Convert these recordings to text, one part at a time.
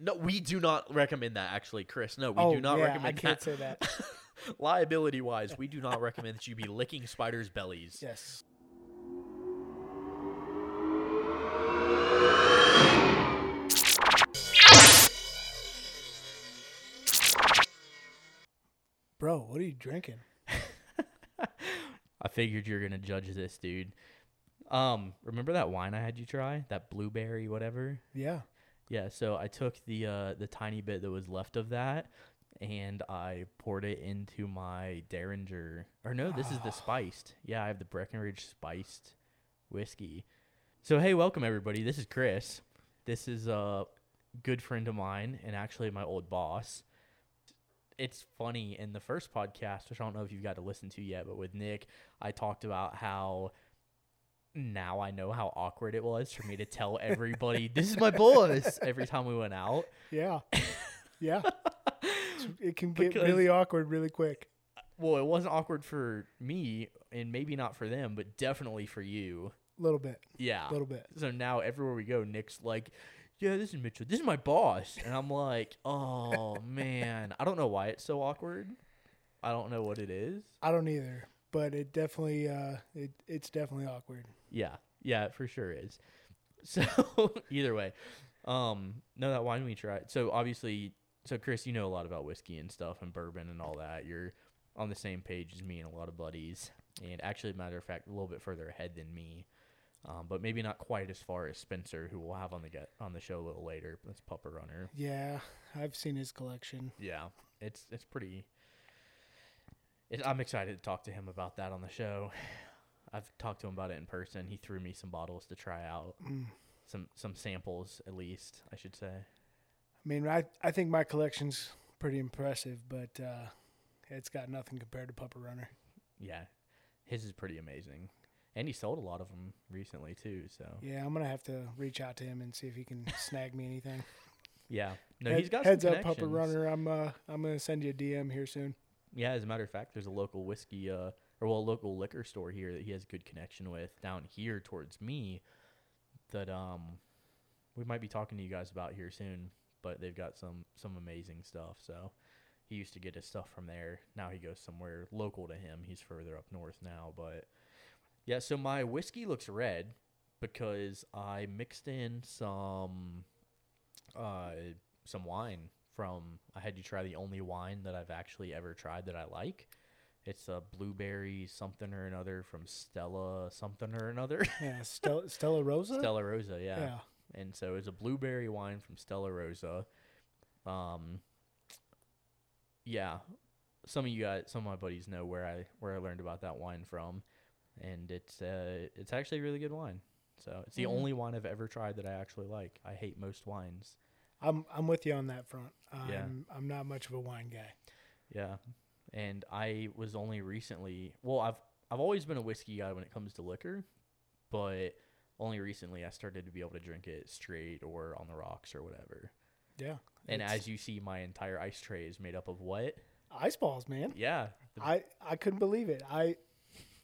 No, we do not recommend that. Actually, Chris, no, we oh, do not yeah, recommend I can't that. say that. Liability wise, we do not recommend that you be licking spiders' bellies. Yes. Bro, what are you drinking? I figured you're gonna judge this, dude. Um, remember that wine I had you try? That blueberry, whatever. Yeah. Yeah, so I took the uh, the tiny bit that was left of that, and I poured it into my Derringer. Or no, this is the spiced. Yeah, I have the Breckenridge spiced whiskey. So hey, welcome everybody. This is Chris. This is a good friend of mine, and actually my old boss. It's funny in the first podcast, which I don't know if you've got to listen to yet, but with Nick, I talked about how now I know how awkward it was for me to tell everybody this is my boss every time we went out. Yeah. Yeah. it can get Because- really awkward really quick. Well, it wasn't awkward for me and maybe not for them, but definitely for you. A little bit. Yeah. A little bit. So now everywhere we go, Nick's like, "Yeah, this is Mitchell. This is my boss," and I'm like, "Oh man, I don't know why it's so awkward. I don't know what it is." I don't either, but it definitely uh it, it's definitely awkward. Yeah, yeah, it for sure is. So either way, um, no, that wine we tried. So obviously, so Chris, you know a lot about whiskey and stuff and bourbon and all that. You're on the same page as me and a lot of buddies, and actually, matter of fact, a little bit further ahead than me. Um, but maybe not quite as far as Spencer, who we'll have on the gu- on the show a little later. That's Pupper Runner. Yeah, I've seen his collection. Yeah, it's it's pretty. It, I'm excited to talk to him about that on the show. I've talked to him about it in person. He threw me some bottles to try out, Mm. some some samples at least, I should say. I mean, I I think my collection's pretty impressive, but uh it's got nothing compared to Pupper Runner. Yeah, his is pretty amazing, and he sold a lot of them recently too. So Yeah, I'm gonna have to reach out to him and see if he can snag me anything. yeah, no, Head- he's got heads some up, Papa connections. Runner. I'm uh, I'm gonna send you a DM here soon. Yeah, as a matter of fact, there's a local whiskey, uh, or well, a local liquor store here that he has good connection with down here towards me. That um, we might be talking to you guys about here soon. But they've got some some amazing stuff. So he used to get his stuff from there. Now he goes somewhere local to him. He's further up north now, but yeah. So my whiskey looks red because I mixed in some uh some wine from I had you try the only wine that I've actually ever tried that I like. It's a blueberry something or another from Stella something or another. Yeah, Stella, Stella Rosa. Stella Rosa, yeah. yeah. And so it's a blueberry wine from Stella Rosa. Um yeah. Some of you guys some of my buddies know where I where I learned about that wine from and it's uh it's actually a really good wine. So it's the Mhm. only wine I've ever tried that I actually like. I hate most wines. I'm I'm with you on that front. I'm Yeah. I'm not much of a wine guy. Yeah. And I was only recently well, I've I've always been a whiskey guy when it comes to liquor, but only recently I started to be able to drink it straight or on the rocks or whatever. Yeah. And it's- as you see, my entire ice tray is made up of what? ice balls, man, Yeah. the- I I couldn't believe it. I,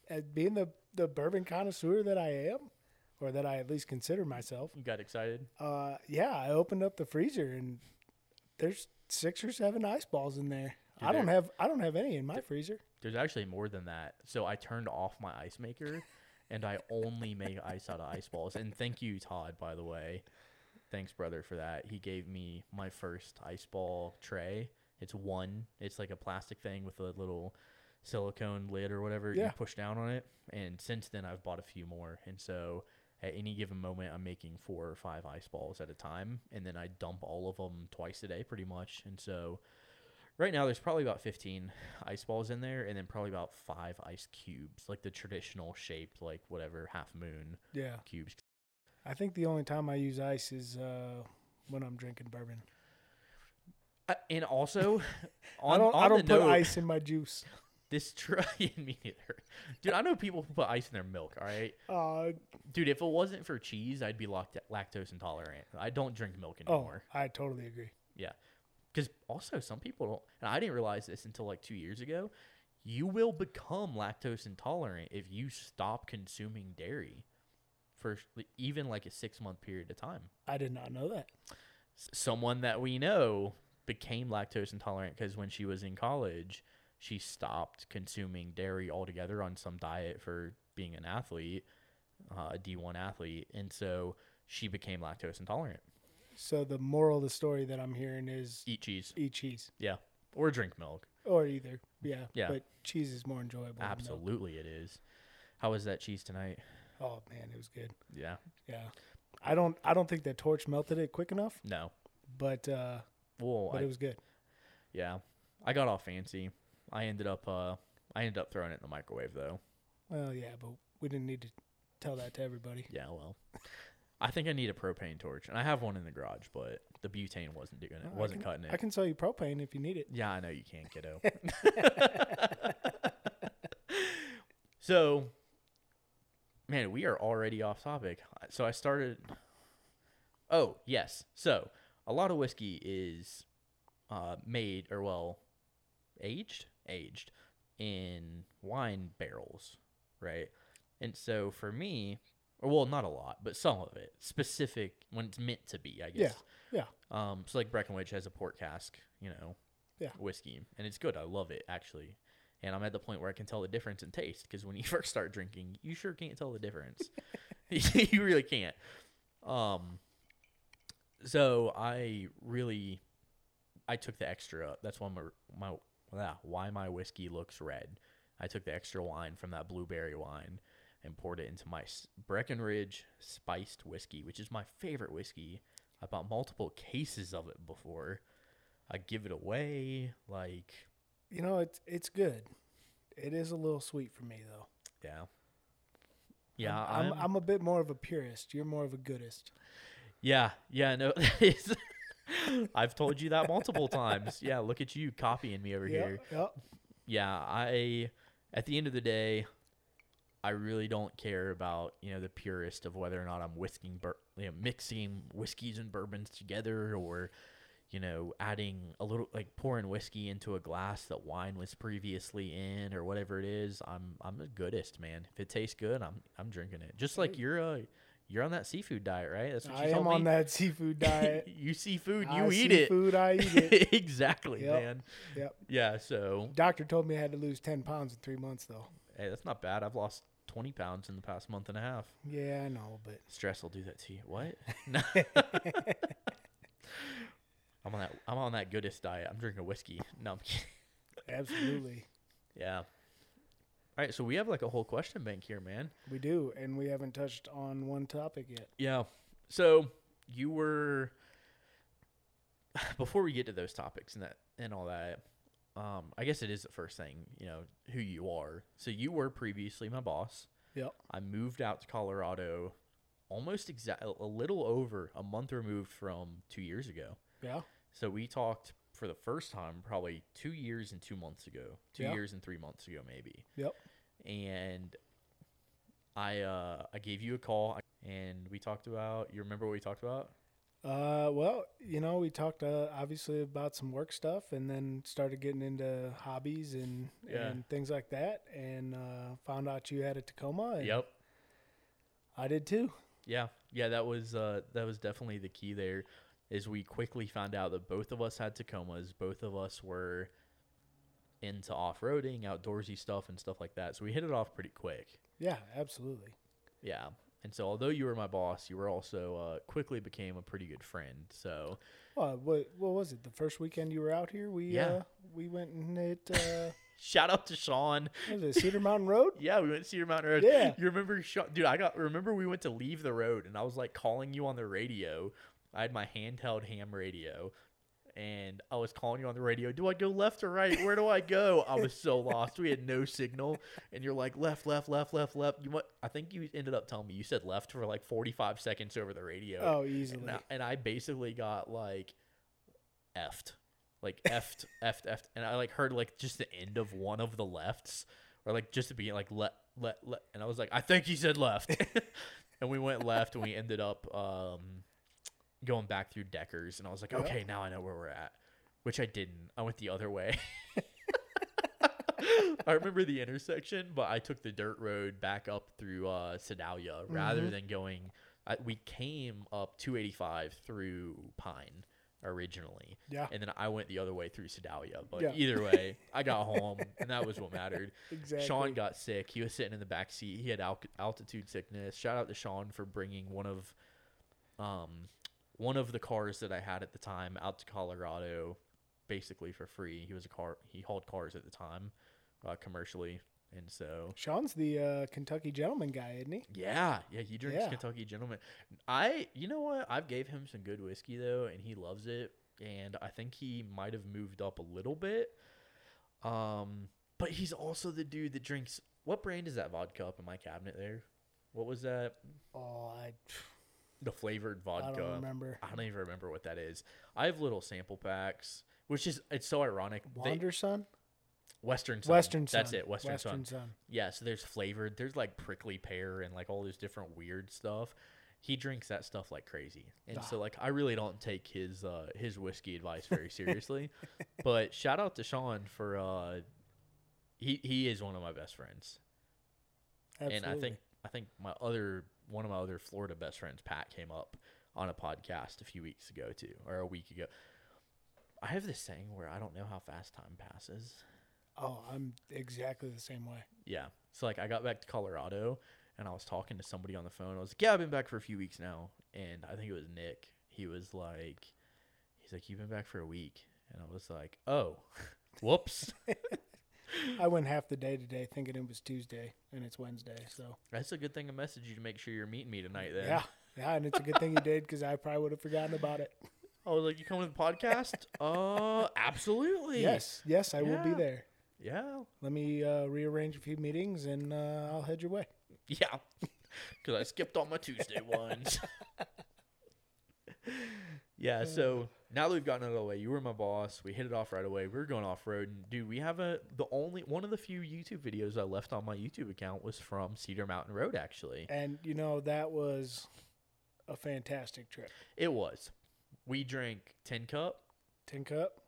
as being the the bourbon connoisseur that I am, or that I at least consider myself. you got excited? Uh, yeah, I opened up the freezer and there's six or seven ice balls in there. Dude, I don't they're- have I don't have any in my freezer. There's actually more than that. So I turned off my ice maker and I only make ice out of ice balls. And thank you, Todd, by the way. Thanks, brother, for that. He gave me my first ice ball tray. It's one, it's like a plastic thing with a little silicone lid or whatever. You Yeah. push down on it. And since then, I've bought a few more. And so at any given moment, I'm making four or five ice balls at a time. And then I dump all of them twice a day, pretty much. And so Right now, there's probably about 15 ice balls in there, and then probably about five ice cubes, like the traditional shaped, like whatever half moon Yeah. cubes. I think the only time I use ice is uh, when I'm drinking bourbon. Uh, and also, on, I don't. on I don't the put note, ice in my juice. this try me neither, dude. I know people who put ice in their milk. All right, Uh, dude. If it wasn't for cheese, I'd be locked lactose intolerant. I don't drink milk oh, anymore. I totally agree. Yeah. Because also, some people don't, and I didn't realize this until like two years ago. You will become lactose intolerant if you stop consuming dairy for s- even like a six month period of time. I did not know that. s- someone that we know became lactose intolerant because when she was in college, she stopped consuming dairy altogether on some diet for being an athlete, uh, a D1 athlete. And so she became lactose intolerant. So the moral of the story that I'm hearing is Eat cheese. eat cheese Yeah. Or drink milk. or either. Yeah. Yeah. But cheese is more enjoyable. than milk. Absolutely, it is. How was that cheese tonight? Oh man, it was good. Yeah. Yeah. I don't I don't think that torch melted it quick enough, No. but uh Well, but I, it was good. yeah. I got all fancy. I ended up, uh, I ended up throwing it in the microwave though. Well, yeah, but we didn't need to tell that to everybody. Yeah, well, I think I need a propane torch, and I have one in the garage, but the butane wasn't doing it, Oh, I wasn't can- cutting it. I can sell you propane if you need it. Yeah, I know you can't, kiddo. so, man, we are already off topic. So I started. Oh yes, so a lot of whiskey is uh, made or well aged, aged in wine barrels, right? And so for me, or well, not a lot, but some of it, specific when it's meant to be, I Yeah, guess. yeah. Um, so like Breckenridge has a port cask, you know, Yeah. whiskey, and it's good. I love it actually, and I'm at the point where I can tell the difference in taste because when you first start drinking, you sure can't tell the difference. you really can't. Um, so I really, I took the extra. That's why my my ah, why my whiskey looks red. I took the extra wine from that blueberry wine and poured it into my s- Breckenridge spiced whiskey, which is my favorite whiskey. I bought multiple cases of it before. I give it away. Like, You know, it's it's good. It is a little sweet for me though. yeah, yeah. I'm, I'm, I'm a bit more of a purist. You're more of a goodist. Yeah, yeah, no. that is- I've told you that multiple times. Yeah, look at you copying me over Yeah, here. yeah. Yeah, I at the end of the day, I really don't care about, you know, the purist of whether or not I'm whisking bur- you know, mixing whiskeys and bourbons together or you know, adding a little like pouring whiskey into a glass that wine was previously in or whatever it is. I'm I'm the goodest, man. If it tastes good, I'm I'm drinking it. Just like you're uh you're on that seafood diet, right? That's what you I told am me. on that seafood diet. you see food, you I eat see it. Food, I eat it. exactly, Yep. man. Yep. Yeah, so Doctor told me I had to lose ten pounds in three months though. hey, that's not bad. I've lost 20 pounds in the past month and a half. Yeah, I know, but Stress will do that to you. What? No. I'm on that I'm on that goodest diet. I'm drinking whiskey. No, I'm kidding. absolutely Yeah. All right, so we have like a whole question bank here, man. we do, and we haven't touched on one topic yet. Yeah. So you were before we get to those topics and that and all that. Um, I guess it is the first thing, you know, who you are. So you were previously my boss. Yep. I moved out to Colorado almost exact a little over a month removed from two years ago. Yeah. So we talked for the first time probably two years and two months ago, two Yeah. years and three months ago, maybe. Yep. And I uh, I gave you a call and we talked about. You remember what we talked about? Uh, well, you know, we talked uh, obviously about some work stuff, and then started getting into hobbies and Yeah. and things like that, and uh, found out you had a Tacoma. And Yep. I did too. Yeah. Yeah. That was uh, that was definitely the key there. Is we quickly found out that both of us had Tacomas. Both of us were into off roading, outdoorsy stuff, and stuff like that. So we hit it off pretty quick. Yeah, absolutely. Yeah. And so, although you were my boss, you were also uh, quickly became a pretty good friend. So, Well, Uh, what what was it? The first weekend you were out here, we Yeah. uh, we went and hit uh, shout out to Sean. what was it Cedar Mountain Road? Yeah, we went to Cedar Mountain Road. Yeah. You remember, Sean, dude? I got remember we went to leave the road, and I was like calling you on the radio. I had my handheld ham radio, and I was calling you on the radio. Do I go left or right? Where do I go? I was so lost. We had no signal, and you're like left, left, left, left, left. You what? I think you ended up telling me you said left for like 45 seconds over the radio. Oh, easily. and I, and I basically got like effed, like effed, effed, effed, and I like heard like just the end of one of the lefts, or like just the beginning, like let, let, let, and I was like, I think you said left, and we went left, and we ended up um going back through Deckers, and I was like, Yeah. okay, now I know where we're at, which I didn't. I went the other way. I remember the intersection, but I took the dirt road back up through uh, Sedalia rather Mhm. than going I, we came up 285 through Pine originally. Yeah. And then I went the other way through Sedalia. But Yeah. either way, I got home, and that was what mattered. Exactly. Sean got sick. He was sitting in the back seat. He had al- altitude sickness. Shout out to Sean for bringing one of, um, one of the cars that I had at the time out to Colorado, basically for free. He was a car. He hauled cars at the time, uh, commercially, and so Sean's the uh, Kentucky gentleman guy, isn't he? yeah, yeah, he drinks Yeah. Kentucky Gentleman. I, you know what? I've gave him some good whiskey though, and he loves it. And I think he might have moved up a little bit. Um, but he's also the dude that drinks. What brand is that vodka up in my cabinet there? What was that? Oh, I, The flavored I vodka. don't remember. I don't even remember what that is. I have little sample packs, which is it's so ironic. They- Wander Sun? Western Sun. Western Sun. That's it. Western, Sun. Western Sun. Yeah, so there's flavored, there's like prickly pear and like all this different weird stuff. He drinks that stuff like crazy. And so like I really don't take his uh his whiskey advice very seriously. but shout out to Sean for uh he he is one of my best friends. Absolutely. And I think I think my other one of my other Florida best friends, Pat, came up on a podcast a few weeks ago too, or a week ago. I have this saying where I don't know how fast time passes. Oh, I'm exactly the same way. Yeah. So like I got back to Colorado and I was talking to somebody on the phone. I was like, Yeah, I've been back for a few weeks now and I think it was Nick. He was like he's like, You've been back for a week and I was like, Oh, whoops. I went half the day today thinking it was Tuesday and it's Wednesday. So That's a good thing I messaged you to make sure you're meeting me tonight then. yeah, yeah, and it's a good thing you did because I probably would have forgotten about it. I was Oh, like, You coming to the podcast? uh absolutely. Yes, yes, I will be Yeah. there. Yeah. Let me uh, rearrange a few meetings and uh, I'll head your way. Yeah. Cause I skipped all my Tuesday ones. Yeah, so now that we've gotten out of the way, you were my boss. We hit it off right away. We were going off road, and dude, we have a the only one of the few YouTube videos I left on my YouTube account was from Cedar Mountain Road. Actually, And you know that was a fantastic trip. it was. We drank ten cup. Tin cup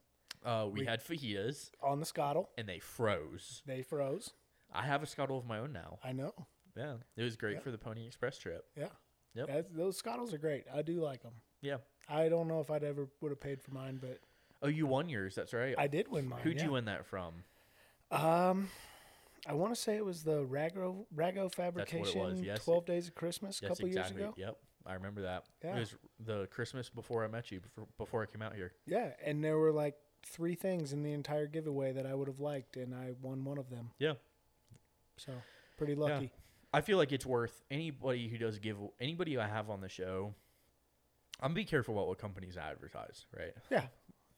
Uh, we, We- had fajitas, on the scottle. and they froze. They froze. I have a scottle of my own now. I know. Yeah, it was great Yeah. for the Pony Express trip. Yeah. Yep. That's, those scottles are great. I do like them. Yeah. I don't know if I'd ever would have paid for mine, but Oh, you won yours. That's right. I did win mine. Who'd yeah. you win that from? Um, I want to say it was the Rago Rago Fabrication yes. Twelve Days of Christmas a That's couple exactly. years ago. Yep, I remember that. Yeah. It was the Christmas before I met you, before, before I came out here. Yeah, and there were like three things in the entire giveaway that I would have liked, and I won one of them. Yeah. So pretty lucky. I feel like it's worth anybody who does give anybody I have on the show. I'm be careful about what companies I advertise, right? Yeah,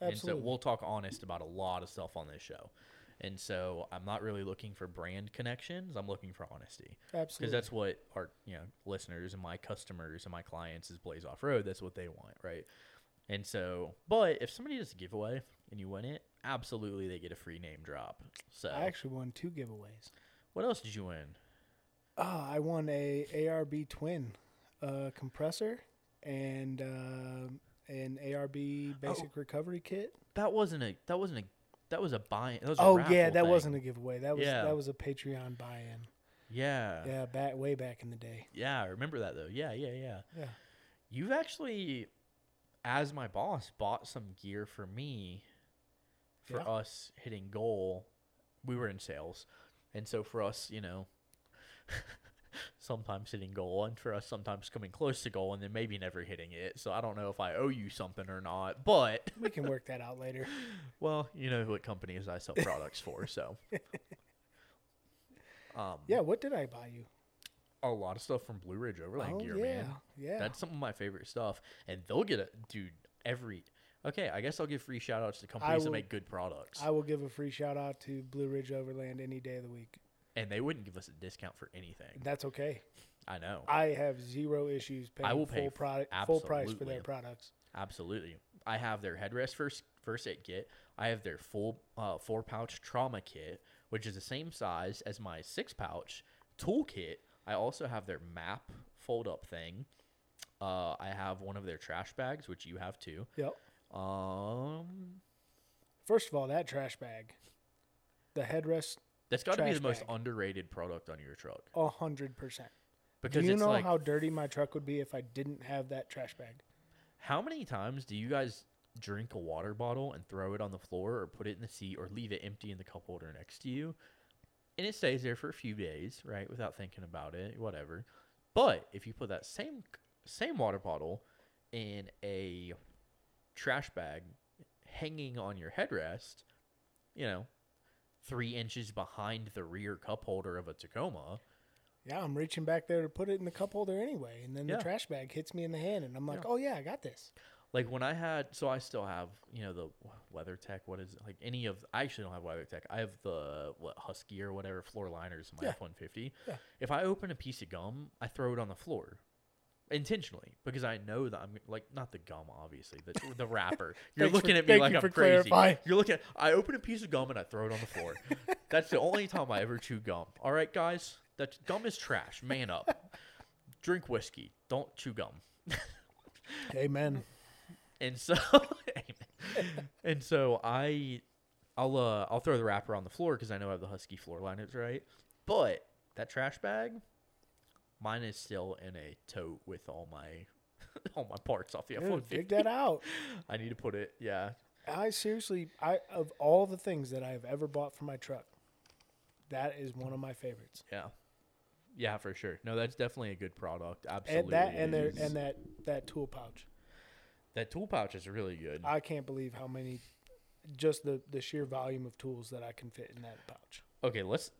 And so absolutely. we'll talk honest about a lot of stuff on this show. And so I'm not really looking for brand connections. I'm looking for honesty because absolutely. that's what our you know listeners and my customers and my clients is Blaze Off Road. That's what they want, right? And so, but if somebody does a giveaway and you win it, absolutely they get a free name drop. So I actually won two giveaways. what else did you win? Ah, I won a ARB twin uh, compressor and um an ARB basic Oh. recovery kit. That wasn't a. That wasn't a. That was a buy. That was a Oh yeah, raffle that thing. wasn't a giveaway. That was Yeah. that was a Patreon buy-in. Yeah. yeah. Yeah, back way back in the day. I remember that though. Yeah, yeah, yeah. Yeah. You've actually, as my boss, bought some gear for me, for Yeah. us hitting goal. We were in sales, and so for us, you know, sometimes hitting goal, and for us, sometimes coming close to goal, and then maybe never hitting it. So I don't know if I owe you something or not, but We can work that out later. well, you know what companies I sell products for, so. Um, Yeah, what did I buy you? a lot of stuff from Blue Ridge Overland oh Gear, yeah, man. yeah. That's some of my favorite stuff, and they'll get a dude every. Okay, I guess I'll give free shout outs to companies will- that make good products, I will give a free shout out to Blue Ridge Overland any day of the week. and they wouldn't give us a discount for anything. That's okay. I know, I have zero issues paying will pay full f- product full price for their absolutely. products. absolutely. I have their headrest first first aid kit. I have their full uh, four pouch trauma kit, which is the same size as my six pouch tool kit. I also have their map fold up thing. Uh, I have one of their trash bags, which you have too. Yep. Um, First of all, that trash bag, the headrest, That's got to be trash the most bag. underrated product on your truck. hundred percent. Do because you it's know like how how, dirty my truck would be if I didn't have that trash bag? many times do you guys drink a water bottle and throw it on the floor or put it in the seat or leave it empty in the cup holder next to you? And it stays there for a few days, right, without thinking about it, whatever. But if you put that same same water bottle in a trash bag hanging on your headrest, you know, 3 inches behind the rear cup holder of a Tacoma, Yeah, I'm reaching back there to put it in the cup holder anyway, and then Yeah. the trash bag hits me in the hand, and I'm like, Yeah. "Oh yeah, I got this." like when I had, so I still have, you know, the WeatherTech. What is it? like any of? I actually don't have WeatherTech. I have the what Husky or whatever floor liners in my Yeah. F one fifty. Yeah. If I open a piece of gum, I throw it on the floor intentionally because I know that I'm like not the gum, obviously, the the wrapper. You're Thanks for- looking at me thank like you I'm for crazy. clarifying. You're looking. At, I open a piece of gum and I throw it on the floor. That's the only time I ever chew gum. All right, guys, that gum is trash. Man up. Drink whiskey. Don't chew gum. Amen. And so, and so I, I'll uh, I'll throw the wrapper on the floor because I know I have the husky floor liners, right? But that trash bag, mine is still in a tote with all my, all my parts off the F one Dude, dig fifty. that out. I need to put it. Yeah, I seriously, I of all the things that I have ever bought for my truck, that is one of my favorites. yeah, yeah, for sure. No, that's definitely a good product. And Absolutely, that and there is. and that that tool pouch. that tool pouch is really good. I can't believe how many, just the the sheer volume of tools that I can fit in that pouch. okay, let's.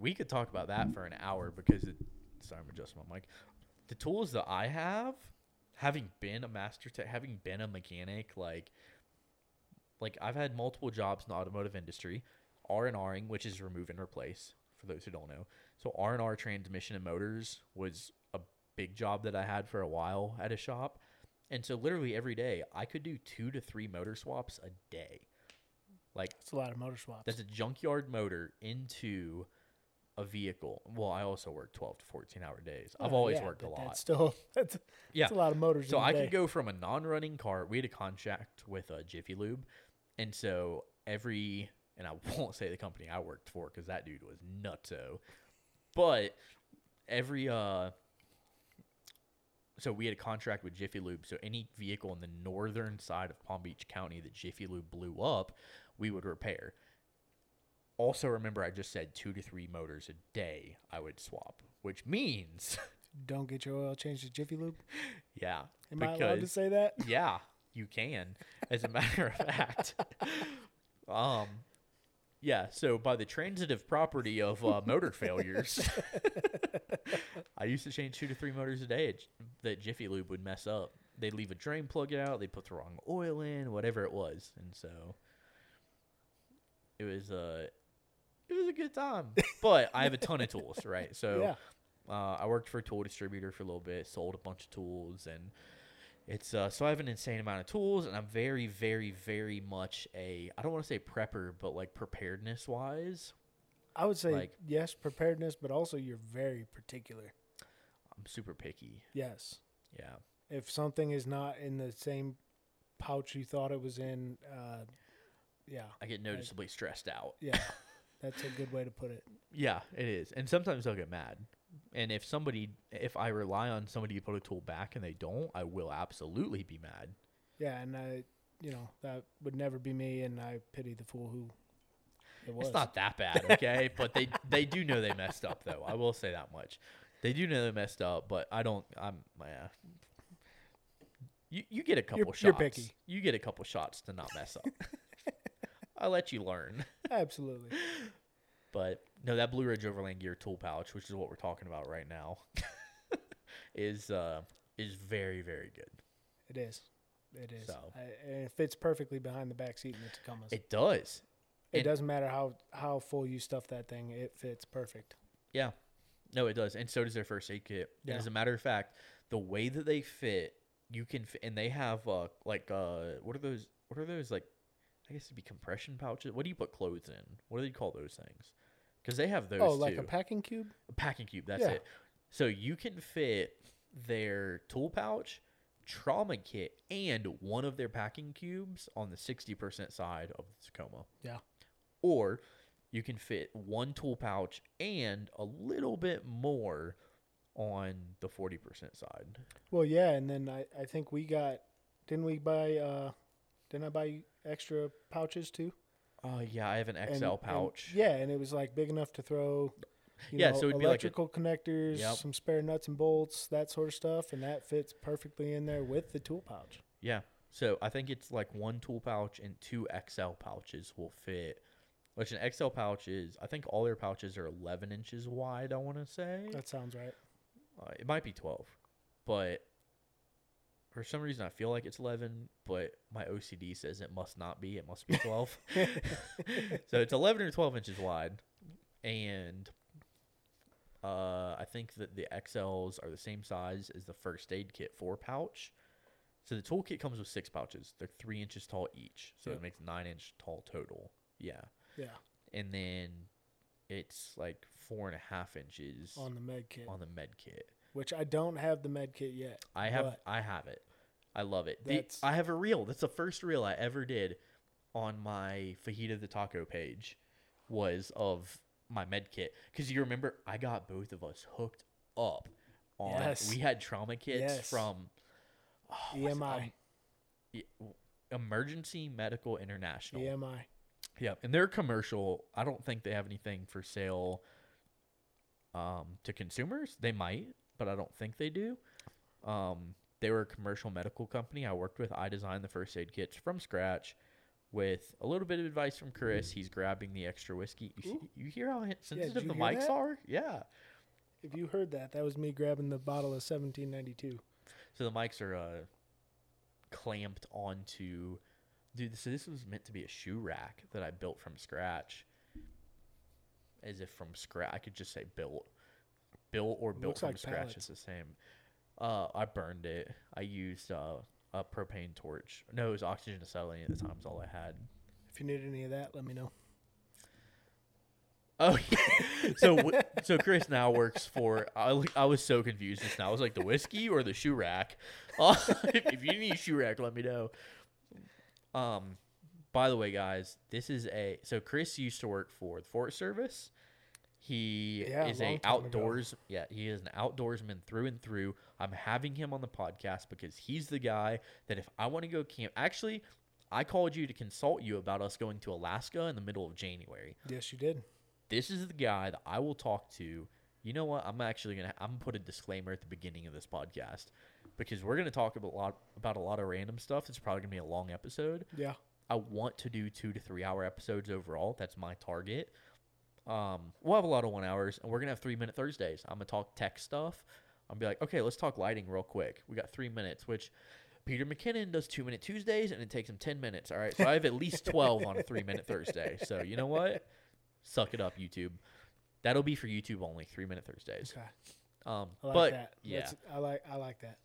We could talk about that for an hour because it. Sorry, I'm adjusting my mic. The tools that I have, having been a master tech, having been a mechanic, like, like I've had multiple jobs in the automotive industry, R and Ring, which is remove and replace. For those who don't know, so R and R transmission and motors was a big job that I had for a while at a shop, and so literally every day I could do two to three motor swaps a day. Like It's a lot of motor swaps. that's a junkyard motor into a vehicle. Well, I also work 12 to 14 hour days. I've Oh, always yeah, worked a but lot. That's still that's, Yeah. that's a lot of motors. So in a I day. could go from a non-running car. We had a contract with a Jiffy Lube, and so every and I won't say the company I worked for because that dude was nutso, but every uh, so we had a contract with Jiffy Lube. So any vehicle in the northern side of Palm Beach County that Jiffy Lube blew up, we would repair. Also, remember I just said two to three motors a day I would swap, which means Don't get your oil changed to Jiffy Lube. yeah, Am I allowed to because- say that? yeah, you can. As a matter of fact, um, yeah. So by the transitive property of uh, motor failures, I used to change two to three motors a day at J- that Jiffy Lube would mess up. They'd leave a drain plug out. They'd put the wrong oil in, whatever it was, and so it was uh, it was a good time. But I have a ton of tools, right? So Yeah. uh, I worked for a tool distributor for a little bit, sold a bunch of tools, and it's uh, so I have an insane amount of tools, and I'm very, very, very much a I don't want to say prepper, but like preparedness wise, I would say like- yes, preparedness, but also you're very particular. I'm super picky. Yes. Yeah, If something is not in the same pouch you thought it was in, uh, yeah, I get noticeably stressed out. yeah, that's a good way to put it. Yeah, it is, and sometimes I'll get mad. And if somebody, if I rely on somebody to put a tool back and they don't, I will absolutely be mad. Yeah, and I, you know, that would never be me, and I pity the fool who it was. It's not that bad, okay? but they they do know they messed up though. I will say that much. They do know they messed up, but I don't I'm yeah. You you get a couple shots. you're picky. You get a couple shots to not mess up. I let you learn. Absolutely. But no, that Blue Ridge Overland Gear tool pouch, which is what we're talking about right now, is uh is very very good. It is. It is. So. I, and it fits perfectly behind the back seat in the Tacomas. It, It does. and- doesn't matter how, how full you stuff that thing, it fits perfect. Yeah. No, it does. And so does their first aid kit. Yeah. And as a matter of fact, the way that they fit, you can fit, and they have uh like uh what are those what are those like I guess it'd be compression pouches. What do you put clothes in? What do you call those things? Cuz they have those oh, like too. a packing cube? A packing cube, that's Yeah. it. So you can fit their tool pouch, trauma kit, and one of their packing cubes on the 60% side of the Tacoma. Yeah. Or you can fit one tool pouch and a little bit more on the 40% side. Well, yeah, and then I, I think we got didn't we buy uh didn't I buy extra pouches too? Oh, yeah, I have an And- XL and- pouch. yeah, and it was like big enough to throw. You Yeah, know, so it'd be like a- electrical connectors, Yep. some spare nuts and bolts, that sort of stuff, and that fits perfectly in there with the tool pouch. Yeah. So I think it's like one tool pouch and two XL pouches will fit. Which an XL pouch is, I think all their pouches are 11 inches wide, I want to say. That sounds right. Uh, it might be 12, but for some reason I feel like it's 11, but my OCD says it must not be. It must be 12. so it's 11 or 12 inches wide. And uh, I think that the XLs are the same size as the first aid kit four pouch. So the toolkit comes with six pouches. They're three inches tall each. So Yep. it makes nine inch tall total. Yeah. Yeah, And then it's like four and a half inches on the med kit, on the med kit. which I don't have the med kit yet. I have But- I have it. I love it. The- That's- I have a reel. That's the first reel I ever did on my fajita the taco page was of my med kit because you remember I got both of us hooked up on Yes. we had trauma kits Yes. from oh, what's it- EMI. um, e- w- Emergency Medical International. Yeah. EMI. Yep. And their commercial, I don't think they have anything for sale um, to consumers. They might, but I don't think they do. Um, they were a commercial medical company I worked with. I designed the first aid kits from scratch with a little bit of advice from Chris. He's grabbing the extra whiskey. You, see, Mm-hmm. Ooh. you hear how sensitive you the hear mics that? are? Yeah. If you heard that, that was me grabbing the bottle of 1792. So the mics are uh, clamped onto. Dude, so this was meant to be a shoe rack that I built from scratch. As if from scratch, I could just say built, built or built looks from like scratch pallets. is the same. Uh, I burned it. I used uh, a propane torch. No, it was oxygen acetylene at the time. Is all I had. If you need any of that, let me know. Oh, yeah. so w- so Chris now works for. I, li- I was so confused just now. I was like, the whiskey or the shoe rack? Uh, if, if you need a shoe rack, let me know. Um, by the way, guys, this is a so Chris used to work for the Forest Service. He Yeah, a is a long time ago. outdoors. Yeah, he is an outdoorsman through and through. I'm having him on the podcast because he's the guy that if I want to go camp, actually. I called you to consult you about us going to Alaska in the middle of January Yes, you did. this is the guy that I will talk to. You know what? I'm actually gonna I'm gonna put a disclaimer at the beginning of this podcast because we're gonna talk about a lot about a lot of random stuff. It's probably gonna be a long episode. Yeah. I want to do two to three hour episodes overall. That's my target. Um, we'll have a lot of one hours, and we're gonna have three minute Thursdays. I'm gonna talk tech stuff. I'm gonna be like, okay, let's talk lighting real quick. We got three minutes, which Peter McKinnon does two minute Tuesdays, and it takes him ten minutes. All right, so I have at least twelve on a three minute Thursday. So you know what? Suck it up, YouTube. That'll be for YouTube only, three minute Thursdays. Okay. Um, I like but that. yeah, That's- I like I like that.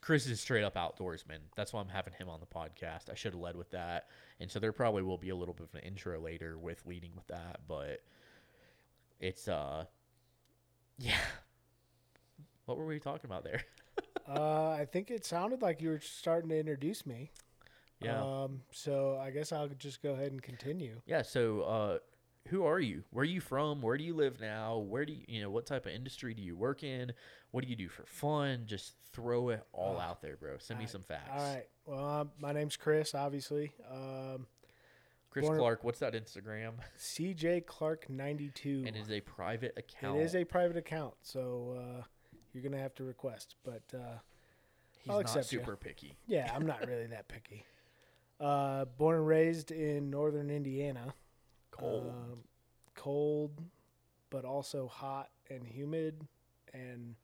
Chris is straight up outdoorsman. That's why I'm having him on the podcast. I should have led with that. And so there probably will be a little bit of an intro later with leading with that, but it's uh yeah. What were we talking about there? Uh, I think it sounded like you were starting to introduce me. Yeah. Um, so I guess I'll just go ahead and continue. yeah, so uh who are you? Where are you from? Where do you live now? Where do you, you know, what type of industry do you work in? What do you do for fun? Just throw it all Oh, out there, bro. Send me alright, some facts. All right. Well, um, my name's Chris, obviously. Um, Chris Born- Clark, what's that Instagram? CJ Clark 92. And it is a private account. It is a private account, so uh, you're going to have to request. But uh, He's I'll not accept ya. super picky. yeah, I'm not really that picky. Uh, born and raised in northern Indiana. Cold. Um, cold, but also hot and humid and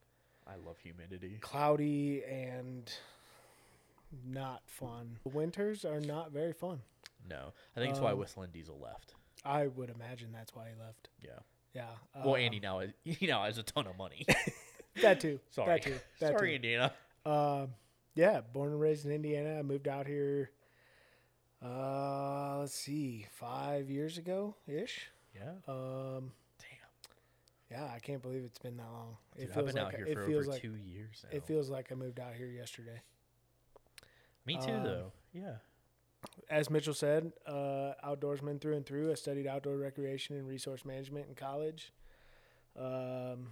I love humidity. cloudy and not fun. The winters are not very fun. No, I think it's why Um, Whistling Diesel left. I would imagine that's why he left. Yeah. Yeah. well, uh, Andy now is, he now has a ton of money. That too. Sorry. That too. That Sorry, too. Indiana. Um, yeah, born and raised in Indiana. I moved out here. Uh, let's see, five years ago ish. Yeah. Um, Damn. yeah, I can't believe it's been that long. Dude, I've been out like- here it for feels over like, two years now. It feels like I moved out here yesterday. Me too, um, though. Yeah. As Mitchell said, uh, outdoorsman through and through. I studied outdoor recreation and resource management in college. Um,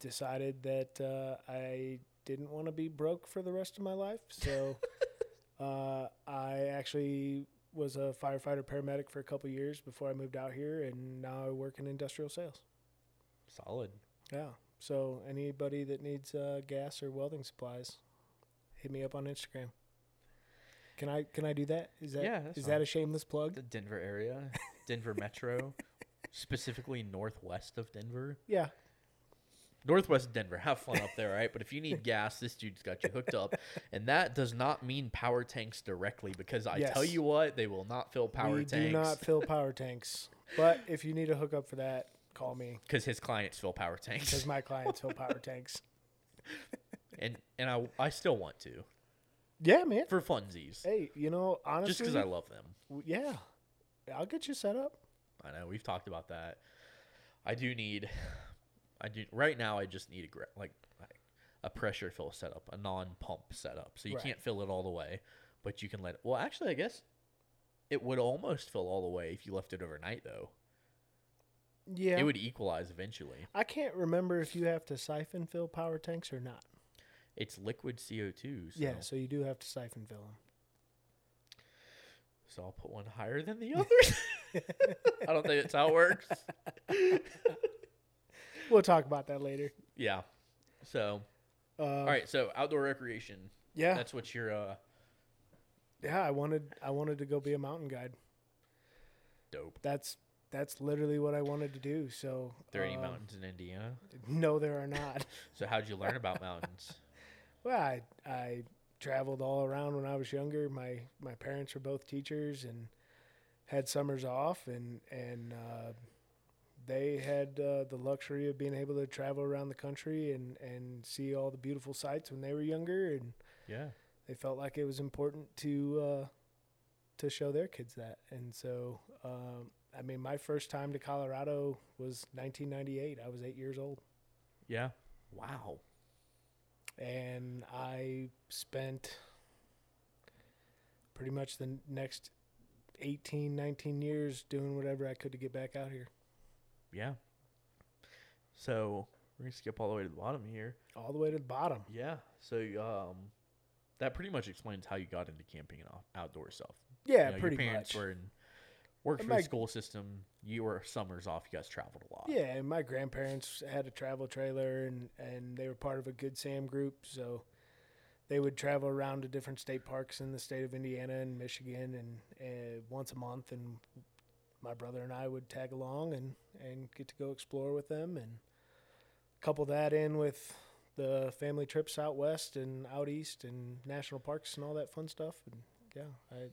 decided that uh, I didn't want to be broke for the rest of my life. So uh, I actually was a firefighter paramedic for a couple years before I moved out here, and now I work in industrial sales. Solid. Yeah. So anybody that needs uh, gas or welding supplies, hit me up on Instagram. Can I can I do that? Is that is Yeah, that's that fine. a shameless plug? The Denver area, Denver Metro, specifically northwest of Denver. Yeah. Northwest Denver, have fun up there, right? But if you need gas, this dude's got you hooked up. And that does not mean power tanks directly because I tell Yes. you what, they will not fill power we do tanks not fill power tanks. But if you need a hookup for that, call me because his clients fill power because tanks. my clients fill power tanks. and and I, I still want to Yeah, man. for funsies Hey, you know, honestly, just because I love them. w- yeah, I'll get you set up. I know we've talked about that. I do need, I do right now. I just need a gra- like like a pressure fill setup, a non-pump setup. So you Right. can't fill it all the way, but you can let. It, well, actually, I guess it would almost fill all the way if you left it overnight, though. Yeah, It would equalize eventually. I can't remember if you have to siphon fill power tanks or not. It's liquid CO two, so, Yeah, so you do have to siphon fill them. so I'll put one higher than the others. I don't think that's how it works. We'll talk about that later. Yeah. So Uh, all right, so outdoor recreation. Yeah, That's what you're uh yeah. I wanted, I wanted to go be a mountain guide. dope. That's that's literally what I wanted to do. So There are any um, mountains in Indiana? No, there are not. So how'd you learn about mountains? Well, I, I traveled all around when I was younger. My my parents were both teachers and had summers off, and and uh, they had uh, the luxury of being able to travel around the country and and see all the beautiful sights when they were younger, and Yeah. they felt like it was important to uh, to show their kids that. And so, um, I mean, my first time to Colorado was 1998. I was eight years old. Yeah. Wow. and I spent pretty much the next 18, 19 years doing whatever I could to get back out here. Yeah. So we're gonna skip all the way to the bottom here. All the way to the bottom. Yeah. So um that pretty much explains how you got into camping and out- outdoor stuff. You Yeah, know, pretty your parents much. were in worked And for the my- school system. You were summers off, you guys traveled a lot. yeah, and my grandparents had a travel trailer and, and they were part of a Good Sam group. So they would travel around to different state parks in the state of Indiana and Michigan and uh, once a month. And my brother and I would tag along and, and get to go explore with them and couple that in with the family trips out west and out east and national parks and all that fun stuff. And yeah, I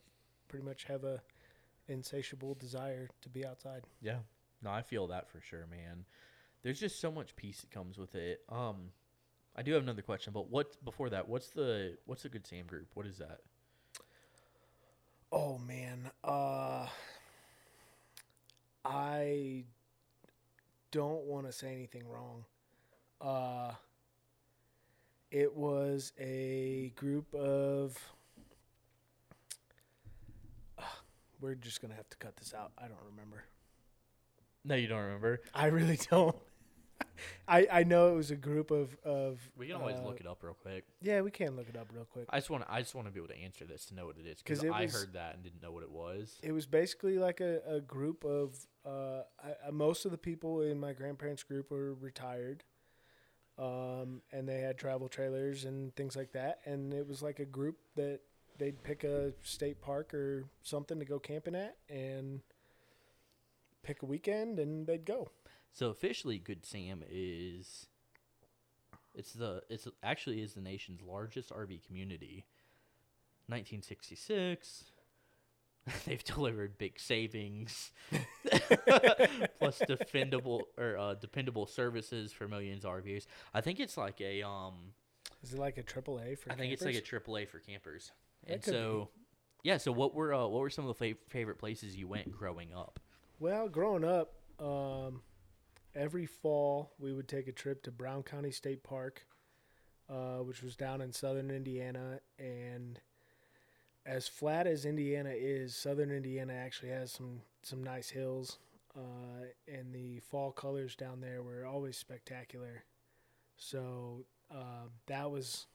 pretty much have a insatiable desire to be outside. Yeah. No, I feel that for sure, man. There's just so much peace that comes with it. Um I do have another question, but what before that, what's the what's the good Sam group? What is that? Oh man, uh, I don't want to say anything wrong. Uh, it was a group of. Ah, we're just gonna have to cut this out. I don't remember. No, you don't remember. I really don't. I I know it was a group of of. We can always uh, look it up real quick. Yeah, we can look it up real quick. I just want to, I just want to be able to answer this to know what it is 'Cause because it I was- heard that and didn't know what it was. It was basically like a, a group of uh, I, I, most of the people in my grandparents' group were retired, um, and they had travel trailers and things like that. And it was like a group that they'd pick a state park or something to go camping at, and pick a weekend, and they'd go. So officially, Good Sam is it's the it's actually is the nation's largest RV community. 1966. They've delivered big savings, plus defendable or uh, dependable services for millions of RVs. I think it's like a um, Is it like a triple A for? I think campers? it's like a AAA for campers. That And could be. so, yeah. So what were uh, what were some of the fa- favorite places you went growing up? Well, growing up, um, every fall we would take a trip to Brown County State Park, uh, which was down in southern Indiana. And as flat as Indiana is, southern Indiana actually has some some nice hills, uh, and the fall colors down there were always spectacular. So um, that was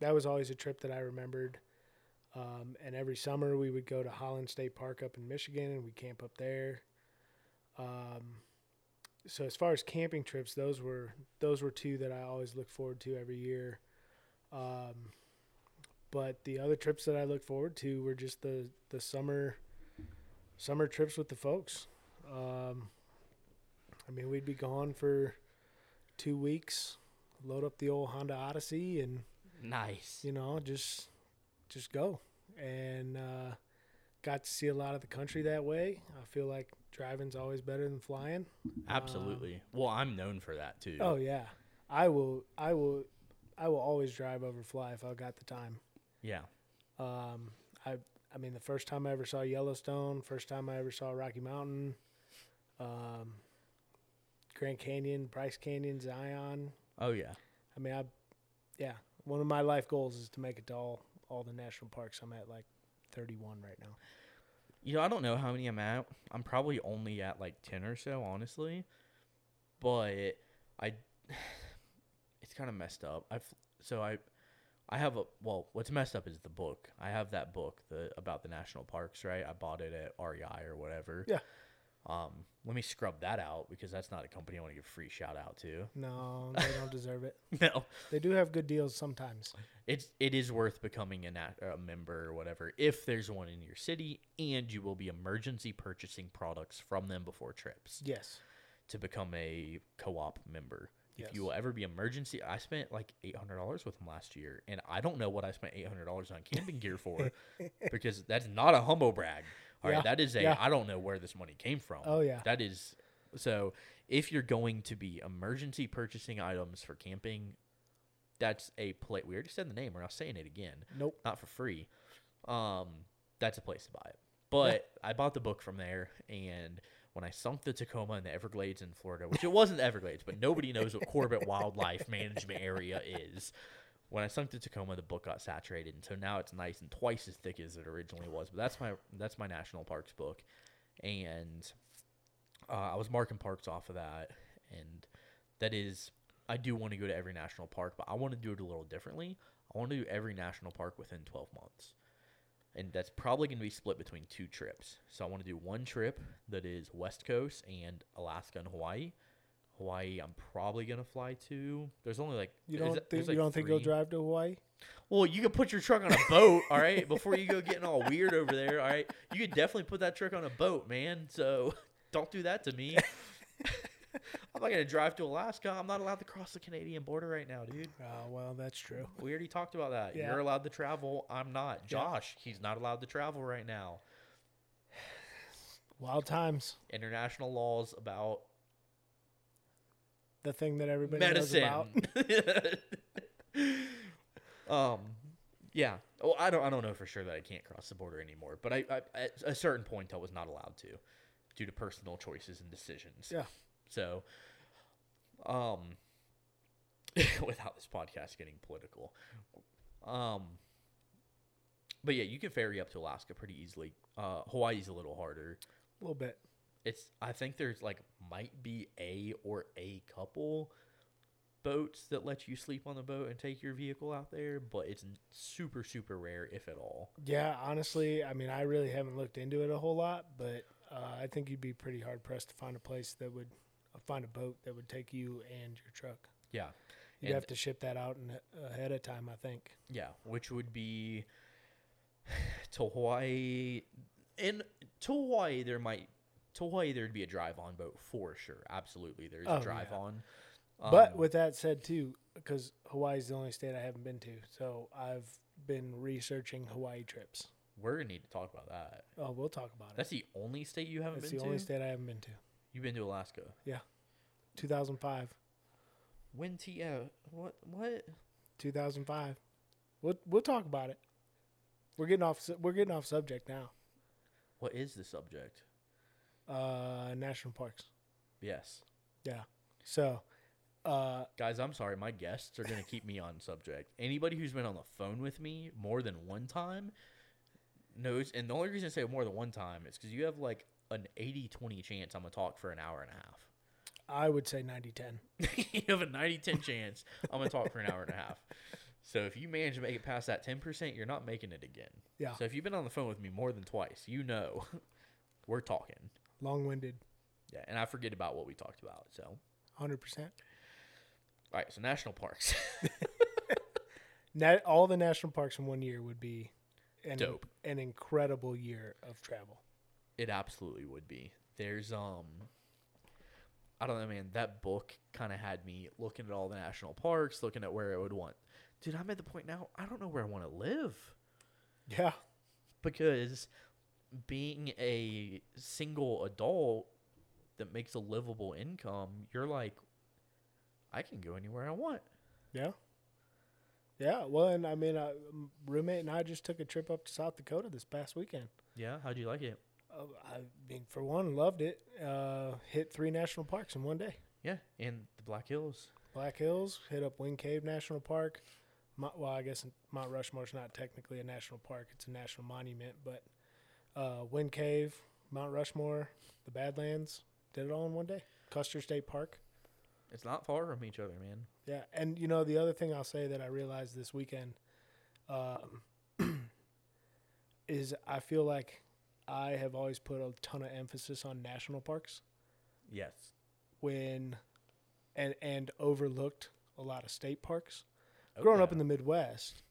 that was always a trip that I remembered. Um, and every summer we would go to Holland State Park up in Michigan and we camp up there. Um, so as far as camping trips, those were those were two that I always look forward to every year. Um, but the other trips that I look forward to were just the the summer summer trips with the folks. Um, I mean, we'd be gone for two weeks, load up the old Honda Odyssey, and Nice. you know just just go and uh, got to see a lot of the country that way. I feel like driving's always better than flying. Absolutely. well, I'm known for that too. Uh, Oh yeah, I will. I will. I will always drive over fly if I got the time. yeah. Um, I. I mean, the first time I ever saw Yellowstone, first time I ever saw Rocky Mountain, um, Grand Canyon, Bryce Canyon, Zion. Oh yeah. I mean, I. Yeah, one of my life goals is to make it to all all the national parks. I'm at like 31 right now. You know, I don't know how many I'm at. I'm probably only at like 10 or so, honestly. But I it's kind of messed up. I have so I I have a well, what's messed up is the book. I have that book the about the national parks, right? I bought it at REI or whatever. Yeah. Um, let me scrub that out because that's not a company I want to give a free shout out to. No, they don't deserve it. No. They do have good deals sometimes. It's it is worth becoming a, nat- a member or whatever if there's one in your city and you will be emergency purchasing products from them before trips. Yes. to become a co-op member. If Yes. you uh, will ever be emergency, I spent like eight hundred dollars with them last year, and I don't know what I spent eight hundred dollars on camping gear for, because that's not a humble brag. All right, Yeah, that is a yeah. I don't know where this money came from. Oh, yeah. that is so. If you're going to be emergency purchasing items for camping, that's a place. We already said the name. We're not saying it again Nope. not for free. Um, that's a place to buy it. But I bought the book from there, and when I sunk the Tacoma in the Everglades in Florida, which it wasn't the Everglades, but nobody knows what Corbett Wildlife Management Area is. When I sunk the Tacoma, the book got saturated, and so now it's nice and twice as thick as it originally was. But that's my that's my national parks book, and uh, I was marking parks off of that, and that is I do want to go to every national park, but I want to do it a little differently. I want to do every national park within 12 months. And that's probably going to be split between two trips. So I want to do one trip that is West Coast and Alaska and Hawaii. Hawaii, I'm probably going to fly to. There's only like You there's- don't there's think you like don't think you'll three- drive to Hawaii? Well, you could put your truck on a boat, all right, before you go getting all weird over there, all right. You could definitely put that truck on a boat, man. So don't do that to me. I'm not gonna drive to Alaska. I'm not allowed to cross the Canadian border right now, dude. Oh, well, that's true. We already talked about that. Yeah. You're allowed to travel. I'm not. Josh, he's not allowed to travel right now. Wild times. International laws about The thing that everybody medicine. knows about. um, yeah. Well, I don't. I don't know for sure that I can't cross the border anymore. But I, I, at a certain point, I was not allowed to, due to personal choices and decisions. Yeah. So, um, without this podcast getting political, um, but yeah, you can ferry up to Alaska pretty easily. Uh, Hawaii's a little harder. A little bit. It's I think there's like might be a or a couple boats that let you sleep on the boat and take your vehicle out there, but it's n- super super rare if at all. Yeah, honestly, I mean, I really haven't looked into it a whole lot, but uh, I think you'd be pretty hard pressed to find a place that would uh, find a boat that would take you and your truck. Yeah. You'd And- have to ship that out in, ahead of time, I think. Yeah, which would be to Hawaii and to Hawaii there might to Hawaii there'd be a drive on boat for sure. Absolutely. There's Oh, a drive yeah. on. but Um, with that said, too, because Hawaii's the only state I haven't been to, so I've been researching Hawaii trips. we're gonna need to talk about that. Oh, we'll talk about it. That's the only state you haven't That's been the to. only state I haven't been to. You've been to Alaska. 2005. When TF what what? 2005. We'll we'll talk about it. We're getting off su- we're getting off subject now. What is the subject? Uh, national parks. Yes. So, uh, Guys, I'm sorry. My guests are going to keep me on subject. Anybody who's been on the phone with me more than one time knows. And the only reason I say more than one time is because you have like an 80 20 chance I'm going to talk for an hour and a half. I would say 90 10. you have a 90 10 chance. I'm going to talk for an hour and a half. So if you manage to make it past that 10%, you're not making it again. Yeah. So if you've been on the phone with me more than twice, you know we're talking. Long winded. Yeah. And I forget about what we talked about. So, all 100%. right. So, national parks. Na- all the national parks in one year would be an, Dope. an incredible year of travel. it absolutely would be. There's, um, I don't know, man. That book kind of had me looking at all the national parks, looking at where I would want. Dude, I'm at the point now, I don't know where I want to live. Yeah. because being a single adult that makes a livable income, you're like, I can go anywhere I want. Yeah. Yeah. Well, and I mean, uh, m- roommate and I just took a trip up to South Dakota this past weekend. Yeah, how'd you like it? Uh, I mean, for one, loved it. Uh, hit three national parks in one day. Yeah, and the Black Hills. Black Hills, hit up Wing Cave National Park. Mo- well, I guess Mount Rushmore's not technically a national park; it's a national monument. But uh, Wind Cave, Mount Rushmore, the Badlands, did it all in one day. Custer State Park, It's not far from each other, man. yeah. And you know, the other thing I'll say that I realized this weekend um, is I feel like I have always put a ton of emphasis on national parks Yes. when and and overlooked a lot of state parks. Oh, growing up in the Midwest,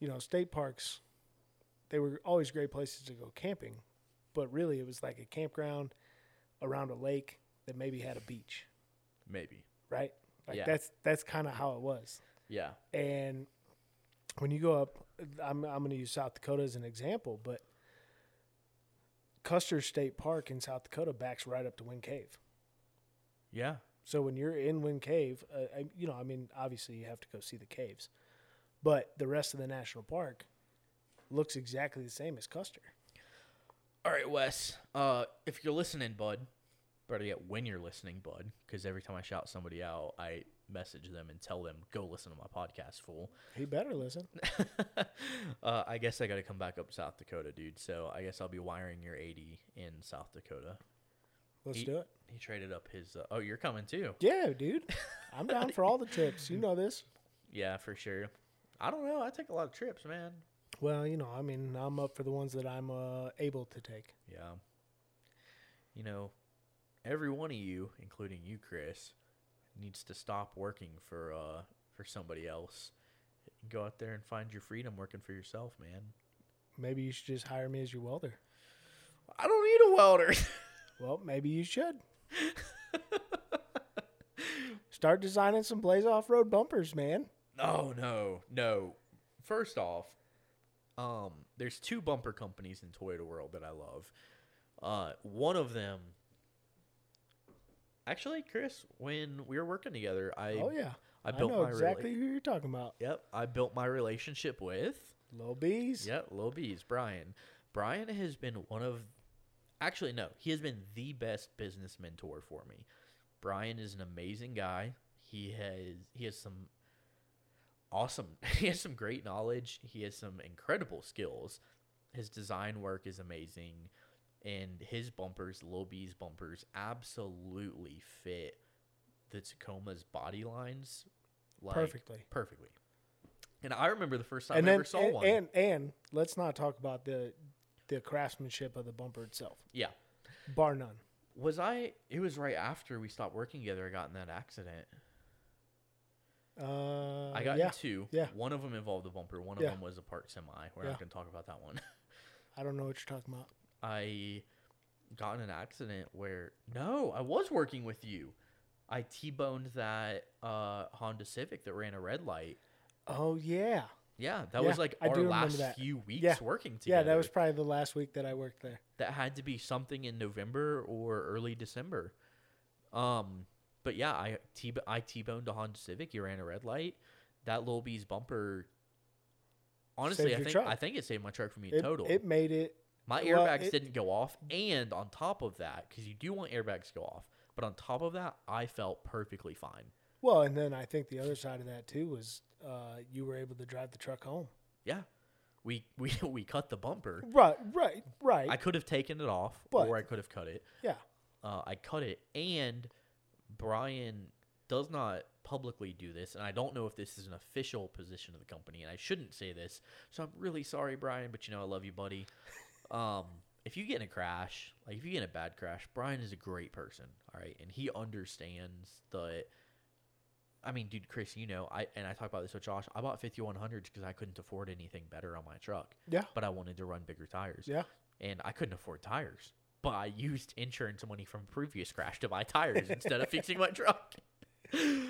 you know, state parks, they were always great places to go camping, but really it was like a campground around a lake that maybe had a beach, maybe. right? Like Yeah. that's that's kind of how it was. Yeah. And when you go up, I'm I'm going to use South Dakota as an example, but Custer State Park in South Dakota backs right up to Wind Cave. Yeah. So when you're in Wind Cave, uh, I, you know, I mean, obviously you have to go see the caves, but the rest of the national park looks exactly the same as Custer. All right, Wes. Uh, if you're listening, bud, better yet, when you're listening, bud, because every time I shout somebody out, I message them and tell them go listen to my podcast, fool. He better listen. uh, I guess I got to come back up South Dakota, dude. So I guess I'll be wiring your 80 in South Dakota. Let's He- do it. He traded up his. Uh, oh, you're coming too. Yeah, dude, I'm down for all the trips. You know this. Yeah, for sure. I don't know. I take a lot of trips, man. Well, you know, I mean, I'm up for the ones that I'm uh, able to take. Yeah. You know, every one of you, including you, Chris, needs to stop working for uh for somebody else. Go out there and find your freedom working for yourself, man. Maybe you should just hire me as your welder. I don't need a welder. Well, maybe you should. Start designing some Blaze off-road bumpers, man. No, no, no. First off, um, there's two bumper companies in Toyota World that I love. Uh, one of them, actually, Chris, when we were working together, I oh yeah, I built know my exactly Rela- who you're talking about. yep, I built my relationship with Lil Bees. yeah, Lil B's Brian. Brian has been one of actually no, he has been the best business mentor for me. Brian is an amazing guy. He has he has some awesome he has some great knowledge. He has some incredible skills. His design work is amazing. And his bumpers, Lil B's bumpers, absolutely fit the Tacoma's body lines like, Perfectly. Perfectly. And I remember the first time and I then, ever saw and, one. And and let's not talk about the the craftsmanship of the bumper itself, yeah. bar none. Was I? It was right after we stopped working together. I got in that accident. Uh, I got yeah. in two. yeah. One of them involved a bumper. One of Yeah. them was a part semi. We're Yeah. not going to talk about that one. I don't know what you're talking about. I got in an accident where no, I was working with you. I t-boned that uh, Honda Civic that ran a red light. Oh yeah, Yeah, that Yeah, was like I do our remember last that. few weeks Yeah. working yeah. together. That was probably the last week that I worked there. that had to be something in November or early December. Um, but yeah, I t I t boned a Honda Civic. You ran a red light. That Lil B's bumper. Honestly, Saved I your think truck. I think it saved my truck from being It, total. it made it. my well, airbags it- didn't go off, and on top of that, because you do want airbags to go off, but on top of that, I felt perfectly fine. Well, and then I think the other side of that too was uh, you were able to drive the truck home. Yeah, we we we cut the bumper. Right, right, right. I could have taken it off, But- or I could have cut it. yeah, uh, I cut it, and Brian does not publicly do this, and I don't know if this is an official position of the company, and I shouldn't say this, so I'm really sorry, Brian, but you know I love you, buddy. Um, if you get in a crash, like if you get in a bad crash, Brian is a great person, all right, and he understands that. I mean, dude, Chris, you know, I and I talk about this with Josh. I bought 5100s because I couldn't afford anything better on my truck. Yeah. But I wanted to run bigger tires. Yeah. And I couldn't afford tires, but I used insurance money from a previous crash to buy tires instead of fixing my truck.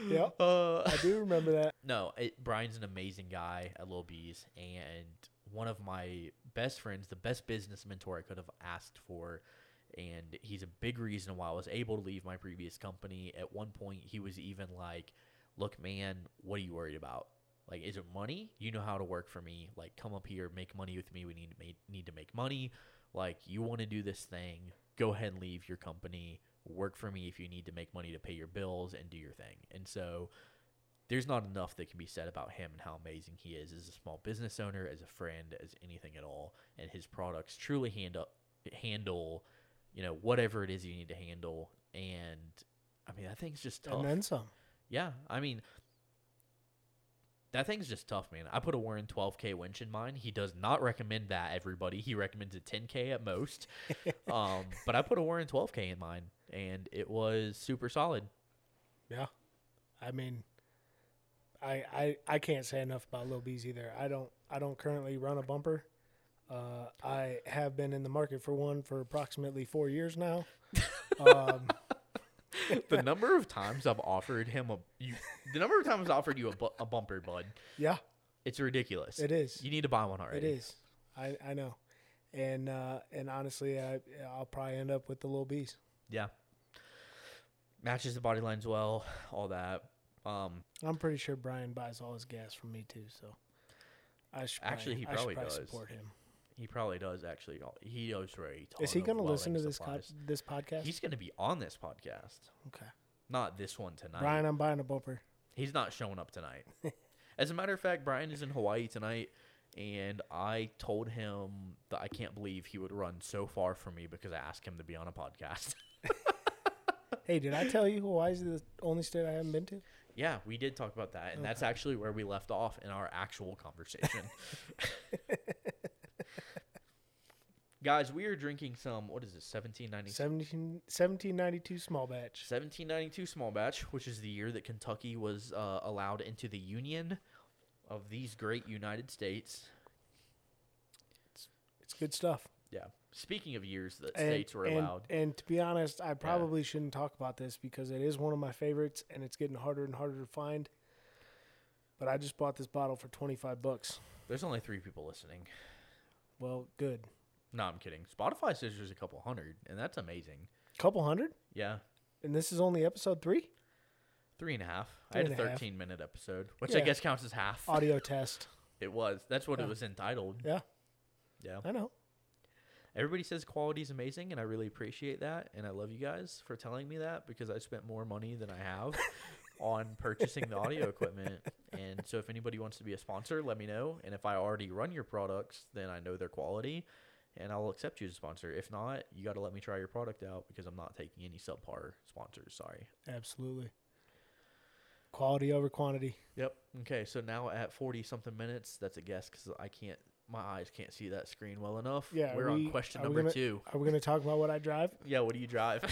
Yeah. Uh, I do remember that. no, it, Brian's an amazing guy at Lil B's, and one of my best friends, the best business mentor I could have asked for. And he's a big reason why I was able to leave my previous company. At one point, he was even like, Look, man, what are you worried about? Like, is it money? You know how to work for me. Like, come up here, make money with me. We need to make, need to make money. Like, you want to do this thing? Go ahead and leave your company. Work for me if you need to make money to pay your bills and do your thing. And so, there's not enough that can be said about him and how amazing he is as a small business owner, as a friend, as anything at all. And his products truly handle handle, you know, whatever it is you need to handle. And I mean, that thing's just tough. And then some. yeah, I mean, that thing's just tough, man. I put a Warren 12K winch in mine. He does not recommend that, everybody. He recommends a 10K at most. um, but I put a Warren 12K in mine, and it was super solid. Yeah. I mean, I I I can't say enough about Lil B's either. I don't I don't currently run a bumper. Uh, I have been in the market for one for approximately four years now. um, the number of times I've offered him a you, the number of times I've offered you a, bu- a bumper, bud, yeah, it's ridiculous. it is. You need to buy one It already. is. I I know. And uh, and honestly, I I'll probably end up with the Lil B's. Yeah. Matches the body lines well, all that. Um, I'm pretty sure Brian buys all his gas from me too. So I should Actually, he I should probably does. support him. he probably does actually. He owes for a ton Is he of going to listen to welding this co- supplies. this podcast? He's going to be on this podcast, okay, not this one tonight. Brian, I'm buying a bumper. He's not showing up tonight. As a matter of fact, Brian is in Hawaii tonight, and I told him that I can't believe he would run so far from me because I asked him to be on a podcast. Hey, did I tell you Hawaii's the only state I haven't been to? Yeah, we did talk about that, and that's actually where we left off in our actual conversation. Guys, we are drinking some. What is this? Seventeen ninety. 17, 1792 small batch. 1792 small batch, which is the year that Kentucky was uh, allowed into the Union of these great United States. It's good stuff. Yeah. Speaking of years that And- states were and- allowed, And to be honest, I probably shouldn't talk about this because it is one of my favorites and it's getting harder and harder to find. But I just bought this bottle for 25 bucks. there's only three people listening. Well, good. No, I'm kidding. Spotify says there's a couple hundred, and that's amazing. Couple hundred? Yeah. And this is only episode three? Three and a half. I Three had and a a half. 13 minute episode, which I Yeah. guess counts as half. Audio test. It was. That's what Yeah. it was entitled. Yeah, Yeah. I know. Everybody says quality is amazing, and I really appreciate that. And I love you guys for telling me that because I spent more money than I have on purchasing the audio equipment. And so, if anybody wants to be a sponsor, let me know. And if I already run your products, then I know their quality and I'll accept you as a sponsor. If not, you got to let me try your product out because I'm not taking any subpar sponsors. Sorry. Absolutely. Quality over quantity. Yep. Okay. So now at 40 something minutes, that's a guess because I can't, my eyes can't see that screen well enough. Yeah, We're we- on question are we number gonna- two. Are we going to talk about what I drive? Yeah, what do you drive?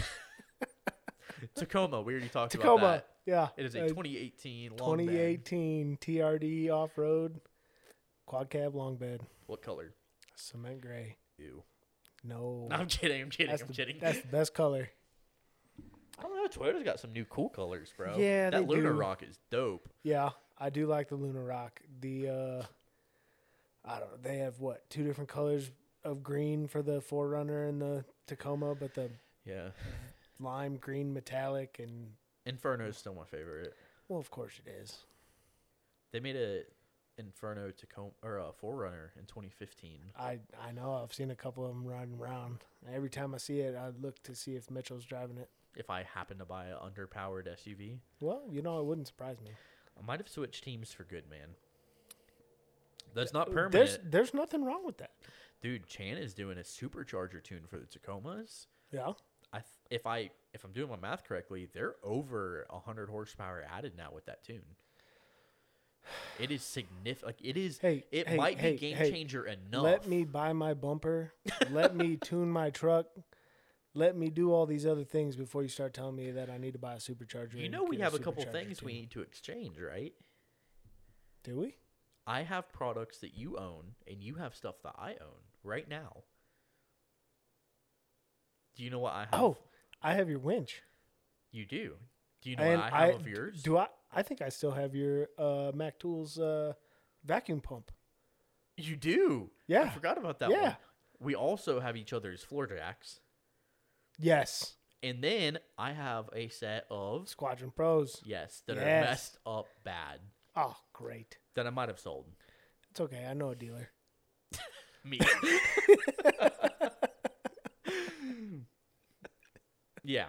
Tacoma. We already talked Tacoma. about Yeah. that. It is Uh, a 2018 long 28. 2018 TRD off road quad cab long bed What color? cement gray. Ew. No, No, I'm kidding. I'm kidding. that's, I'm the, kidding. that's the best color. I don't know. Toyota's got some new cool colors, bro. Yeah, that they Lunar do. Rock is dope. Yeah, I do like the Lunar Rock. The uh, I don't. They have what two different colors of green for the Forerunner and the Tacoma, but the Yeah. lime green metallic and Inferno is still my favorite. well, of course it is. They made a Inferno Tacoma or a Forerunner in 2015. I I know I've seen a couple of them riding around. Every time I see it, I look to see if Mitchell's driving it. If I happen to buy an underpowered SUV, Well, you know, it wouldn't surprise me. I might have switched teams for good, man. That's not permanent. There's there's nothing wrong with that. dude, Chan is doing a supercharger tune for the Tacomas. Yeah. I th- if I if I'm doing my math correctly, they're over 100 horsepower added now with that tune. It is significant. Like it is. Hey, it hey, might hey, be game hey. changer enough. Let me buy my bumper. Let me tune my truck. Let me do all these other things before you start telling me that I need to buy a supercharger. You and know we get have a couple supercharger things we too. need to exchange, right? Do we? I have products that you own, and you have stuff that I own right now. Do you know what I have? Oh, I have your winch. you do. Do you know what I have of d- yours? Do I? I think I still have your uh, Mac Tools uh, vacuum pump. you do. I Yeah. forgot about that one. Yeah. We also have each other's floor jacks, Yes. and then I have a set of Squadron Pros. yes that are Yes. messed up bad Oh, great. that I might have sold. It's okay. I know a dealer. Me. yeah.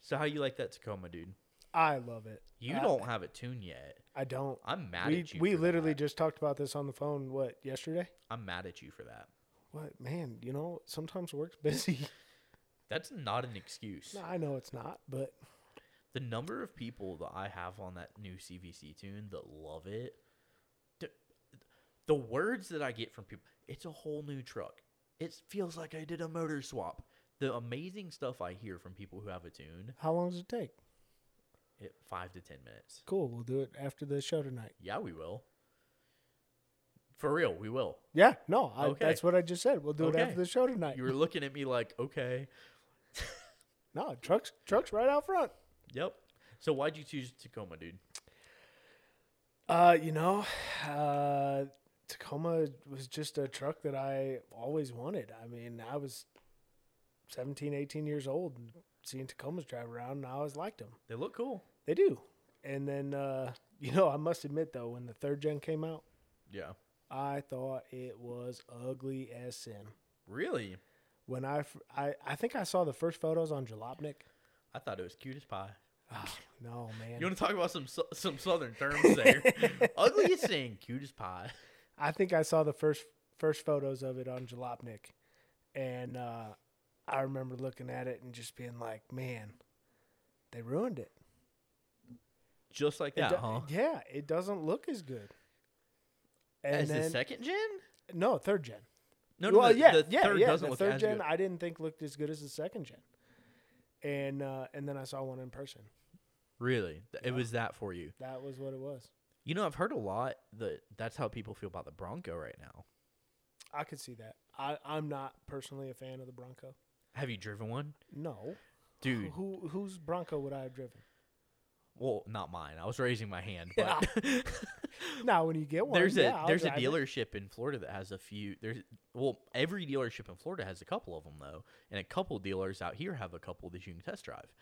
So how you like that Tacoma, dude? I love it. You I- don't have a tune yet. I don't. I'm mad Uh, we at you. we for literally that. just talked about this on the phone. What yesterday? I'm mad at you for that. What man? You know, sometimes work's busy. That's not an excuse. No, I know it's not, but The number of people that I have on that new CVC tune that love it. th- The words that I get from people, it's a whole new truck. It feels like I did a motor swap. The amazing stuff I hear from people who have a tune, how long does it take? it, five to ten minutes. Cool. We'll do it after the show tonight. Yeah, we will. For real, we will. Yeah. No, I, Okay. that's what I just said. We'll do it Okay. after the show tonight. You were looking at me like, okay, no, trucks trucks right out front. yep. So why'd you choose Tacoma, dude? Uh, you know, uh, Tacoma was just a truck that I always wanted. I mean, I was 17, 18 years old and seeing Tacomas drive around, and I always liked them. They look cool. They do. And then, uh, you know, I must admit though, when the third gen came out, Yeah. I thought it was ugly as sin. Really? When I, f- I, I think I saw the first photos on Jalopnik. I thought it was cute as pie. Oh, no, man. You want to talk about some su- some southern terms there? Ugly as saying cute as pie. I think I saw the first first photos of it on Jalopnik, and uh, I remember looking at it and just being like, "Man, they ruined it." Just like It that, do- huh? Yeah, it doesn't look as good. And As then the second gen? no third gen. No, no, well, the, yeah, the yeah, third yeah. doesn't the look third as gen uh, good. I didn't think looked as good as the second gen, and uh, and then I saw one in person. Really, Th- it was that for you. That was what it was. You know, I've heard a lot that that's how people feel about the Bronco right now. I could see that. I, I'm not personally a fan of the Bronco. Have you driven one, No, dude? who whose Bronco would I have driven? Well, not mine. I was raising my hand, but Now, when you get one, there's a yeah, I'll there's a drive it. dealership in Florida that has a few. There's well, every dealership in Florida has a couple of them though, and a couple dealers out here have a couple that you can test drive.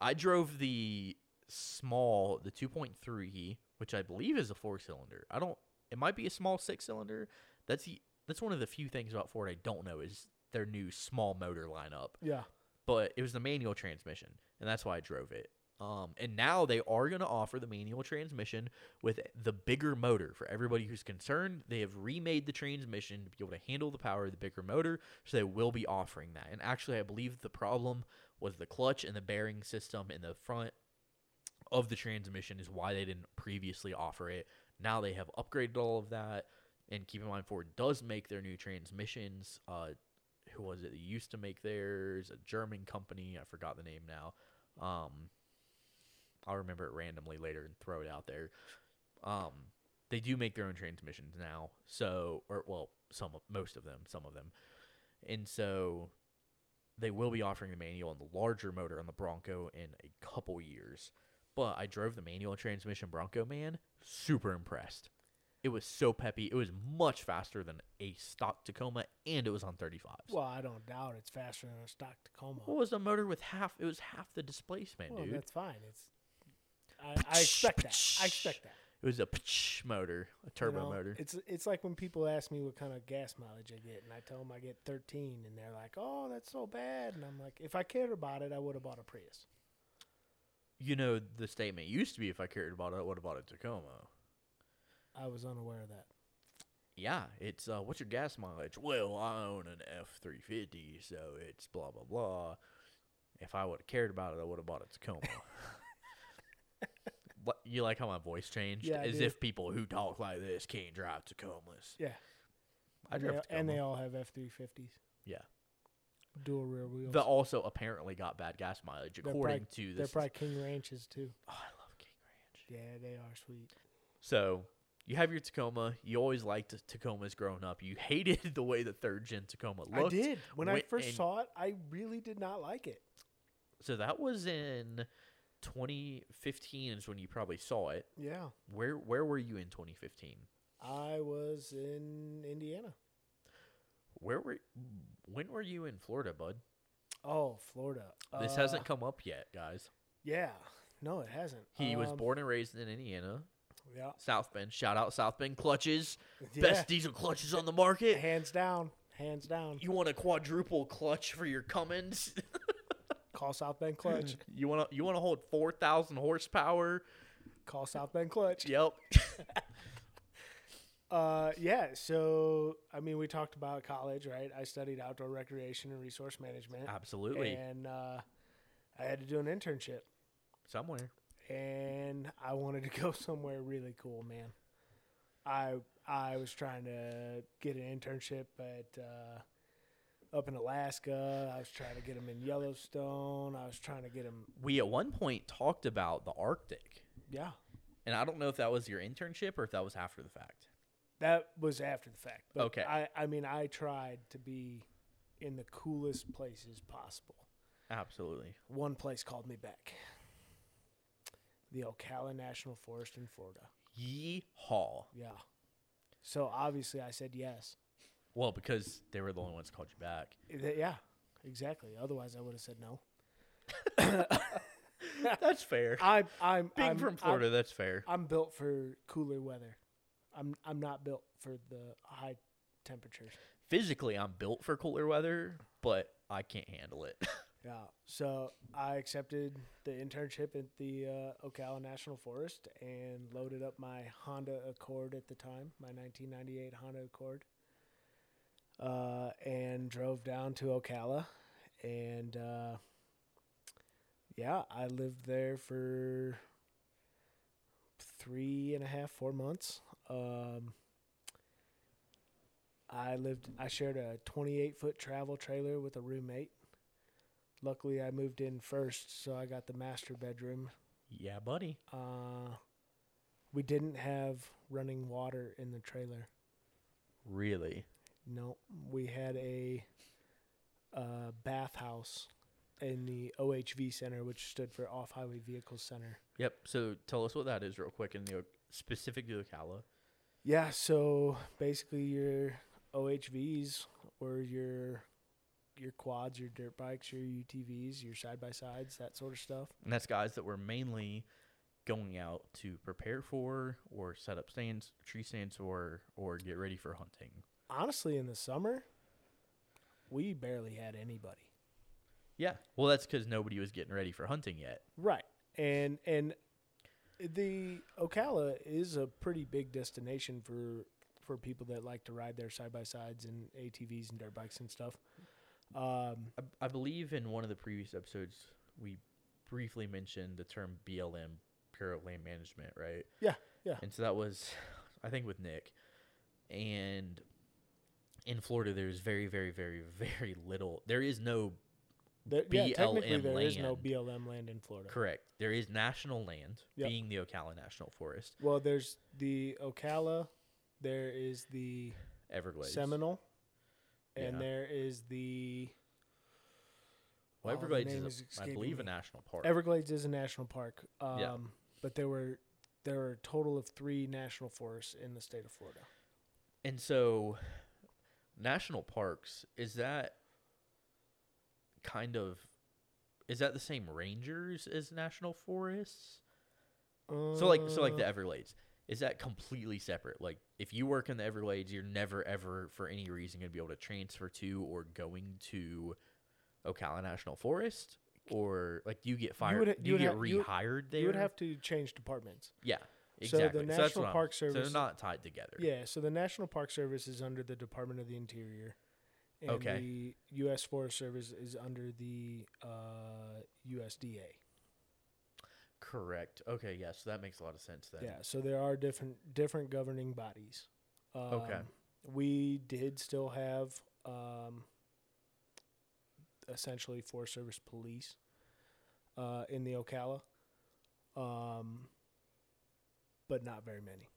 I drove the small, the 2.3, which I believe is a four cylinder. I don't. It might be a small six cylinder. That's the that's one of the few things about Ford I don't know is their new small motor lineup Yeah. but it was the manual transmission, and that's why I drove it. Um, and now they are going to offer the manual transmission with the bigger motor for everybody who's concerned. They have remade the transmission to be able to handle the power of the bigger motor, so they will be offering that. And actually, I believe the problem was the clutch and the bearing system in the front of the transmission is why they didn't previously offer it. Now they have upgraded all of that. And keep in mind, Ford does make their new transmissions. Uh, who was it that used to make theirs? A German company. I forgot the name now. Um, I'll remember it randomly later and throw it out there. Um, they do make their own transmissions now. So, or well, some of, most of them, some of them, and so they will be offering the manual and the larger motor on the Bronco in a couple years. But I drove the manual transmission Bronco, man. Super impressed. It was so peppy. It was much faster than a stock Tacoma, and it was on 35s. Well, I don't doubt it's faster than a stock Tacoma. What was a motor with half? It was half the displacement, well, dude. that's fine. It's I, I expect that. I expect that. It was a psh motor, a you turbo know? motor. It's it's like when people ask me what kind of gas mileage I get, and I tell them I get 13, and they're like, "Oh, that's so bad." And I'm like, "If I cared about it, I would have bought a Prius." You know, the statement used to be, "If I cared about it, I would have bought a Tacoma." I was unaware of that. yeah, it's uh, what's your gas mileage? Well, I own an F three fifty, so it's blah blah blah. If I would have cared about it, I would have bought a Tacoma. What- you like how my voice changed? Yeah, I As do. if people who talk like this can't drive Tacomas. Yeah. I and, they, drove a all- and Tacoma. they all have F three fifties. Yeah. dual rear wheels. that also apparently got bad gas mileage They're according probably- to They're this. probably King Ranches too. oh, I love King Ranch. Yeah, they are sweet. So you have your Tacoma. You always liked Tacomas growing up. You hated the way the third gen Tacoma looked. I did when I went first and- saw it. I really did not like it. So that was in 2015 is when you probably saw it. Yeah, Where where were you in 2015? I was in Indiana. Where were when were you in Florida, bud? Oh, Florida. This Uh, hasn't come up yet, guys. Yeah, no, it hasn't. He was Um, born and raised in Indiana, Yeah, South Bend. Shout out South Bend clutches, yeah. best diesel clutches on the market. hands down, hands down. You want a quadruple clutch for your Cummins? Call South Bend Clutch. you want to you want to hold 4,000 horsepower? Call South Bend Clutch. Yep. Uh, yeah. So, I mean, we talked about college, right? I studied outdoor recreation and resource management, Absolutely. and uh, I had to do an internship, Somewhere. and I wanted to go somewhere really cool, man. I I was trying to get an internship at uh, up in Alaska. I was trying to get them in Yellowstone. I was trying to get them. We at one point talked about the Arctic. Yeah, And I don't know if that was your internship or if that was after the fact. that was after the fact. But Okay. I I mean, I tried to be in the coolest places possible. Absolutely. one place called me back the Ocala National Forest in Florida. Yeehaw. Yeah. So obviously I said yes. Well, because they were the only ones that called you back. Th- Yeah, exactly. Otherwise I would have said no. that's fair. I, I'm Being I'm, from Florida, that's fair. I'm, I'm built for cooler weather. I'm I'm not built for the high temperatures. Physically, I'm built for cooler weather, but I can't handle it. Yeah. So I accepted the internship at the uh, Ocala National Forest and loaded up my Honda Accord at the time, my 1998 Honda Accord, uh, and drove down to Ocala. And uh, yeah, I lived there for three and a half, four months. Um, I lived, I shared a 28 foot travel trailer with a roommate luckily I moved in first, so I got the master bedroom. yeah, buddy. Uh, we didn't have running water in the trailer. Really? No, we had a uh, bathhouse in the OHV Center, which stood for Off Highway Vehicles Center. Yep. So tell us what that is, real quick, in the specific to Ocala. Yeah, so basically your OHVs or your your quads, your dirt bikes, your UTVs, your side by sides, that sort of stuff. And that's guys that were mainly going out to prepare for or set up stands, tree stands, or or get ready for hunting. honestly, in the summer, we barely had anybody. Yeah. Well, that's because nobody was getting ready for hunting yet. Right. And and the Ocala is a pretty big destination for for people that like to ride their side by sides and ATVs and dirt bikes and stuff. Um, I, I believe in one of the previous episodes we briefly mentioned the term BLM, Bureau of Land Management, right? Yeah, yeah. And so that was, I think, with Nick. And in Florida, there's very, very, very, very little. There is no there, yeah, technically BLM there is no land. BLM land in Florida. correct. There is national land, Yep. being the Ocala National Forest, Well, there's the Ocala, there is the Everglades. Seminole, and Yeah. there is the Well, Oh, the Everglades name is, is a, I escaping believe, a me. national park. Everglades is a national park. Um, Yeah. But there were there were a total of three national forests in the state of Florida. And so, national parks is that kind of is that the same rangers as national forests? So like so like the Uh. Everglades is that completely separate? Like if you work in the Everglades, you're never ever for any reason going to be able to transfer to or going to Ocala National Forest or like do you get fired? would ha- do you you would get ha- you- rehired there? you would have to change departments. yeah. Exactly. So the that's National what I'm- Park So they're Service not tied together. Yeah, so the National Park Service is under the Department of the Interior. And Okay. the U.S. Forest Service is under the uh, USDA. Correct. Okay. Yeah. So that makes a lot of sense then. Yeah, so there are different different governing bodies. Um, Okay. We did still have um, essentially Forest Service police uh, in the Ocala, um, but not very many.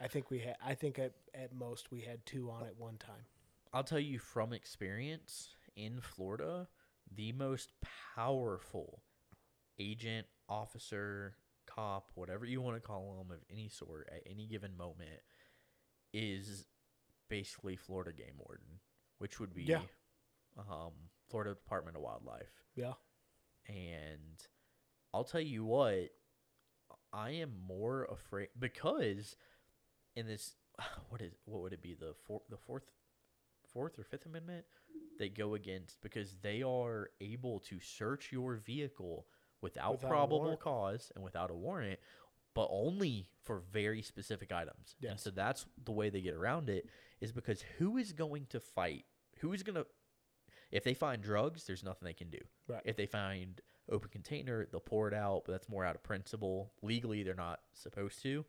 I think we had. I think at, at most we had two on at one time. I'll tell you from experience in Florida, the most powerful agent, officer, cop, whatever you want to call them of any sort at any given moment is basically Florida game warden, which would be Yeah. um Florida Department of Wildlife. Yeah. And I'll tell you what, I am more afraid because in this what is what would it be the four, the fourth fourth or fifth amendment they go against because they are able to search your vehicle without, Without a probable warrant. cause and without a warrant but only for very specific items and Yes. so that's the way they get around it is because who is going to fight who is going to if they find drugs there's nothing they can do Right. if they find open container they'll pour it out but that's more out of principle legally they're not supposed to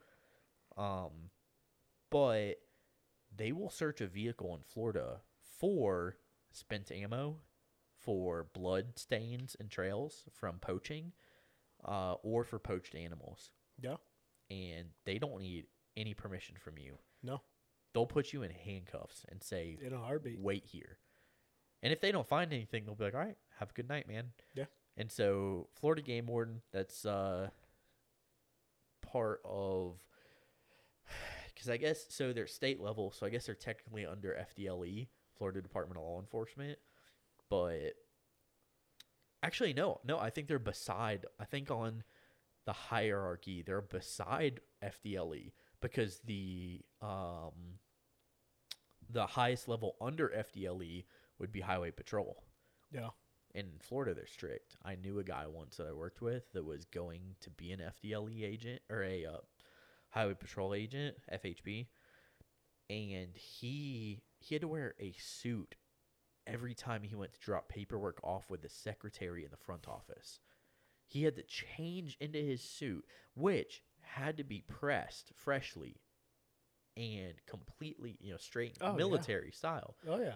um but they will search a vehicle in Florida for spent ammo, for blood stains and trails from poaching, uh, or for poached animals. Yeah. And they don't need any permission from you. No. They'll put you in handcuffs and say, In a heartbeat. wait here. And if they don't find anything, they'll be like, all right, have a good night, man. Yeah. And so Florida Game Warden, that's uh, part of, because I guess, so they're state level, so I guess they're technically under FDLE, E, Florida Department of Law Enforcement. But actually, no, no, I think they're beside, I think on the hierarchy, they're beside FDLE E because the, um, the highest level under FDLE would be highway patrol. Yeah. And in Florida, they're strict. I knew a guy once that I worked with that was going to be an FDLE E agent or a uh, highway patrol agent, FHB, and he he had to wear a suit every time he went to drop paperwork off with the secretary in the front office. He had to change into his suit, which had to be pressed freshly and completely, you know, straight Oh, yeah. military style. Oh yeah.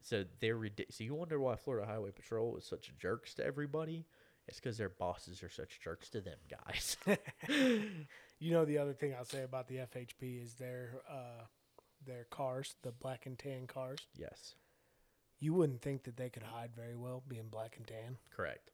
So they're ridic- so you wonder why Florida Highway Patrol is such jerks to everybody. It's because their bosses are such jerks to them, guys. You know the other thing I'll say about the FHP is their uh, their cars, the black and tan cars. yes, You wouldn't think that they could hide very well, being black and tan. correct.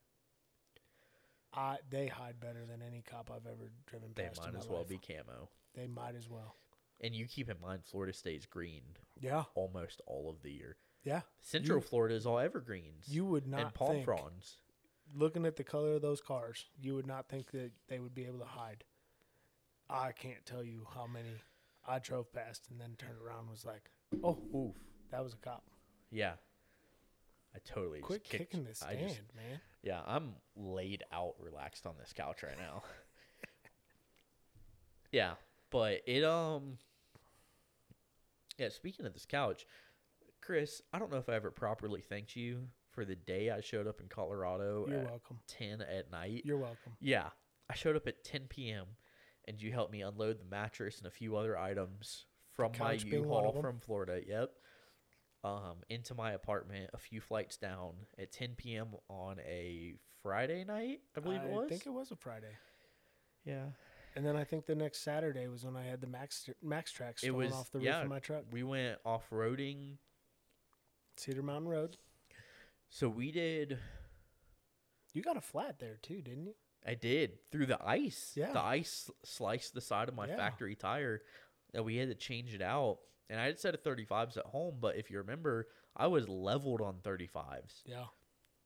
I they hide better than any cop I've ever driven They past. in might my as well life. be camo. They might as well. And you keep in mind, Florida stays green Yeah, almost all of the year. yeah. Central You- Florida is all evergreens You would not and palm think, fronds. Looking at the color of those cars, you would not think that they would be able to hide. I can't tell you how many I drove past and then turned around and was like, "Oh, Oof. that was a cop." Yeah, I totally just Quit kicked- kicking this I stand, just- man. yeah, I'm laid out, relaxed on this couch right now. yeah, but it um, yeah. Speaking of this couch, Chris, I don't know if I ever properly thanked you for the day I showed up in Colorado You're at welcome. ten at night. You're welcome. Yeah. I showed up at 10 p.m. and you helped me unload the mattress and a few other items from my couch being one U-Haul of 'em. from Florida. Yep. Um, into my apartment a few flights down at 10 p.m. on a Friday night, I believe it was. think it was a Friday. yeah. And then I think the next Saturday was when I had the Max Max Track It stolen was off the roof yeah, of my truck, We went off-roading. Cedar Mountain Road. So we did You got a flat there too, didn't you? I did through the ice. Yeah. The ice sliced the side of my Yeah. factory tire, and we had to change it out. And I had set of 35s at home, but if you remember, I was leveled on 35s. Yeah.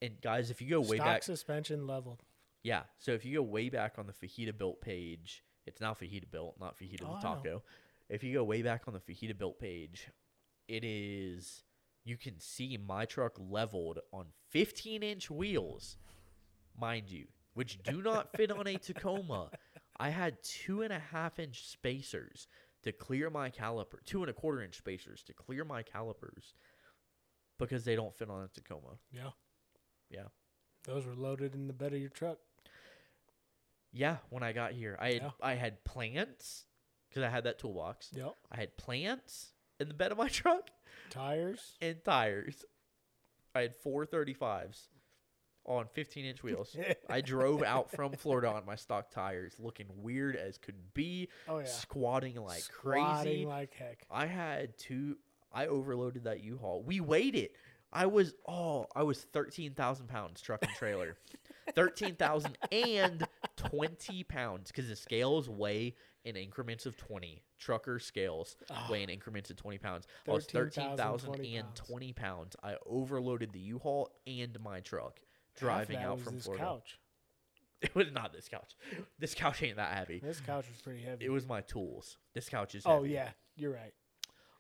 And guys, if you go Oh, way Stock back, suspension leveled. yeah. So if you go way back on the fajita built page, it's now fajita built, not fajita Oh, I the know. taco. If you go way back on the fajita built page, it is you can see my truck leveled on 15 inch wheels, mind you, which do not fit on a Tacoma. I had two and a half inch spacers to clear my caliper, two and a quarter inch spacers to clear my calipers because they don't fit on a Tacoma. Yeah. Yeah. Those were loaded in the bed of your truck. Yeah, when I got here, I had Yeah. I had plants because I had that toolbox. Yep. I had plants in the bed of my truck Tires. and tires. I had four 35s on 15 inch wheels. I drove out from Florida on my stock tires, looking weird as could be, oh yeah. squatting like Squatting crazy. like heck. I had two. I overloaded that U-Haul. We weighed it. I was oh, I was thirteen thousand pounds truck and trailer, thirteen thousand and twenty pounds because the scales weigh in increments of twenty. Trucker scales Ah. weigh in increments of twenty pounds. I was thirteen 13,020 thousand and pounds. twenty pounds. I overloaded the U-Haul and my truck Half driving that out was from this Florida. couch. It was not this couch. This couch ain't that heavy. This couch was pretty heavy. It was my tools. This couch is. oh heavy. yeah, you're right.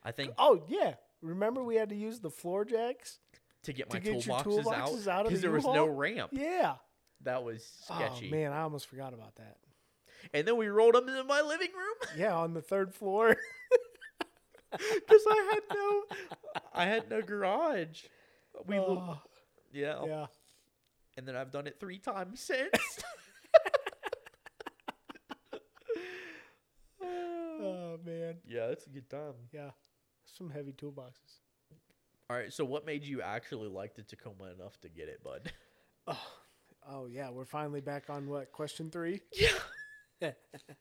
I think Oh yeah. Remember we had to use the floor jacks? to get To my get your toolboxes, toolboxes out out of because the there was no U-Haul? ramp. Yeah. That was sketchy. Oh man, I almost forgot about that. and then we rolled them into my living room Yeah, on the third floor. because I had no, I had no garage. We, lo- Oh, yeah. yeah. and then I've done it three times since. Oh Uh, man. yeah, it's a good time. Yeah. Some heavy toolboxes. All right, so what made you actually like the Tacoma enough to get it, bud? Oh, oh yeah, we're finally back on what question three. Yeah.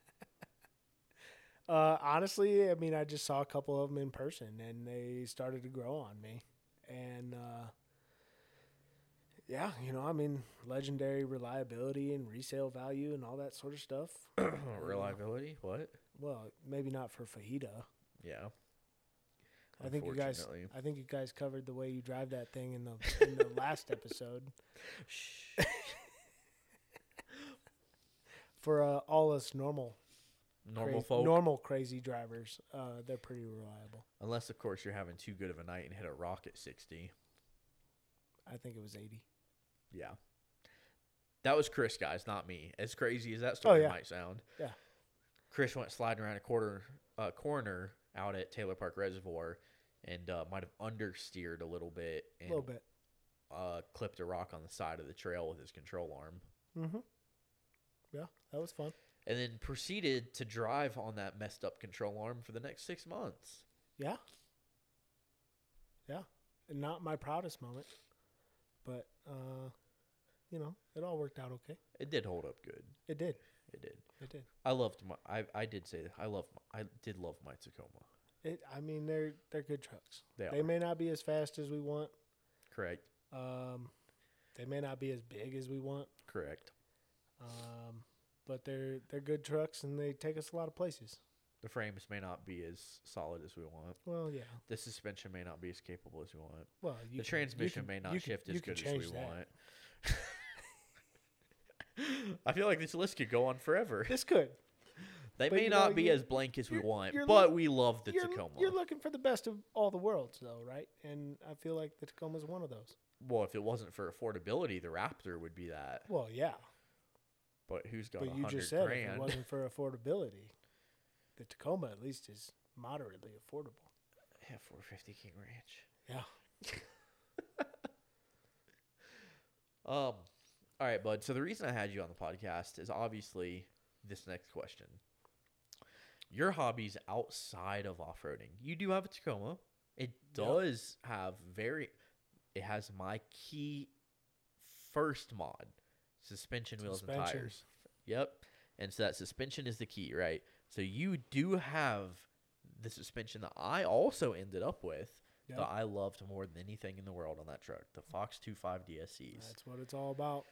Uh, honestly, I mean, I just saw a couple of them in person, and they started to grow on me. And uh, yeah, you know, I mean, legendary reliability and resale value and all that sort of stuff. Reliability? What? Well, maybe not for fajita. Yeah. I think you guys. Unfortunately. I think you guys covered the way you drive that thing in the in the last episode. Shh. For uh, all us normal, Normal cra- folk. normal crazy drivers, uh, they're pretty reliable. Unless, of course, you're having too good of a night and hit a rock at 60. I think it was eighty. Yeah. That was Chris, guys, not me. As crazy as that story Oh, yeah. might sound. Yeah. Chris went sliding around a quarter uh, corner out at Taylor Park Reservoir and uh, might have understeered a little bit A and little bit. Uh, clipped a rock on the side of the trail with his control arm. Mm-hmm. Yeah, that was fun. And then proceeded to drive on that messed up control arm for the next six months. Yeah. Yeah. Not my proudest moment, but uh, you know, it all worked out okay. It did hold up good. It did. It did. It did. I loved my. I, I did say that. I love. My, I did love my Tacoma. It. I mean, they're they're good trucks. They, They are may not be as fast as we want. correct. Um, they may not be as big as we want. Correct. Um, but they're they're good trucks and they take us a lot of places. The frames may not be as solid as we want. Well, yeah. The suspension may not be as capable as we want. Well, you the can- you transmission can- may you not can- shift you as can good as we change that. want. I feel like this list could go on forever. This could. They But may you know, not be you- as blank as we you're- want, you're but look- we love the you're, Tacoma. you're looking for the best of all the worlds, though, right? And I feel like the Tacoma's one of those. well, if it wasn't for affordability, the Raptor would be that. Well, yeah. But who's got a But you hundred just said if grand? it wasn't for affordability, the Tacoma at least is moderately affordable. Yeah, four fifty King Ranch. Yeah. Um, all right, bud. So the reason I had you on the podcast is obviously this next question. Your hobbies outside of off roading. You do have a Tacoma. It does have very. It has my key first mod suspension, wheels, and Suspension. tires. Yep. And so that suspension is the key, right? So you do have the suspension that I also ended up with Yeah. that I loved more than anything in the world on that truck, the Fox 25 DSCs. That's what it's all about.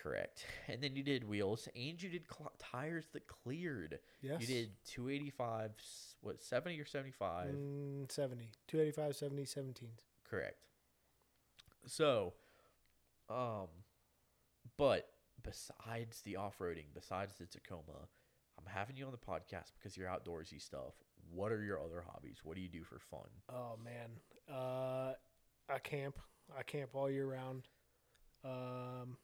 Correct. And then you did wheels and you did cl- tires that cleared. Yes. You did 285, s- what, 70 or 75? Mm, 70. 285, 70, 17s. Correct. So, um, but besides the off roading, besides the Tacoma, I'm having you on the podcast because you're outdoorsy stuff. What are your other hobbies? What do you do for fun? Oh, man. Uh, I camp. I camp all year round. Um,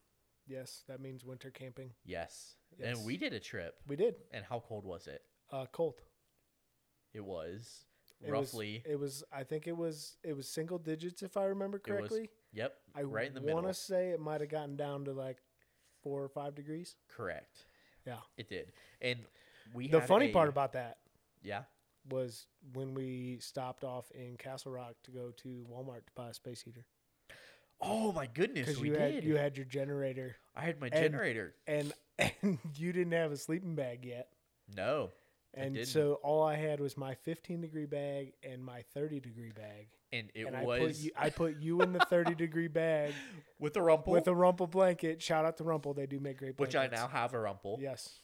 Yes, that means winter camping. Yes. Yes. And we did a trip. We did. And how cold was it? Uh, cold. It was It was- roughly. it was. I think it was. It was single digits, if I remember It was- correctly. yep. I right in the want middle. to say it might have gotten down to like four or five degrees. Correct. Yeah. It did. And we the had funny a- part about that yeah was when we stopped off in Castle Rock to go to Walmart to buy a space heater oh my goodness because we you did had you had your generator I had my and- generator and and you didn't have a sleeping bag yet. no I And didn't. so all I had was my 15 degree bag and my 30 degree bag. and it and I put was you, I put you in the 30 degree bag with the rumple with a rumple blanket. Shout out to Rumple, they do make great which blankets. I now have a rumple Yes,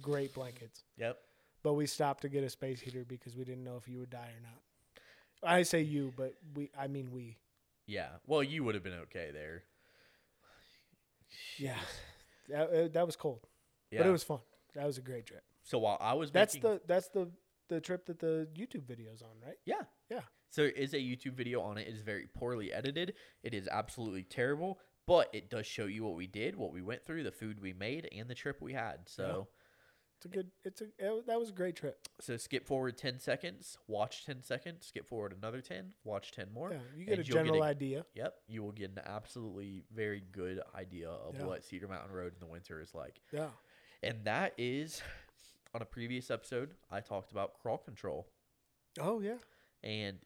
great blankets. yep But we stopped to get a space heater because we didn't know if you would die or not. I say you, but we I mean we. yeah well you would have been okay there Yeah. That, uh, that was cold, yeah but it was fun. That was a great trip. so while I was That's making, the that's the the trip that the YouTube video's on, right? yeah Yeah. so there is a YouTube video on it it is very poorly edited it is absolutely terrible but it does show you what we did what we went through the food we made and the trip we had so It's a good. It's a it- that was a great trip. so skip forward 10 seconds watch 10 seconds skip forward another 10 watch 10 more Yeah, you get a and you'll get general a- idea. Yep, you will get an absolutely very good idea of Yeah. what Cedar Mountain Road in the winter is like. Yeah. And that is on a previous episode, I talked about crawl control, Oh yeah. and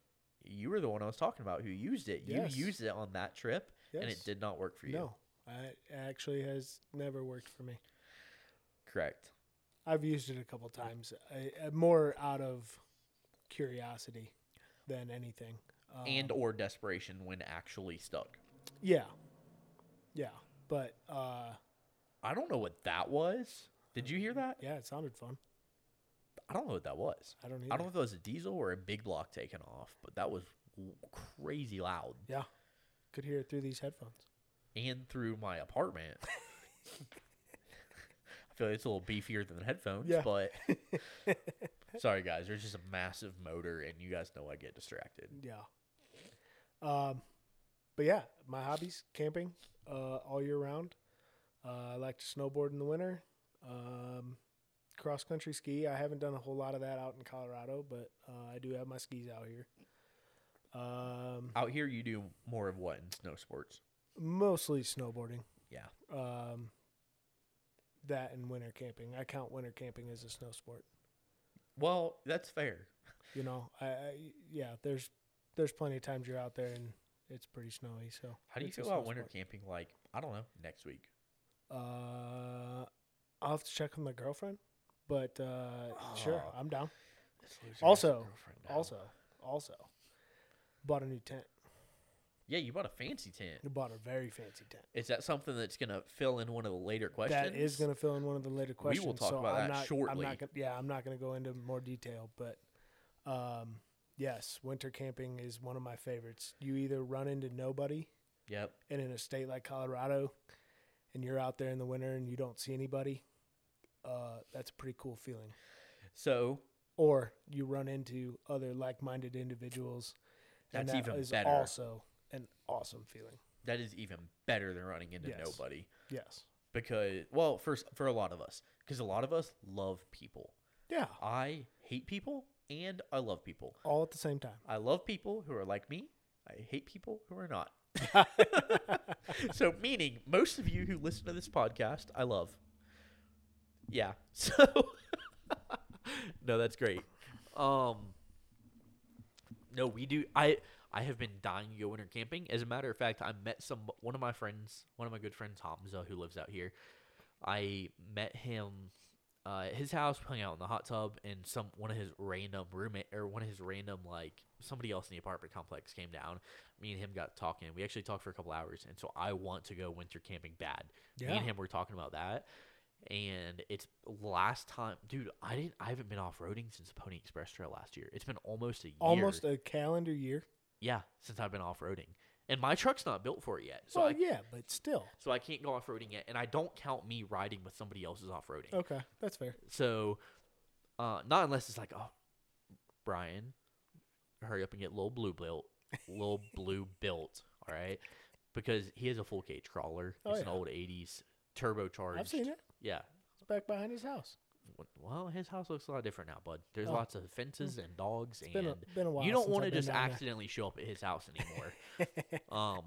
you were the one I was talking about who used it. Yes. You used it on that trip, Yes. and it did not work for you. No, I actually has never worked for me. Correct. I've used it a couple times, I, uh, more out of curiosity than anything. Um, and or desperation when actually stuck. yeah, yeah, but uh, I don't know what that was. Did you hear that? yeah, it sounded fun. I don't know what that was. I don't. Either. I don't know if that was a diesel or a big block taken off, but that was w- crazy loud. Yeah, could hear it through these headphones. and through my apartment. I feel like it's a little beefier than the headphones, Yeah. but sorry guys, there's just a massive motor, and you guys know I get distracted. Yeah. Um, but yeah, my hobbies: camping, uh, all year round. Uh, I like to snowboard in the winter. Um, cross country ski. I haven't done a whole lot of that out in Colorado, but uh, I do have my skis out here. Um, Out here, you do more of what in snow sports? mostly snowboarding. Yeah. Um, that and winter camping. I count winter camping as a snow sport. Well, that's fair. You know, I, I yeah. There's there's plenty of times you're out there and it's pretty snowy. So How do you it's a feel about snow winter sport. camping? Like, I don't know, next week. Uh, I'll have to check with my girlfriend, but uh, sure, Oh. I'm down. This loser has a Also- girlfriend now. Also, also, bought a new tent. yeah, you bought a fancy tent. I bought a very fancy tent. Is that something that's gonna fill in one of the later questions? That is going to fill in one of the later We questions. will talk so about I'm that not, I'm shortly. not gonna, yeah, I'm not going to go into more detail, but um, yes, winter camping is one of my favorites. You either run into nobody, Yep. and in a state like Colorado, and you're out there in the winter and you don't see anybody, uh, that's a pretty cool feeling. So or you run into other like-minded individuals. That's and that even is better. also an awesome feeling. that is even better than running into Yes. nobody. Yes. because well first for a lot of us because a lot of us love people Yeah. i hate people and i love people All at the same time. i love people who are like me i hate people who are not so meaning most of you who listen to this podcast i love yeah so no that's great um no we do i i have been dying to go winter camping as a matter of fact i met some one of my friends one of my good friends hamza who lives out here i met him uh, at his house hung out in the hot tub and some one of his random roommate or one of his random like somebody else in the apartment complex came down me and him got talking we actually talked for a couple hours and so i want to go winter camping bad me Yeah. and him were talking about that and it's last time dude i didn't i haven't been off-roading since pony express trail last year it's been almost a year Almost a calendar year. yeah since i've been off-roading and my truck's not built for it yet so well, i yeah, but still. so i can't go off-roading yet and i don't count me riding with somebody else's off-roading Okay, that's fair. so uh not unless it's like oh brian hurry up and get little blue built little blue built all right because he has a full cage crawler Oh, it's an yeah. old 80s turbocharged. I've seen it. Yeah. It's back behind his house. W- Well, his house looks a lot different now, bud. There's Oh. lots of fences and dogs, and It's been a, been a while. you don't since want to I've been just down there. accidentally show up at his house anymore. um,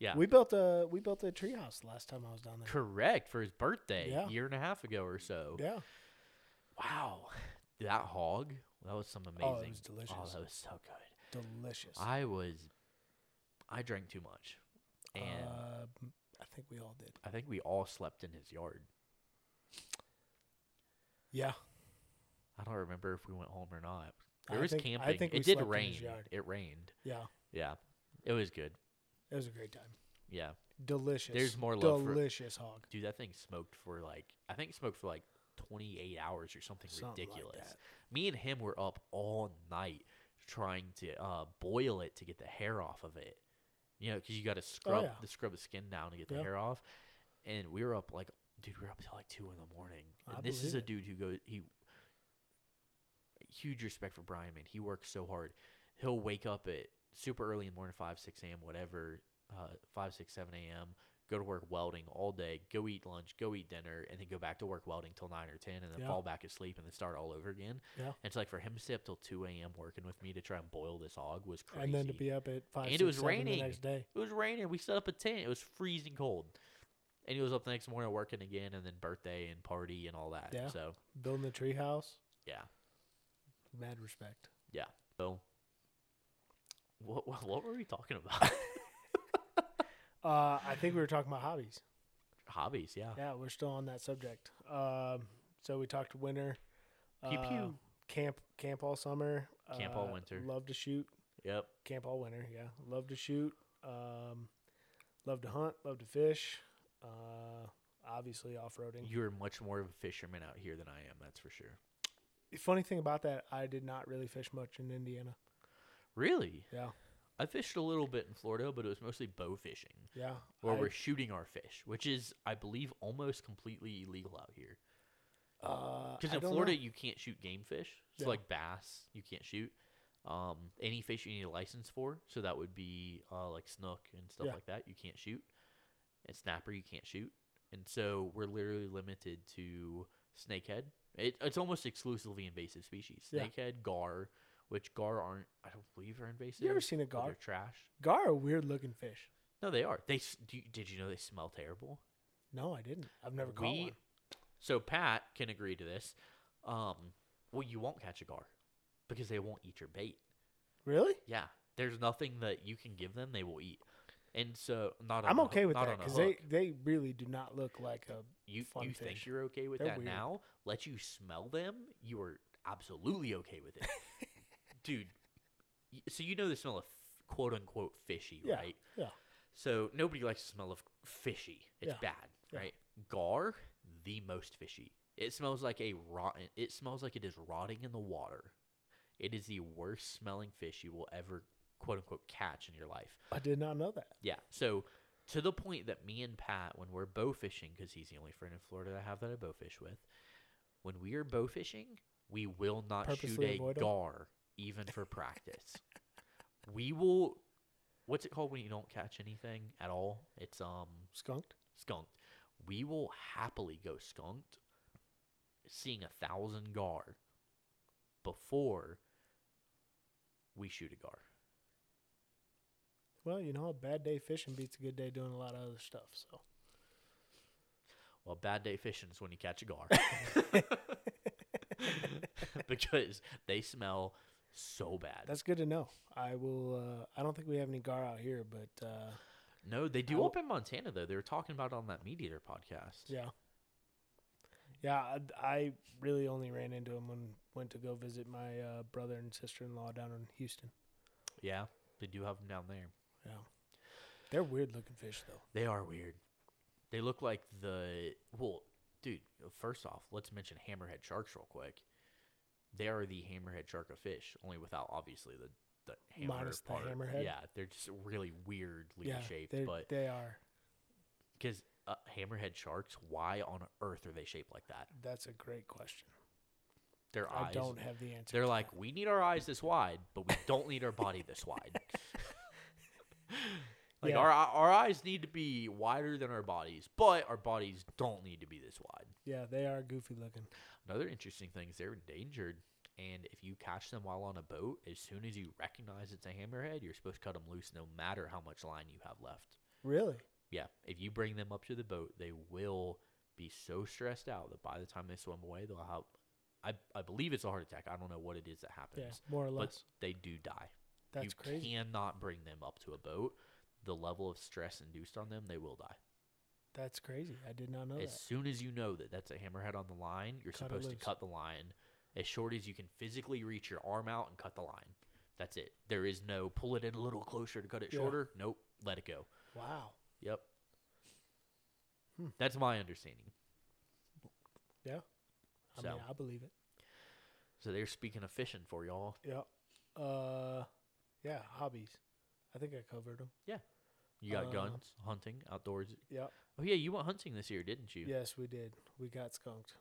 yeah. We built a we built a treehouse last time I was down there. correct for his birthday Yeah. a year and a half ago or so. Yeah, Wow, that hog. That was some amazing. Oh, it was Oh, delicious. that was so good. delicious. I was, I drank too much, and uh, I think we all did. I think we all slept in his yard. Yeah, I don't remember if we went home or not. I There was think- I camping. think we it did slept in his rain. yard. It rained. yeah. Yeah, it was good. It was a great time. Yeah, Delicious. more love for- delicious hog. dude, that thing smoked for like I think it smoked for like 28 hours or something, Something like ridiculous. that. Me and him were up all night trying to uh, boil it to get the hair off of it. You know, because you got to scrub Oh, yeah. the scrub the skin down to get the Yeah. hair off. And we were up like, dude, we were up till like two in the morning. I And this is believe a it. dude who goes he huge respect for Brian, man. He works so hard. He'll wake up at super early in the morning, five, six a.m., whatever, uh, five, six, seven a.m. Go to work welding all day. Go eat lunch. Go eat dinner, and then go back to work welding till nine or ten, and then Yeah. fall back asleep, and then start all over again. Yeah. And it's like for him to stay up till two a.m. working with me to try and boil this hog was crazy. And then to be up at five. And it six, was seven raining. the next day. It was raining. We set up a tent. It was freezing cold. And he was up the next morning working again, and then birthday and party and all that. Yeah. So Building the treehouse. yeah. Mad respect. Yeah. So, what what, what were we talking about? Uh, I think we were talking about hobbies. Hobbies. Yeah. Yeah, we're still on that subject. Um, so we talked winter. Pew uh, pew. Camp camp all summer. Camp all uh, winter. Love to shoot. Yep. Camp all winter. Yeah, love to shoot. Um, love to hunt. Love to fish. Uh, obviously off roading. You're much more of a fisherman out here than I am. That's for sure. Funny thing about that, I did not really fish much in Indiana. Really? Yeah, I fished a little bit in Florida, but it was mostly bow fishing, yeah. where I- we're shooting our fish, which is, I believe, almost completely illegal out here. uh, Because I in don't know. Florida, you can't shoot game fish. So, Yeah. like bass, you can't shoot. Um, any fish you need a license for. So, that would be uh, like snook and stuff Yeah. like that. You can't shoot. And snapper, you can't shoot. And so, we're literally limited to snakehead. It, it's almost exclusively invasive species. Yeah. Snakehead, gar, which gar aren't, I don't believe are invasive. you ever seen a but gar? They're trash. Gar are weird looking fish. No, they are. They s- do you, did you know they smell terrible? No, I didn't. I've never caught We- one. So Pat can agree to this. Um, well, you won't catch a gar because they won't eat your bait. Really? Yeah, there's nothing that you can give them; they will eat. And so, not. On I'm a hoo- okay with not that on a because they, hook. they really do not look like a. you fun you fish. think you're okay with They're that weird. now? Let you smell them. You are absolutely okay with it, dude. y- So you know the smell of quote unquote fishy, Yeah, right? yeah. So nobody likes the smell of fishy. It's Yeah, bad, yeah. right? Gar, the most fishy. It smells like a rotten. It smells like it is rotting in the water. It is the worst smelling fish you will ever quote unquote catch in your life. I did not know that. Yeah. So to the point that me and Pat, when we're bow fishing, because he's the only friend in Florida that I have that I bow fish with, when we are bow fishing, we will not Purposely shoot avoid a 'em? gar even for practice. we will. What's it called when you don't catch anything at all? It's um Skunked? skunked. We will happily go skunked, seeing a thousand gar before we shoot a gar. Well, you know, a bad day fishing beats a good day doing a lot of other stuff. So Well, bad day fishing is when you catch a gar. because they smell so bad. that's good to know. I will. Uh, I don't think we have any gar out here, but uh, no, they do I up in Montana though. They were talking about it on that Meat Eater podcast. yeah, yeah. I, I really only ran into him when went to go visit my uh, brother and sister in law down in Houston. Yeah, they do have them down there. Yeah, they're weird looking fish though. They are weird. They look like the well, dude. First off, let's mention hammerhead sharks real quick. They are the hammerhead shark of fish, only without obviously the the hammer Minus the part. hammerhead? Yeah, they're just really weirdly yeah, shaped, they're- but they are. Because uh, hammerhead sharks, why on earth are they shaped like that? That's a great question. Their eyes. I don't have the answer. They're to like, that. we need our eyes this wide, but we don't need our body this wide. Like Yeah. our our eyes need to be wider than our bodies, but our bodies don't need to be this wide. Yeah, they are goofy looking. Another interesting thing is they're endangered, and if you catch them while on a boat, as soon as you recognize it's a hammerhead, you're supposed to cut them loose, no matter how much line you have left. Really? Yeah, if you bring them up to the boat, they will be so stressed out that by the time they swim away, they'll have. I, I believe it's a heart attack. I don't know what it is that happens, Yeah, more or but less. they do die. That's you crazy. cannot bring them up to a boat. The level of stress induced on them, they will die. That's crazy. I did not know as soon as you know that that's a hammerhead on the line, you're Cut it supposed to loose. cut the line as short as you can physically reach your arm out and cut the line. That's it. There is no pull it in a little closer to cut it Yeah. shorter. Nope, let it go. that. Wow. Yep. Hmm. That's my understanding. Yeah. I So, mean, I believe it. so they're speaking of fishing for y'all. Yeah. Uh, yeah. Hobbies. I think I covered them. You got Uh, guns, hunting, outdoors. Yeah. Oh yeah, you went hunting this year, didn't you? Yes, we did. We got skunked.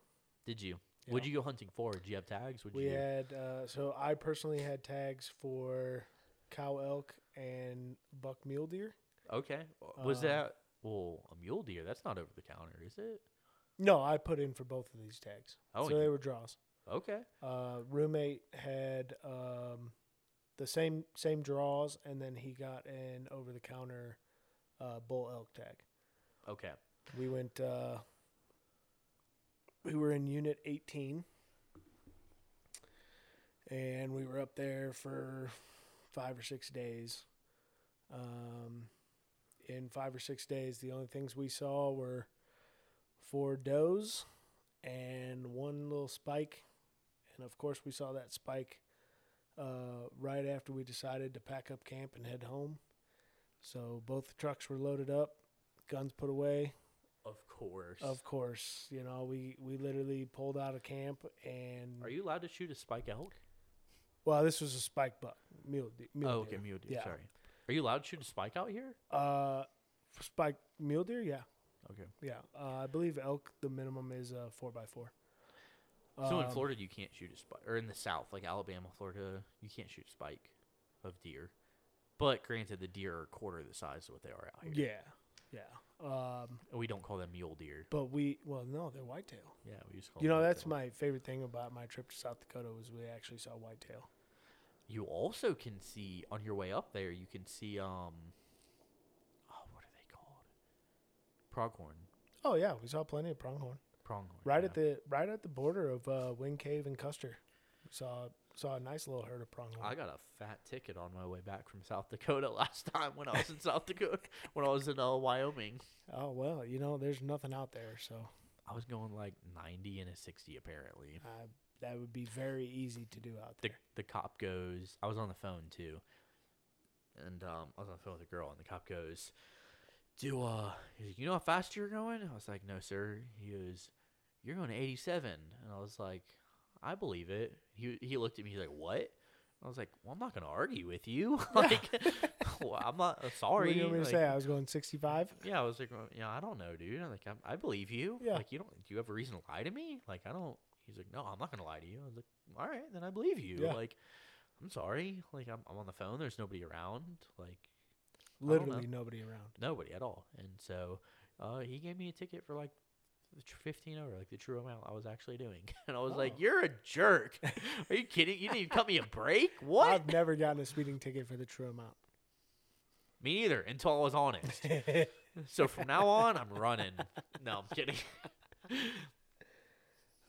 Did you? Yeah. What'd you go hunting for? Did you have tags? What'd We you do? had uh, so I personally had tags for cow, elk, and buck mule deer. Okay. w- Was Uh, that well a mule deer? That's not over the counter, is it? No, I put in for both of these tags. Oh, so and they you- were draws. okay. Uh, roommate had um, the same same draws, and then he got an over the counter uh, bull elk tag. Okay. We went. Uh, we were in Unit 18, and we were up there for five or six days. Um, in five or six days, the only things we saw were four does and one little spike, and of course, we saw that spike uh, right after we decided to pack up camp and head home. So both trucks were loaded up, guns put away. Of course. Of course, you know we we literally pulled out of camp and Are you allowed to shoot a spike elk? well, this was a spike buck mule de- mule oh, deer. okay, mule deer. Yeah. Sorry. Are you allowed to shoot a spike out here? Uh, spike mule deer, yeah, Okay. yeah. Uh, I believe elk the minimum is uh four by four. So in Um, Florida, you can't shoot a spike, or in the South, like Alabama, Florida, you can't shoot a spike of deer. But granted, the deer are a quarter the size of what they are out here. yeah, yeah. Um, And we don't call them mule deer. but we well no, they're whitetail. Yeah, we just call You them know Oh, whitetail. that's my favorite thing about my trip to South Dakota was we actually saw whitetail. You also can see on your way up there. You can see um. Oh, what are they called? Pronghorn. Oh yeah, we saw plenty of pronghorn Pronghorn. right yeah. at the right at the border of uh, Wind Cave and Custer. We saw saw a nice little herd of pronghorn. I got a fat ticket on my way back from South Dakota last time when I was in South Dakota when I was in uh, Wyoming. Oh well, you know, there's nothing out there, so I was going like 90 and a 60 apparently. I, that would be very easy to do out The there. the cop goes, I was on the phone too. And um I was on the phone with a girl and the cop goes, "Do uh he's like, you know how fast you're going?" I was like, "No, sir." He goes, "You're going 87." And I was like, "I believe it." He he looked at me he's like, "What?" I was like, "Well, I'm not going to argue with you." like well, I'm not uh, sorry. what do you want me to Like, say? I was going 65. Yeah, I was like, well, yeah, I don't know, dude. I'm like, I, I believe you. Yeah. Like, you don't, do you have a reason to lie to me? Like, I don't. He's like, no, I'm not gonna lie to you. I was like, all right, then I believe you. Yeah. Like, I'm sorry. Like, I'm, I'm on the phone. There's nobody around. Like, Literally nobody around. nobody at all. And so, uh, he gave me a ticket for like. the tr- 15 over like the true amount I was actually doing and I was like Oh. you're a jerk are you kidding you didn't even cut me a break what I've never gotten a speeding ticket for the true me neither until I was honest amount. so from now on I'm running no I'm kidding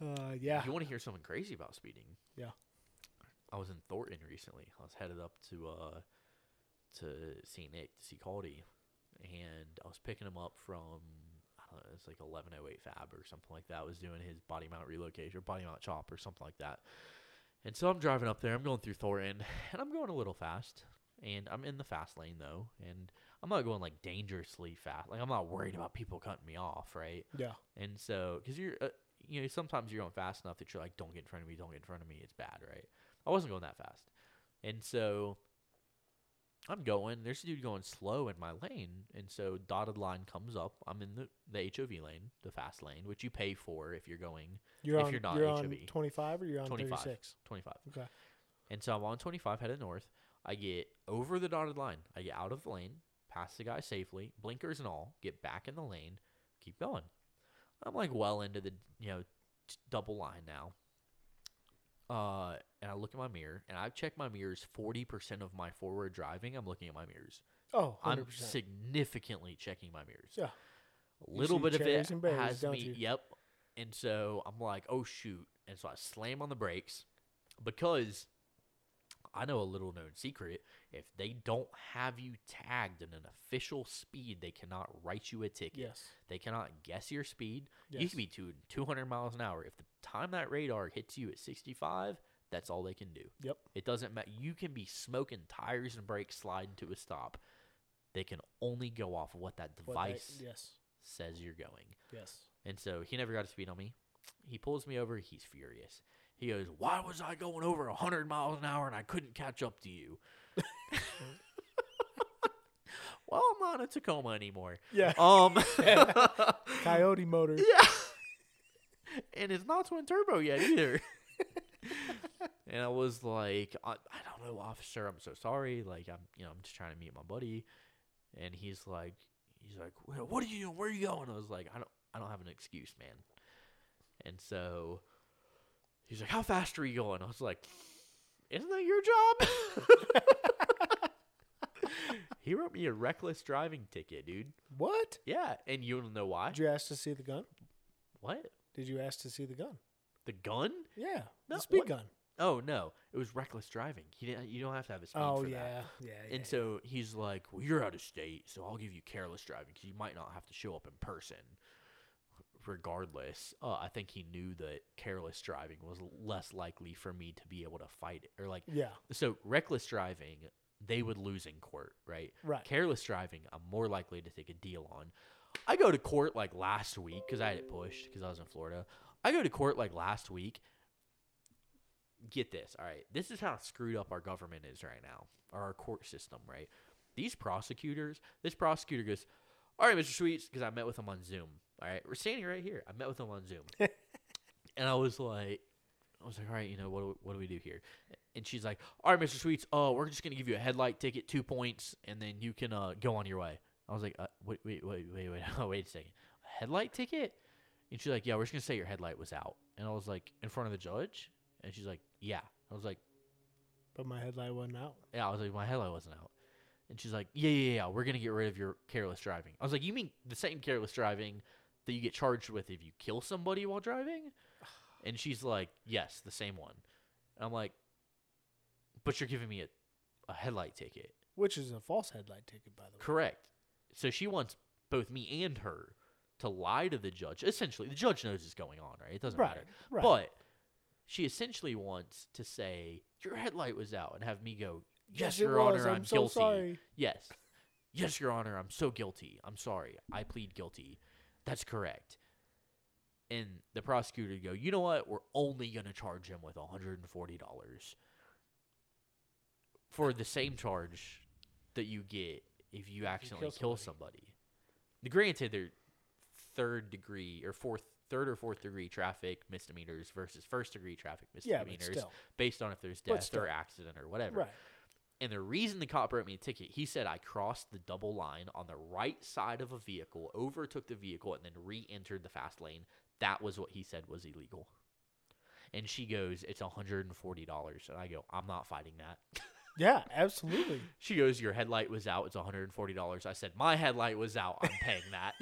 uh, yeah. You want to hear something crazy about speeding? Yeah. I was in Thornton recently. I was headed up to uh to St. Nick to see Caldy, and I was picking him up from I don't know, it's like eleven oh eight Fab or something like that. I was doing his body mount relocation or body mount chop or something like that. And so I'm driving up there. I'm going through Thornton, and I'm going a little fast. And I'm in the fast lane though, and I'm not going like dangerously fast. Like I'm not worried about people cutting me off, right? Yeah. And so, because you're, uh, you know, sometimes you're going fast enough that you're like, don't get in front of me, don't get in front of me. It's bad, right? I wasn't going that fast. And so I'm going. There's a dude going slow in my lane. And so, dotted line comes up. I'm in the, the HOV lane, the fast lane, which you pay for if you're going You're If on, you're not on HOV. 25 or you're on 25. 36. 25. Okay. And so I'm on 25 headed north. I get over the dotted line. I get out of the lane. pass the guy safely, blinkers and all, get back in the lane, keep going. I'm like well into the you know t- double line now. Uh, and I look at my mirror, and I've checked my mirrors. Forty percent of my forward driving, I'm looking at my mirrors. Oh, i am 100%. significantly checking my mirrors. Yeah. A You little see bit of cherries it and berries, has don't me. you? Yep. And so I'm like, oh shoot! And so I slam on the brakes because I know a little known secret. If they don't have you tagged in an official speed, they cannot write you a ticket. Yes. They cannot guess your speed. You Yes. could be to 200 miles an hour. If the time that radar hits you at 65, that's all they can do. Yep. It doesn't matter. You can be smoking tires and brakes, sliding to a stop. They can only go off what that What that- device yes. says you're going. Yes. And so he never got a speed on me. He pulls me over. He's furious. He goes, Why was I going over 100 miles an hour and I couldn't catch up to you? well, I'm not a Tacoma anymore. Yeah. Um, Coyote motor. yeah. and it's not twin turbo yet either. and I was like, I, I don't know, officer. I'm so sorry. Like, I'm, you know, I'm just trying to meet my buddy. And he's like, he's like, "Wha- what are you doing? Where are you going? I was like, I don't, I don't have an excuse, man. And so he's like, how fast are you going? I was like, isn't that your job? he wrote me a reckless driving ticket, dude. What? Yeah, and you don't know why? Did you ask to see the gun? What? Did you ask to see the gun? The gun? Yeah. No, the speed what- gun. Oh no, it was reckless driving. He didn't. You don't have to have a speed Oh for yeah. that. yeah. And yeah, so he's like, "Well, you're out of state, so I'll give you careless driving because you might not have to show up in person." Regardless, uh, I think he knew that careless driving was less likely for me to be able to fight it. Or like, yeah. Yeah. so reckless driving, they would lose in court, right? Right. Careless driving, I'm more likely to take a deal on. I go to court like last week because I had it pushed because I was in Florida. I go to court like last week. Get this, all right. This is how screwed up our government is right now, or our court system, right? These prosecutors, this prosecutor goes, All right, Mr. Sweets, because I met with him on Zoom. All right, we're standing right here. I met with him on Zoom. and I was like, I was like, all right, you know, what do we, what do we do here? And she's like, all right, Mr. Sweets, uh, we're just gonna give you a headlight ticket, two points, and then you can uh, go on your way. I was like, uh, wait, wait, wait, wait, wait, oh, wait a second, a headlight ticket? And she's like, yeah, we're just gonna say your headlight was out. And I was like, in front of the judge? And she's like, yeah. I was like, But my headlight wasn't out. yeah. I was like, my headlight wasn't out. And she's like, yeah, yeah, yeah, we're gonna get rid of your careless driving. I was like, you mean the same careless driving that you get charged with if you kill somebody while driving? And she's like, yes, the same one. And I'm like, but you're giving me a, a headlight ticket. Which is a false headlight ticket, by the way. Correct. So she wants both me and her to lie to the judge. Essentially, the judge knows what's going on, right? It doesn't Right. matter. Right. But she essentially wants to say, your headlight was out, and have me go, yes, it Your was. Honor, I'm, I'm, so guilty. sorry. Yes. Yes, Your Honor, I'm so guilty. I'm sorry. I plead guilty. That's correct. And the prosecutor would go, you know what? We're only going to charge him with $140 for the same charge that you get if you accidentally kill kill somebody. Granted, they're third degree or fourth, third or fourth degree traffic misdemeanors versus first degree traffic Yeah, but misdemeanors still. based on if there's But death still. or accident or whatever. Right. And the reason the cop wrote me a ticket, he said I crossed the double line on the right side of a vehicle, overtook the vehicle, and then re entered the fast lane. That was what he said was illegal. And she goes, It's $140. And I go, I'm not fighting that. Yeah, absolutely. she goes, Your headlight was out. It's $140. I said, My headlight was out. I'm paying that.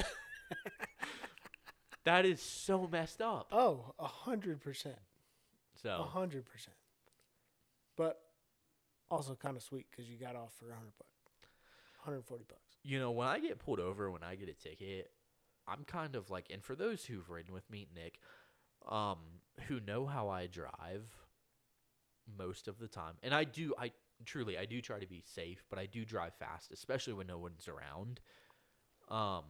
that is so messed up. Oh, a hundred percent. A So, hundred percent. But also kind of sweet because you got off for a hundred bucks, hundred forty bucks. you know, when I get pulled over, when I get a ticket, I'm kind of like, and for those who've ridden with me, Nick, um, who know how I drive most of the time, and I do, I truly, I do try to be safe, but I do drive fast, especially when no one's around. Um,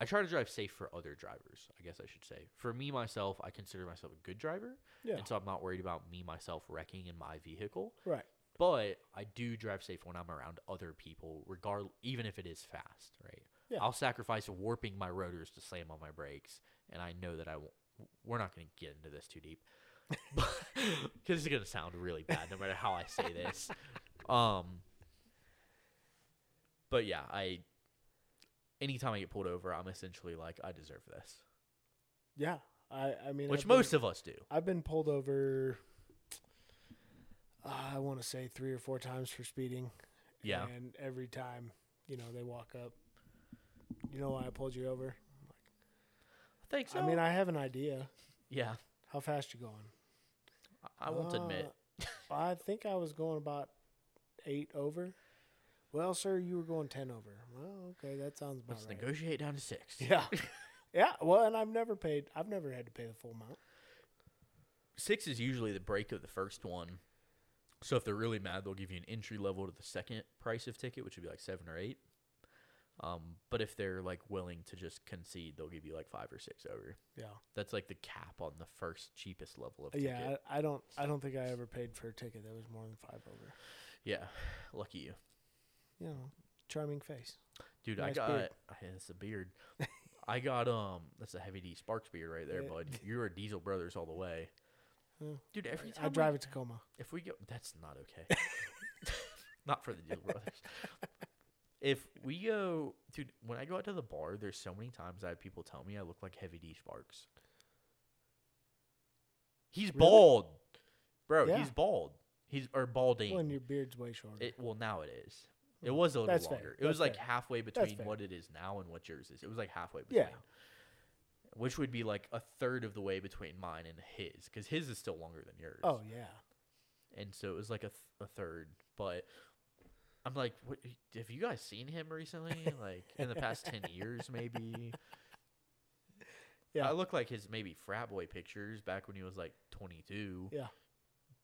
I try to drive safe for other drivers, I guess I should say. For me, myself, I consider myself a good driver, Yeah. and so I'm not worried about me, myself wrecking in my vehicle Right. but I do drive safe when I'm around other people, regard even if it is fast, right? Yeah. I'll sacrifice warping my rotors to slam on my brakes, and I know that I won't. We're not going to get into this too deep, because it's going to sound really bad no matter how I say this. Um, But yeah, I anytime I get pulled over, I'm essentially like, I deserve this. Yeah, I I mean, Which I've been- most of us do. I've been pulled over. uh, I want to say three or four times for speeding. Yeah. and every time, you know, they walk up. You know why I pulled you over? I think so. I mean, I have an idea. yeah. How fast you going? I- I won't admit. Uh, I think I was going about eight over. Well, sir, you were going ten over. Well, okay, that sounds about Let's right. negotiate down to six. Yeah, yeah. Well, and I've never paid. I've never had to pay the full amount. Six is usually the break of the first one. So if they're really mad, they'll give you an entry level to the second price of ticket, which would be like seven or eight. Um, but if they're like willing to just concede, they'll give you like five or six over. Yeah, That's like the cap on the first cheapest level of ticket. yeah. I, I don't. I don't think I ever paid for a ticket that was more than five over. Yeah. Lucky you. you know, charming face. Dude, I Nice got beard. yeah, it's a beard. I got um that's a heavy D Sparks beard right there, Yeah. bud. You're a Diesel Brothers all the way. Yeah. Dude, every time I we- drive a Tacoma. if we go that's not okay. not for the Diesel Brothers. If we go dude, when I go out to the bar, there's so many times I have people tell me I look like Heavy D Sparks. He's Really? bald. Bro, Yeah. he's bald. He's or balding. Well, and your beard's way shorter. It well now it is. It was a little That's fair. longer. It That's was like fair. halfway between fair. what it is now and what yours is. It was like halfway between. Yeah. Which would be like a third of the way between mine and his, because his is still longer than yours. oh yeah, And so it was like a, th- a third, but I'm like, what, have you guys seen him recently? Like in the past ten years, maybe. Yeah. I look like his maybe frat boy pictures back when he was like 22. Yeah.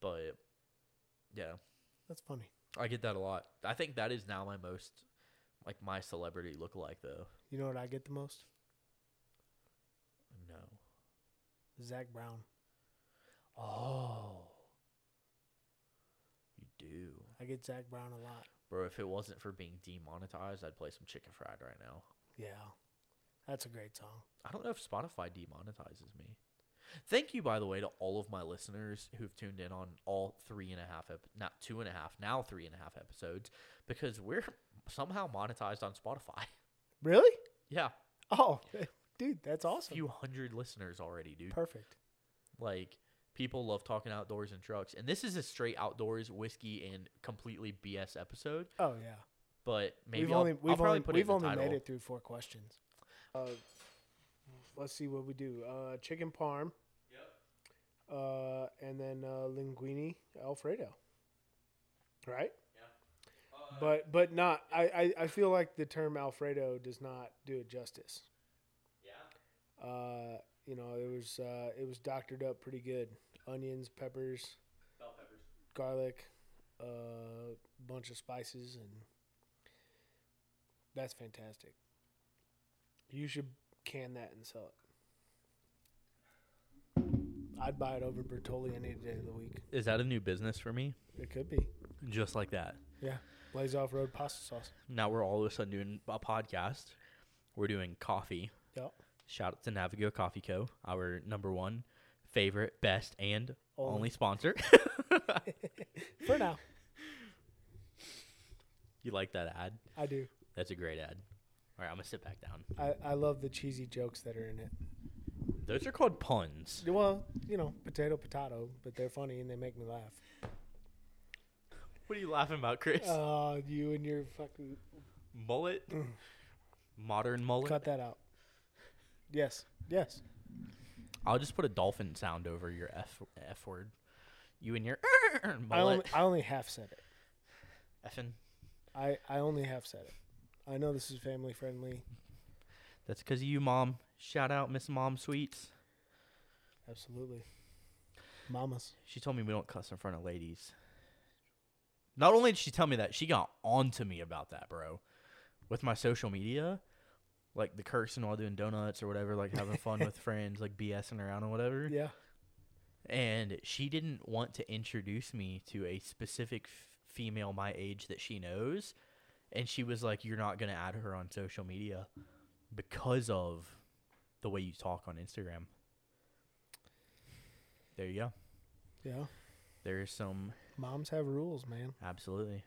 But yeah, that's funny. I get that a lot. I think that is now my most like my celebrity look alike though. You know what I get the most? No. Zach Brown. Oh. You do. I get Zach Brown a lot. Bro, if it wasn't for being demonetized, I'd play some chicken fried right now. Yeah, that's a great song. I don't know if Spotify demonetizes me. Thank you, by the way, to all of my listeners who've tuned in on all three and a half, ep- not two and a half, now three and a half episodes, because we're somehow monetized on Spotify. Really? yeah, Oh, dude, that's a awesome. few hundred listeners already, dude. Perfect. Like people love talking outdoors and trucks, and this is a straight outdoors whiskey and completely BS episode. Oh yeah. But maybe we've I'll, only I'll we've probably only put we've it in the only title. made it through four questions. Uh, let's see what we do. Uh, chicken parm. Yep. Uh, and then uh, linguine alfredo. Right. Yeah. Uh, But but not I, I, I feel like the term Alfredo does not do it justice. Yeah. Uh, you know it was uh, it was doctored up pretty good. Onions, peppers, bell peppers, garlic, a uh, bunch of spices, and that's fantastic. You should can that and sell it. I'd buy it over Bertolli any day of the week. Is that a new business for me? It could be. Just like that. Yeah. Blaze off road pasta sauce. Now we're all of a sudden doing a podcast. We're doing coffee. Yep. Shout out to Navigo Coffee Co., our number one favorite, best, and Only. only, sponsor. For now. you like that ad? I do. That's a great ad. All right, I'm gonna sit back down. I, I love the cheesy jokes that are in it. Those are called puns. Well, you know, potato potato, but they're funny and they make me laugh. What are you laughing about, Chris? Oh, you and your fucking mullet, modern mullet. mm. cut that out. Yes. Yes. I'll just put a dolphin sound over your f f word. You and your I only, mullet I only half said it. effing. I, I only half said it. I know this is family friendly. That's because of you, mom. Shout out Miss Mom Sweets. Absolutely. Mamas. She told me we don't cuss in front of ladies. Not only did she tell me that, she got onto me about that, bro. With my social media, like the cursing while doing donuts or whatever, like having fun with friends, like BSing around or whatever. Yeah. And she didn't want to introduce me to a specific f- female my age that she knows. And she was like, You're not going to add her on social media because of the way you talk on Instagram. There you go. Yeah. There's some Moms have rules, man. Absolutely.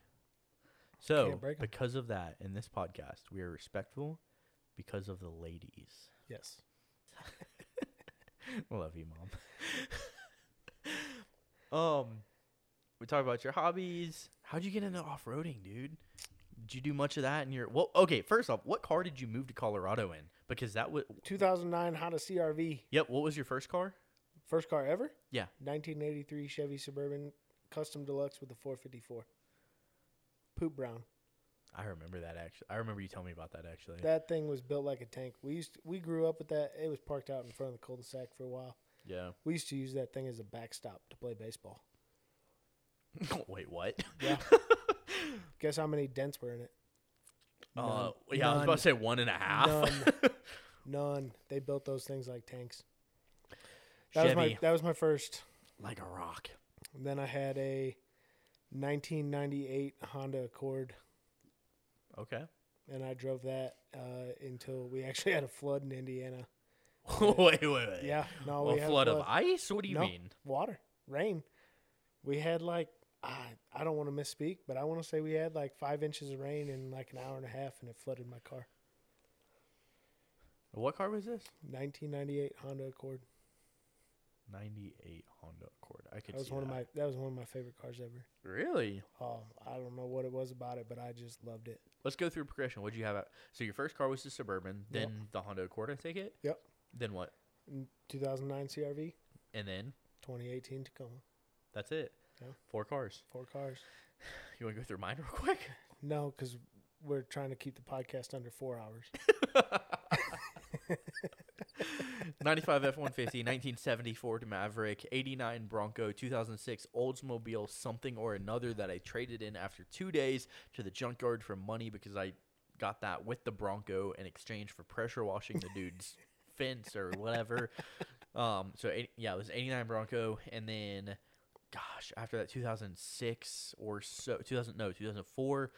So, break 'em. because of that, in this podcast, we are respectful because of the ladies. Yes. Love you, mom. um, we talk about your hobbies. How'd you get into off roading, dude? Did you do much of that in your? Well, okay. First off, what car did you move to Colorado in? Because that was 2009 Honda CRV, yep. What was your first car? first car ever. Yeah. 1983 Chevy Suburban Custom Deluxe with the 454. Poop brown. I remember that actually. I remember you telling me about that actually. That thing was built like a tank. We used we grew up with that. It was parked out in front of the cul-de-sac for a while. yeah. We used to use that thing as a backstop to play baseball. Wait, what? Yeah. Guess how many dents were in it? Uh, yeah, I was about to say one and a half. None. They built those things like tanks. That was my Chevy. that was my first. like a rock. And then I had a 1998 Honda Accord, Okay. and I drove that uh, until we actually had a flood in Indiana. wait, wait, wait. Yeah, no, a we had flood a flood of ice? What do you No. mean? water, rain. We had like I I don't want to misspeak, but I want to say we had like five inches of rain in like an hour and a half, and it flooded my car. What car was this? 1998 Honda Accord. 98 Honda Accord. I could That was see one that. of my that was one of my favorite cars ever. Really? Oh, I don't know what it was about it, but I just loved it. Let's go through progression. What'd you have? At, so your first car was the Suburban, Yep. then the Honda Accord, I take it? Yep. Then what? 2009 CRV, And then 2018 Tacoma, that's it. Yeah. Four cars. four cars. You want to go through mine real quick? No, because we're trying to keep the podcast under four hours. 95 F 150, 1970 Ford Maverick, 89 Bronco, 2006 Oldsmobile, something or another that I traded in after two days to the junkyard for money because I got that with the Bronco in exchange for pressure washing the dude's fence or whatever. Um, so, eight, yeah, it was 89 Bronco. And then, gosh, after that, 2006 or so, 2000, no, 2004.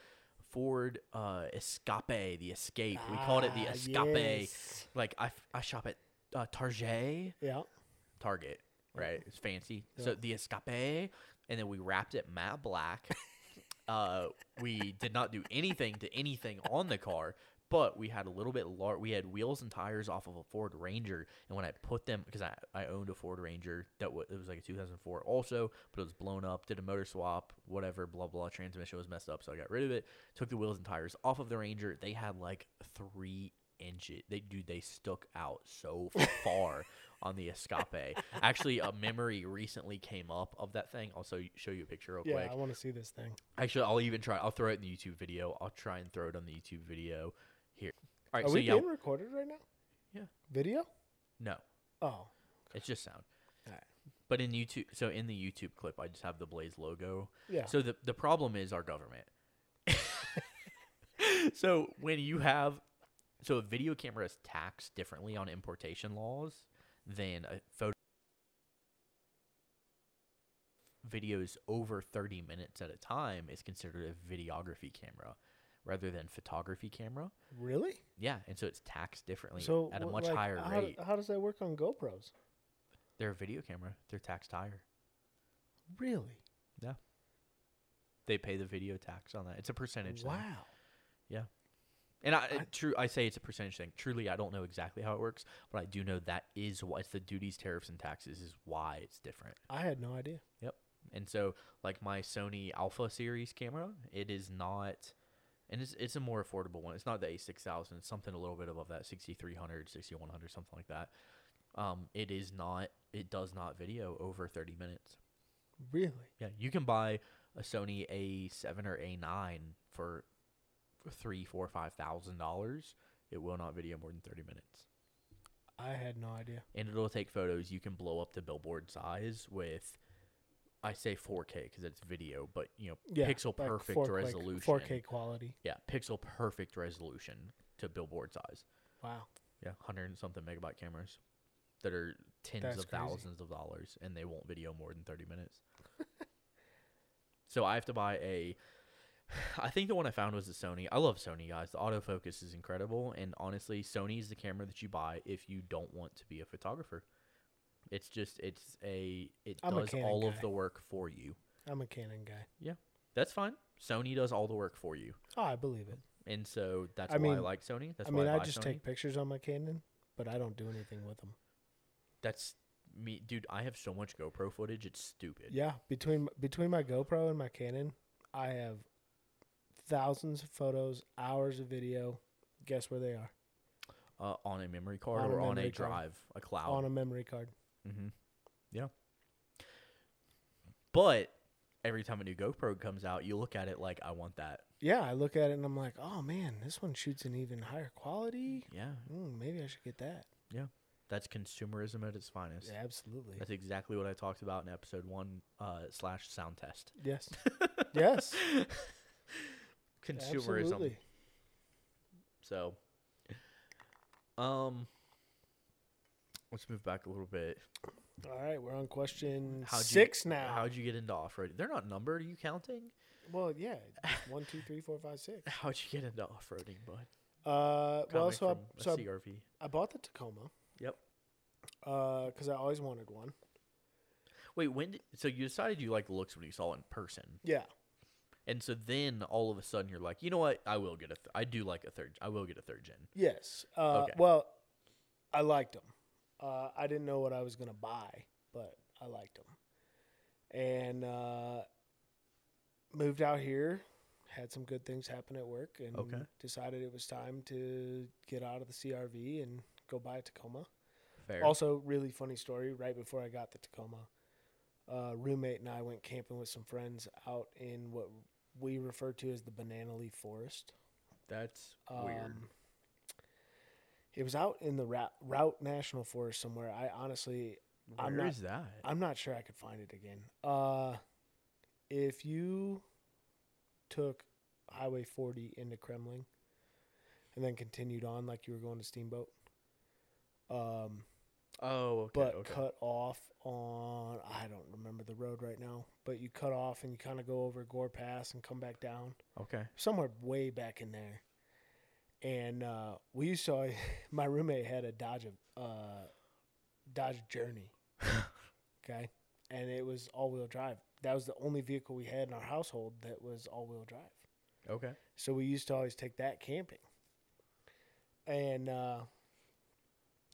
Ford uh, Escape, the Escape. We called it the Ah, Escape yes. like I, f- I shop at uh, Target, Yeah. Target, right? It's fancy. So Yeah. the Escape, and then we wrapped it matte black. uh, we did not do anything to anything on the car, but we had a little bit large. We had wheels and tires off of a Ford Ranger, and when I put them, because I, I owned a Ford Ranger that was it was like a 2004 also, but it was blown up. Did a motor swap, whatever, blah blah. Transmission was messed up, so I got rid of it. Took the wheels and tires off of the Ranger. They had like three inches. They dude, they stuck out so far on the Escape. Actually, a memory recently came up of that thing. I'll so- show you a picture real Yeah, quick. I want to see this thing. Actually, I'll even try. I'll throw it in the YouTube video. I'll try and throw it on the YouTube video here. All right. Are so we yeah, being recorded right now? Yeah. Video? no, Oh, it's just sound. Alright. But in YouTube, so in the YouTube clip, I just have the Blaze logo. yeah. So the the problem is our government. so when you have, so a video camera is taxed differently on importation laws than a photo. Videos over 30 minutes at a time is considered a videography camera rather than photography camera. really? Yeah, and so it's taxed differently So at a what- much like, higher how, uh rate. How does that work on GoPros? They're a video camera, they're taxed higher. Really? They pay the video tax on that. It's a percentage. thing. Wow. And I, I- true, I say it's a percentage thing. Truly, I don't know exactly how it works, but I do know that is why it's the duties, tariffs, and taxes is why it's different. I had no idea. And so, like my Sony Alpha series camera, it is not, and it's it's a more affordable one. It's not the A six thousand. It's something a little bit above that, 6300, 6100, something like that. Um, it is not. It does not video over thirty minutes. Really? Yeah, you can buy a Sony A seven or A nine for three, four, five thousand dollars. It will not video more than thirty minutes, I had no idea. and it'll take photos you can blow up to billboard size with. I say 4K because it's video, but you know, Yeah. pixel like perfect four- like resolution. 4K quality. Yeah, pixel perfect resolution to billboard size. Wow. Yeah, hundred and something megabyte cameras that are tens That's of crazy. thousands of dollars, and they won't video more than thirty minutes. so I have to buy a. I think the one I found was the Sony. I love Sony guys. The autofocus is incredible, and honestly, Sony is the camera that you buy if you don't want to be a photographer. It's just it's a it I'm a does Canon all of guy. the work for you. I'm a Canon guy. That's fine. Sony does all the work for you, Oh, I believe it. and so that's I why I mean- like Sony. That's I mean, why I, I buy just Sony. take pictures on my Canon, but I don't do anything with them. That's me, dude. I have so much GoPro footage. It's stupid. Yeah, between between my GoPro and my Canon, I have thousands of photos, hours of video. Guess where they are? Uh, on a memory card On a or on a memory card. drive, a cloud. On a memory card. Mm-hmm. Yeah. But every time a new GoPro comes out, you look at it like, I want that. Yeah, I look at it and I'm like, oh man, this one shoots in even higher quality. Yeah. Mm, maybe I should get that. That's consumerism at its finest. Absolutely. That's exactly what I talked about in episode one uh, slash sound test. Yes. yes. Consumerism. Absolutely. So, um, let's move back a little bit. All right, we're on question How'd you- six now. How'd you get into off road? They're not numbered. Are you counting? well, yeah, it's one, two, three, four, five, six. How'd you get into off roading, bud? Uh, well, Coming so I, from a so I CRV. I bought the Tacoma. Yep. Because I always wanted one. Wait, when? Did, so you decided you liked the looks when you saw it in person, Yeah. and so then all of a sudden you're like, you know what? I will get a. Th- I do like a third. I will get a third gen. Yes. Uh, Okay. Well, I liked them. Uh, I didn't know what I was going to buy, but I liked them. And uh, moved out here, had some good things happen at work, and Okay. decided it was time to get out of the CRV and go buy a Tacoma. Fair. Also, really funny story right before I got the Tacoma, uh, roommate and I went camping with some friends out in what we refer to as the Banana Leaf Forest. That's weird. Um, It was out in the Ra- Route National Forest somewhere. I honestly, Where I'm is not- that? I'm not sure I could find it again. Uh, if you took Highway 40 into Kremling and then continued on like you were going to Steamboat, um, oh, okay. but okay. cut off on I don't remember the road right now, but you cut off and you kind of go over Gore Pass and come back down okay. somewhere way back in there. And uh, we used to, my roommate had a Dodge, uh, Dodge Journey. okay. And it was all wheel drive. That was the only vehicle we had in our household that was all wheel drive. Okay. So we used to always take that camping. And, uh,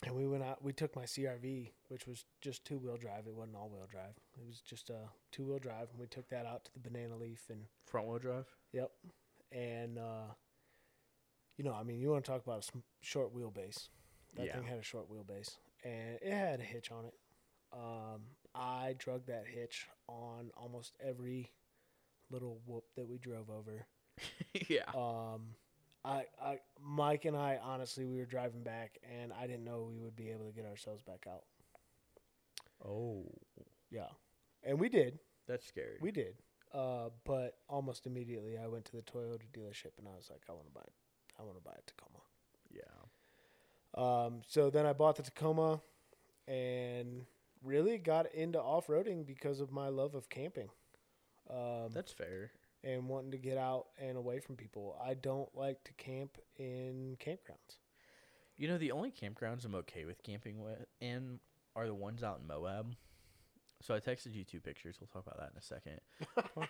and we went out, we took my CRV, which was just two wheel drive. It wasn't all wheel drive. It was just a two wheel drive. And we took that out to the banana leaf and Front wheel drive. Yep. And uh, you know, I mean, you want to talk about a sm- short wheelbase? That Yeah. thing had a short wheelbase, and it had a hitch on it. Um, I drug that hitch on almost every little whoop that we drove over. yeah. Um, I, I, Mike and I, honestly, we were driving back, and I didn't know we would be able to get ourselves back out. Oh, Yeah, and we did. that's scary. We did. Uh, but almost immediately, I went to the Toyota dealership and I was like, I want to buy, I want to buy a Tacoma. yeah. Um, so then I bought the Tacoma, and really got into off roading because of my love of camping, um, That's fair. and wanting to get out and away from people. I don't like to camp in campgrounds. You know, the only campgrounds I'm okay with camping with in are the ones out in Moab. So I texted you two pictures. We'll talk about that in a second.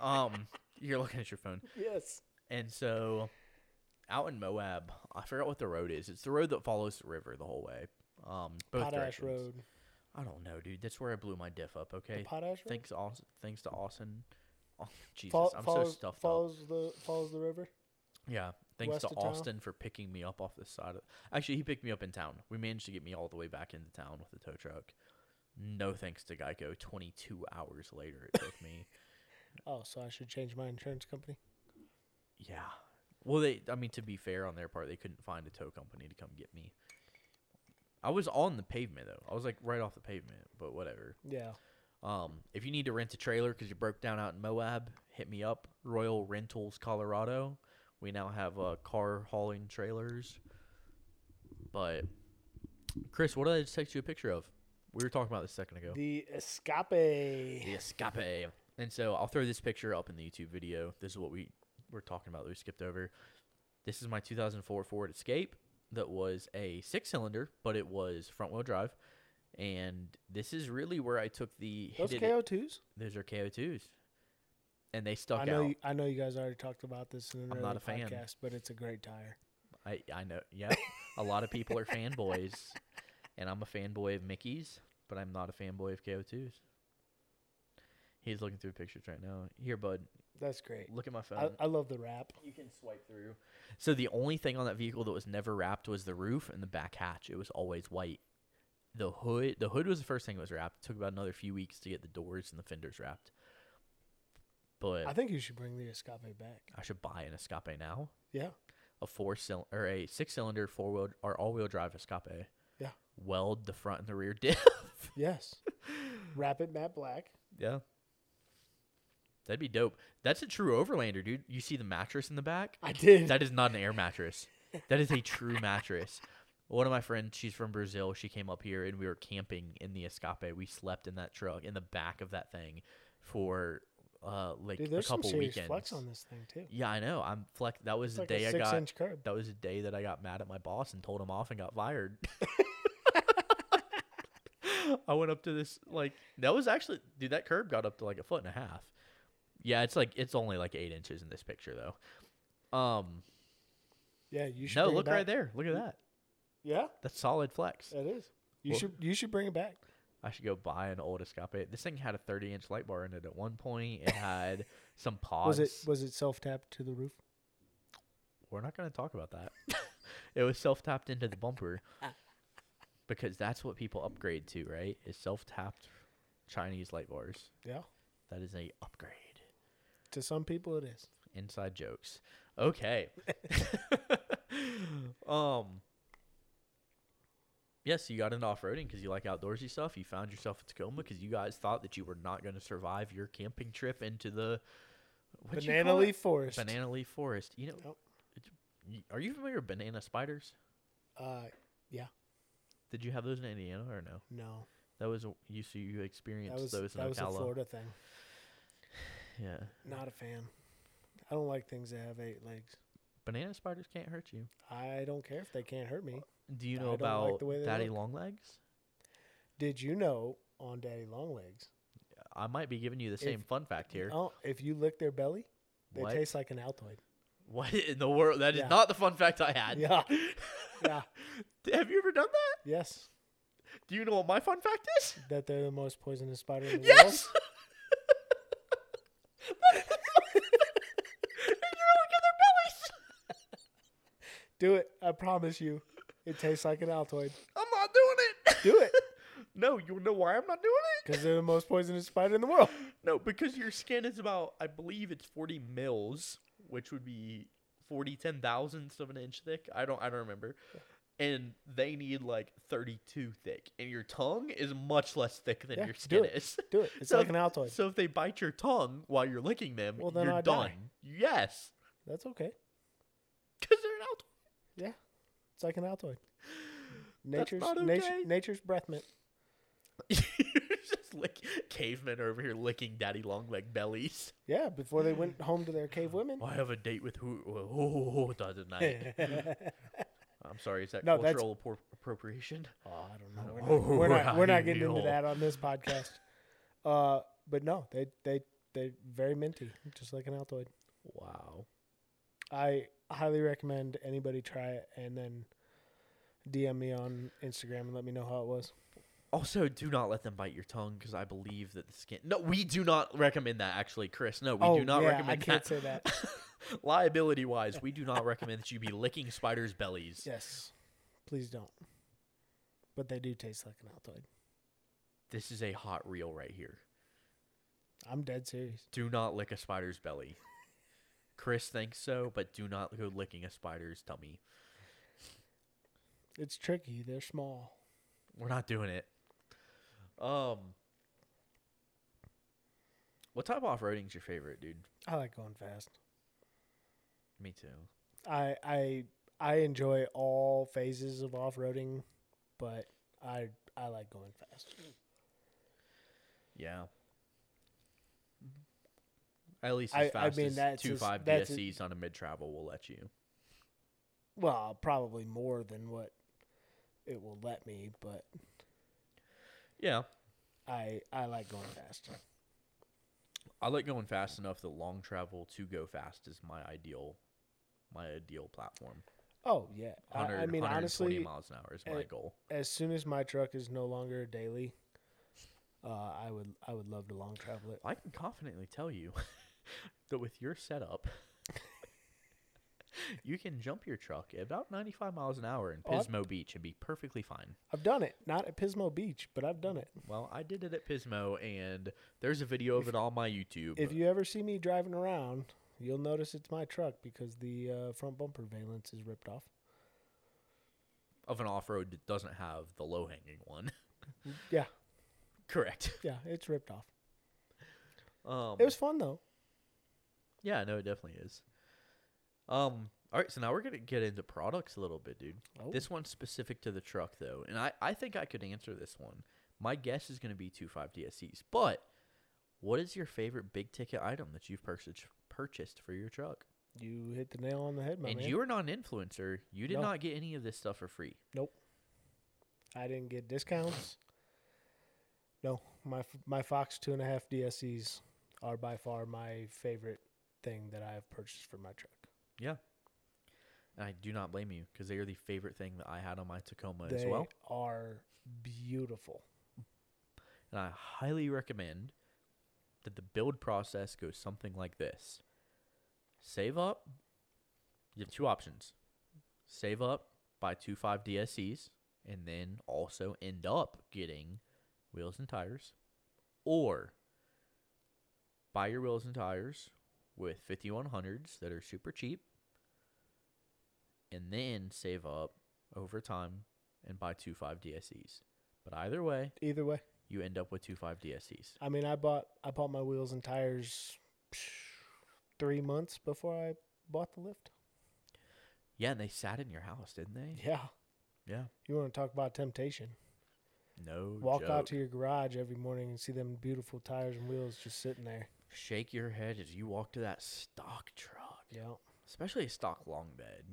um, you're looking at your phone, Yes. and so out in Moab, I forgot what the road is. It's the road that follows the river the whole way. Um, both Potash directions. Road. I don't know, dude. That's where I blew my diff up. The Okay, Potash Road. thanks, Aus- thanks to Austin. Oh, Jesus, Fol- I'm follows, so stuffed up. follows the follows the river. Yeah. Thanks west to of town? Austin for picking me up off the side of. Actually, he picked me up in town. We managed to get me all the way back into town with the tow truck. No thanks to Geico. 22 hours later, it took me. Oh, so I should change my insurance company. Yeah. Well, they. I mean, to be fair on their part, they couldn't find a tow company to come get me. I was on the pavement though. I was like right off the pavement, but whatever. Yeah. Um, if you need to rent a trailer because you broke down out in Moab, hit me up. Royal Rentals Colorado. We now have uh, car hauling trailers. But Chris, what did I just text you a picture of? We were talking about this a second ago. The Escape. The Escape. And so I'll throw this picture up in the YouTube video. This is what we were talking about that we skipped over. This is my 2004 Ford Escape that was a six cylinder, but it was front wheel drive. And this is really where I took the Those hit it- KO2s? those are KO2s. and they stuck I know. out. You, I know you guys already talked about this in another not a fan. podcast, but it's a great tire. I, I know. Yeah, a lot of people are fanboys, and I'm a fanboy of Mickey's, but I'm not a fanboy of KO2's. He's looking through pictures right now. Here, bud, That's great. look at my phone. I, I love the wrap. you can swipe through. So the only thing on that vehicle that was never wrapped was the roof and the back hatch. It was always white. The hood, the hood was the first thing that was wrapped. It took about another few weeks to get the doors and the fenders wrapped. But I, I think you should bring the Escape back. should buy an Escape now. Yeah, A four cylinder or a six cylinder four wheel or all wheel drive Escape. Yeah. Weld the front and the rear diff. yes. Wrap it matte black. yeah. That'd be dope. That's a true overlander, dude. You see the mattress in the back? I did. That is not an air mattress. That is a true mattress. One of my friends, she's from Brazil. She came up here and we were camping in the Escape. We slept in that truck in the back of that thing for uh like Dude, a there's some couple serious weekends. flex on this thing too. Yeah, I know. I'm flex. That was It's the like day a I six got. inch curb. That was the day that I got mad at my boss and told him off and got fired. I went up to this like that was actually dude that curb got up to like a foot and a half. Yeah, it's like it's only like eight inches in this picture though. Um, Yeah, you should. no, bring it look right back. there. Look at that. Yeah, That's solid flex. that is. You Well- should. You should bring it back. I should go buy an old Escape. This thing had a 30 inch light bar in it at one point. It had some pods. Was it? Was it self tapped to the roof? We're not going to talk about that. it was self tapped into the bumper because that's what people upgrade to, right? Is self tapped Chinese light bars. Yeah. That is a upgrade. To some people, it is. Inside jokes. Okay. um. Yes, you got into off roading because you like outdoorsy stuff. You found yourself at Tacoma because you guys thought that you were not going to survive your camping trip into the what'd you Banana call it? leaf forest. Banana leaf forest. You know, Yep. it's- y- are you familiar with banana spiders? Uh, Did you have those in Indiana or no? no, That was you. So you experienced that was those in that was a Ocala. Florida thing. Yeah, Not a fan. I don't like things that have eight legs. banana spiders can't hurt you. I don't care if they can't hurt me. Do you I know don't like about the way they daddy look. long legs? Did you know on Daddy Longlegs? I might be giving you the same fun fact here. Oh, if you lick their belly, they What? taste like an Altoid. What in the world? That is Yeah. not the fun fact I had. Yeah. Yeah. Have you ever done that? yes, Do you know what my fun fact is? that they're the most poisonous spider in the Yes. world. And you're looking at their bellies. Do it. I promise you. It tastes like an Altoid. I'm not doing it. Do it. No, you know why I'm not doing it? Because they're the most poisonous spider in the world. No, because your skin is about, I believe it's 40 mils, which would be 40 ten thousandths of an inch thick. I don't, I don't remember. And they need like 32 thick, and your tongue is much less thick than Yeah, your do skin it. is. Do it. It's So like if- an Altoid. So if they bite your tongue while you're licking them, Well, then you're I done. die. Yes, That's okay. because they're an Altoid. Yeah. It's like an Altoid. That's Nature's not natu- okay. nature's breath mint. You're just like cavemen are over here licking daddy long leg bellies. Yeah, before they went home to their cave women. I have a date with who? Oh, the other night. I'm sorry, is that No, that's- cultural appro- appropriation? Oh, I don't know. Oh, We're not, we're not, we're right, not getting into Neil. that on this podcast. Uh, but no, they they they're very minty, just like an Altoid. Wow. I highly recommend anybody try it and then DM me on Instagram and let me know how it was. Also, do not let them bite your tongue because I believe that the skin. No, we do not recommend that. Actually, Chris, no, we oh, do not yeah, recommend I can't that. say that. Liability wise, we do not recommend that you be licking spiders' bellies. yes, please don't. But they do taste like an Altoid. This is a hot reel right here. I'm dead serious. Do not lick a spider's belly. Chris thinks so, but do not go licking a spider's tummy. It's tricky. They're small. We're not doing it. Um, what type of off roading's your favorite, dude? I like going fast. Me too. I I I enjoy all phases of off roading, but I I like going fast. Yeah. Mm-hmm. At least I- as I fast mean, as that's two as- five that's as- DSCs on a mid travel will let you. Well, probably more than what it will let me, but Yeah. I I like going fast. I like going fast enough that long travel to go fast is my ideal, my ideal platform. Oh yeah. I, 100, I mean, 120 honestly, miles an hour is my eh, goal. as soon as my truck is no longer a daily, uh, I would I would love to long travel it. I can confidently tell you that with your setup, you can jump your truck at about 95 miles an hour in Oh, I- Pismo Beach and be perfectly fine. I've done it, not at Pismo Beach, but I've done it. Well, I did it at Pismo, and there's a video of it on my YouTube. If you ever see me driving around, you'll notice it's my truck because the uh, front bumper valence is ripped off. of an off road that doesn't have the low hanging one. Yeah, Correct. yeah, it's ripped off. Um, It was fun though. yeah, no, it definitely is. Um, all right, so now we're gonna get into products a little bit, dude. Oh. This one's specific to the truck though, and I I think I could answer this one. My guess is gonna be two five DSCs, but what is your favorite big ticket item that you've purchased purchased for your truck? You hit the nail on the head, my and man. you are not an influencer. You did No. not get any of this stuff for free. I didn't get discounts. No, my f- my Fox two and a half DSCs are by far my favorite thing that I have purchased for my truck. And I do not blame you because they are the favorite thing that I had on my Tacoma as they well. are beautiful. And I highly recommend that the build process goes something like this save up. You have two options save up, buy two five DSCs, and then also end up getting wheels and tires, or buy your wheels and tires with 5100s that are super cheap, and then save up over time and buy two five DSCs. But either way, Either way, you end up with two five DSCs. I mean, I bought I bought my wheels and tires three months before I bought the lift. Yeah, and they sat in your house, didn't they? Yeah, Yeah. you want to talk about temptation? No. Walk joke. out to your garage every morning and see them beautiful tires and wheels just sitting there. shake your head as you walk to that stock truck, Yeah, especially a stock long bed.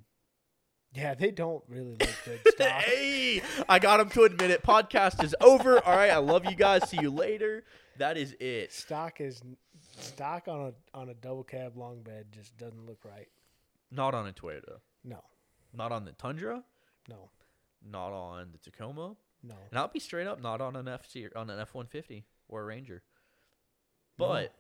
yeah, they don't really look good stock. hey, I got him to admit it. Podcast is over. All right, I love you guys. See you later. That is it. stock is stock on a on a double cab long bed just doesn't look right. Not on a Toyota. No, Not on the Tundra. no, Not on the Tacoma. no. And I'll be straight up. Not on an FC on an F one fifty or a Ranger. But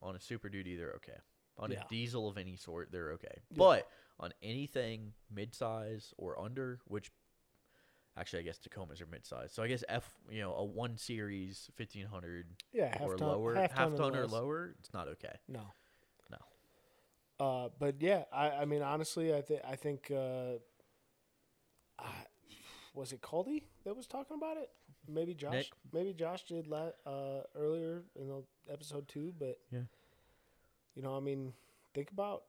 on a Super Duty, they're okay. On Yeah. a diesel of any sort, they're okay. Yeah. But on anything midsize or under, which actually I guess Tacomas are midsize, so I guess F, you know, a one series fifteen hundred Yeah, half or ton, lower, half ton, and or less. lower, it's not okay. No. No. Uh, but yeah, I, I mean, honestly, I think I think uh, I, was it Caldy that was talking about it? Maybe Josh. Nick. Maybe Josh did la- uh, earlier in the episode two, but Yeah. You know, I mean, think about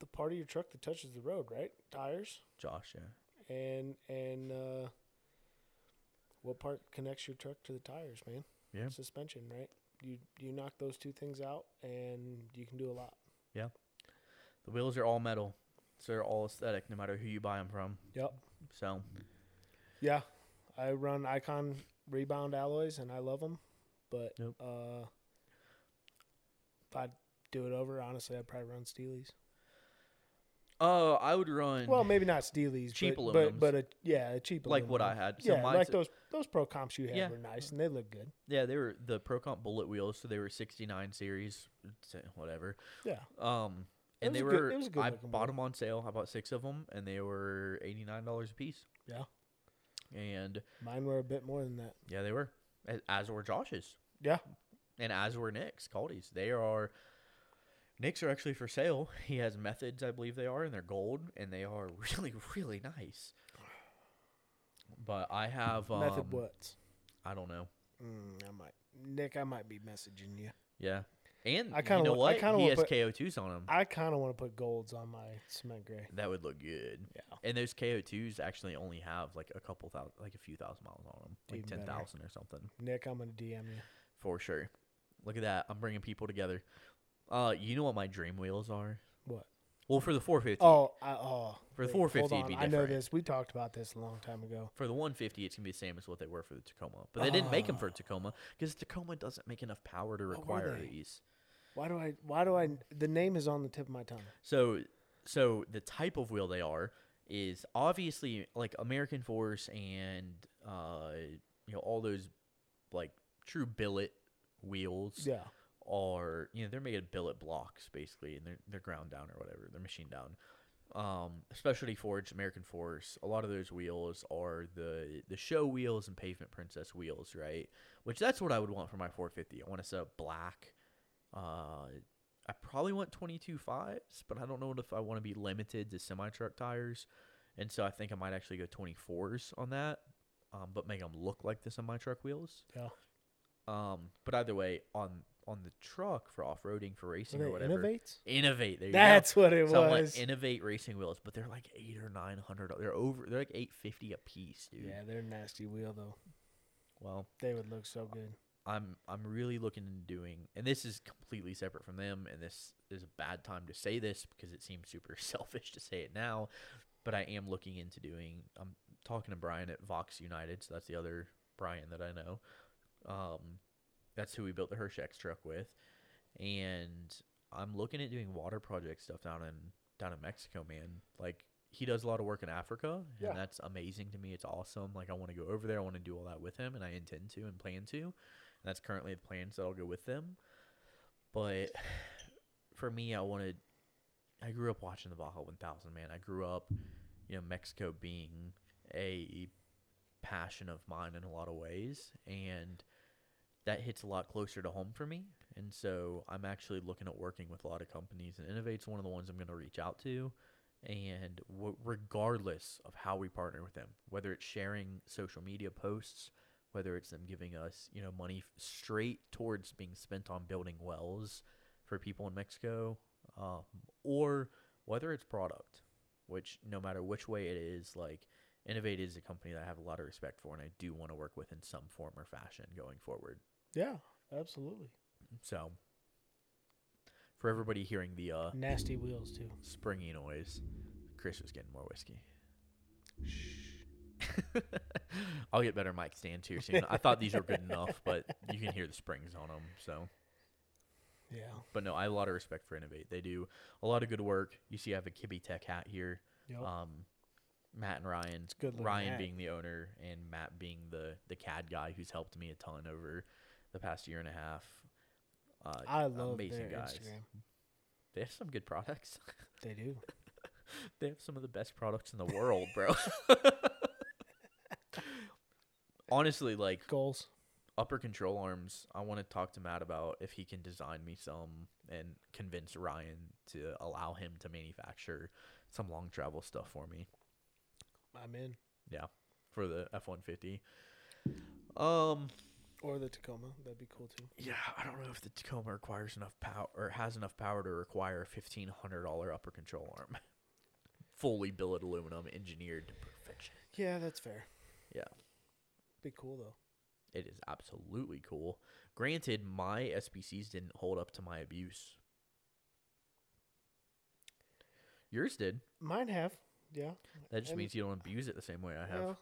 the part of your truck that touches the road, right? Tires Josh, yeah, and and uh, what part connects your truck to the tires, man? Yeah. Suspension, right? You you knock those two things out, and you can do a lot. the wheels are all metal, so they're all aesthetic, no matter who you buy them from. Yep. So Yeah, I run Icon rebound alloys, and I love them, but Yep. uh, if I'd do it over, honestly, I'd probably run Steelies. Oh, I would run Well, maybe not Steelies, Cheap but, but aluminums. but a yeah, a cheap like what I aluminum. had. So yeah, mine's like those those pro comps you had Yeah. were nice and they look good. Yeah, they were the Pro Comp bullet wheels, so they were 69 series, s- whatever. Yeah, Um, It and was they a good- were it was a good I looking bought wheel. them on sale. I bought six of them, and they were 89 dollars a piece. Yeah. and mine were a bit more than that. yeah, they were A- as were Josh's. Yeah. and as were Nick's, Caldy's. They are Nick's are actually for sale. He has methods, I believe they are, and they're gold, and they are really, really nice. But I have um, Method what's? I don't know. Mm, I might, Nick. I might be messaging you. Yeah. And I kinda you know wa- I what? kinda he wanna has put- KO2s on him. I kind of want to put golds on my cement gray. That would look good. Yeah. And those KO2s actually only have like a couple thousand, like a few thousand miles on them, like Even better. 10,000 or something Nick, I'm gonna DM you. for sure. Look at that. I'm bringing people together. Uh, you know what my dream wheels are? What? Well, for the 450. Oh, I, oh. For the hold 450 it'd on, be I know different. this. We talked about this a long time ago. For the 150, it's going to be the same as what they were for the Tacoma. But they didn't make them for Oh. Tacoma because Tacoma doesn't make enough power to were require they? these. Why do I? Why do I? The name is on the tip of my tongue. So, so the type of wheel they are is obviously like American Force and uh, you know all those like true billet wheels Yeah. are you know they're made of billet blocks basically, and they're they're ground down or whatever, they're machined down. Um, specialty forged American Force. A lot of those wheels are the the show wheels and pavement princess wheels, right? Which that's what I would want for my 450. I want to set black. Uh, I probably want 22 fives, but I don't know if I want to be limited to semi truck tires, and so I think I might actually go 24s on that, um, but make them look like the semi truck wheels. Yeah. Um, but either way, on on the truck for off roading for racing Were or they whatever, innovates? innovate. There you go. That's what it So I want was. innovate racing wheels, but they're like eight or nine hundred. They're over. They're like eight fifty a piece, dude. yeah, they're nasty wheel though. Well, They would look so good. I'm I'm really looking into doing, and this is completely separate from them, and this is a bad time to say this because it seems super selfish to say it now, but I am looking into doing. I'm talking to Brian at Vox United, so that's the other Brian that I know. Um, that's who we built the Hershex truck with, and I'm looking at doing water project stuff down in down in Mexico, man. Like he does a lot of work in Africa, and Yeah. that's amazing to me. It's awesome. Like I want to go over there. I want to do all that with him, and I intend to and plan to. And that's currently the plan, so I'll go with them. But for me, I wanted. I grew up watching the Baja 1000, man. I grew up, you know, Mexico being a passion of mine in a lot of ways, and that hits a lot closer to home for me. And so I'm actually looking at working with a lot of companies, and Innovate's one of the ones I'm going to reach out to. And w- regardless of how we partner with them, whether it's sharing social media posts, whether it's them giving us, you know, money f- straight towards being spent on building wells for people in Mexico, um, or whether it's product, which no matter which way it is, like Innovate is a company that I have a lot of respect for, and I do want to work with in some form or fashion going forward. Yeah, absolutely. So, for everybody hearing the uh, Nasty wheels too. springy noise, Chris was getting more whiskey. I'll get better mic stands here soon. I thought these were good enough, but you can hear the springs on them. So, Yeah. but no, I have a lot of respect for Innovate. They do a lot of good work. You see, I have a Kibby Tech hat here. Yep. Um, Matt and Ryan. a good looking Ryan hat. being the owner and Matt being the the CAD guy who's helped me a ton over the past year and a half. Uh, I love amazing their guys. Instagram. They have some good products. They do. they have some of the best products in the world, bro. Honestly, like Goals. upper control arms, I want to talk to Matt about if he can design me some and convince Ryan to allow him to manufacture some long travel stuff for me I'm in. for the F one fifty. Um, Or the Tacoma. That'd be cool too. yeah, I don't know if the Tacoma requires enough power or has enough power to require a fifteen hundred dollar upper control arm, fully billet aluminum, engineered to perfection. Yeah, that's fair. Yeah. Be cool though. It is absolutely cool. Granted, my SPCs didn't hold up to my abuse. Yours did. Mine have. Yeah. That just And- means you don't abuse it the same way I have. Well,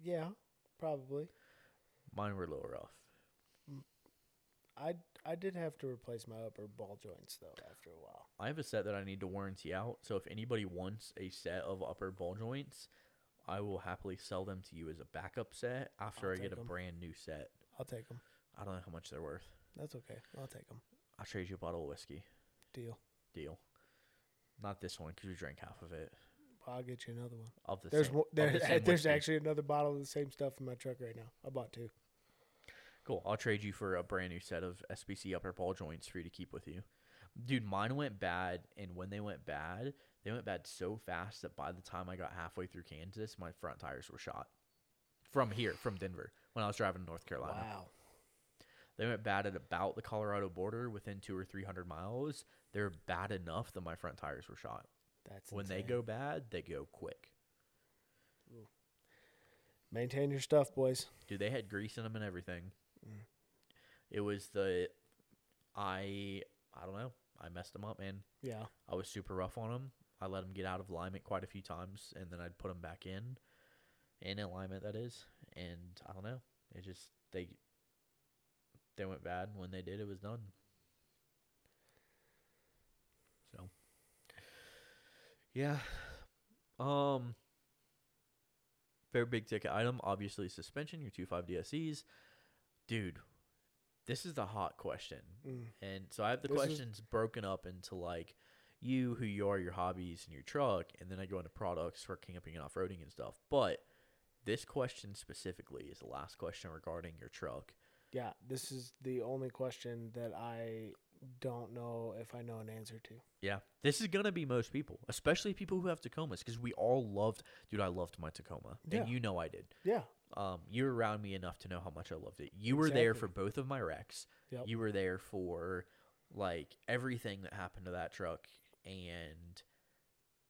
yeah, probably. Mine were a little rough. I I did have to replace my upper ball joints though after a while. I have a set that I need to warranty out. So if anybody wants a set of upper ball joints, I will happily sell them to you as a backup set after I'll I get a take 'em. brand new set. I'll take them. I don't know how much they're worth. That's okay. I'll take them. I'll trade you a bottle of whiskey. Deal. Deal. Not this one because you drank half of it. I'll get you another one. Of the there's same, one, of the there, same there's whiskey. actually another bottle of the same stuff in my truck right now. I bought two. Cool. I'll trade you for a brand new set of SBC upper ball joints for you to keep with you. Dude, mine went bad, and when they went bad, they went bad so fast that by the time I got halfway through Kansas, my front tires were shot. From here, from Denver, when I was driving to North Carolina. Wow. They went bad at about the Colorado border within two or 300 miles. They're bad enough that my front tires were shot. That's when they insane. go bad, they go quick. Maintain your stuff, boys. Dude, they had grease in them and everything. Mm. It was the I I don't know. I messed them up, man. Yeah. I was super rough on them. I let them get out of alignment quite a few times, and then I'd put them back in, in alignment that is. And I don't know. It just they they went bad. and When they did, it was done. Yeah. Um very big ticket item, obviously suspension, your two five DSEs. Dude, this is the hot question. Mm. And so I have the This is- questions broken up into like you, who you are, your hobbies, and your truck, and then I go into products for camping and off roading and stuff. But this question specifically is the last question regarding your truck. Yeah, this is the only question that I don't know if I know an answer to. Yeah, this is gonna be most people, especially people who have Tacomas, because we all loved, dude. I loved my Tacoma, Yeah. and you know I did. Yeah. Um, you were around me enough to know how much I loved it. You were there for Exactly. both of my wrecks. Yep. You were there for like everything that happened to that truck, and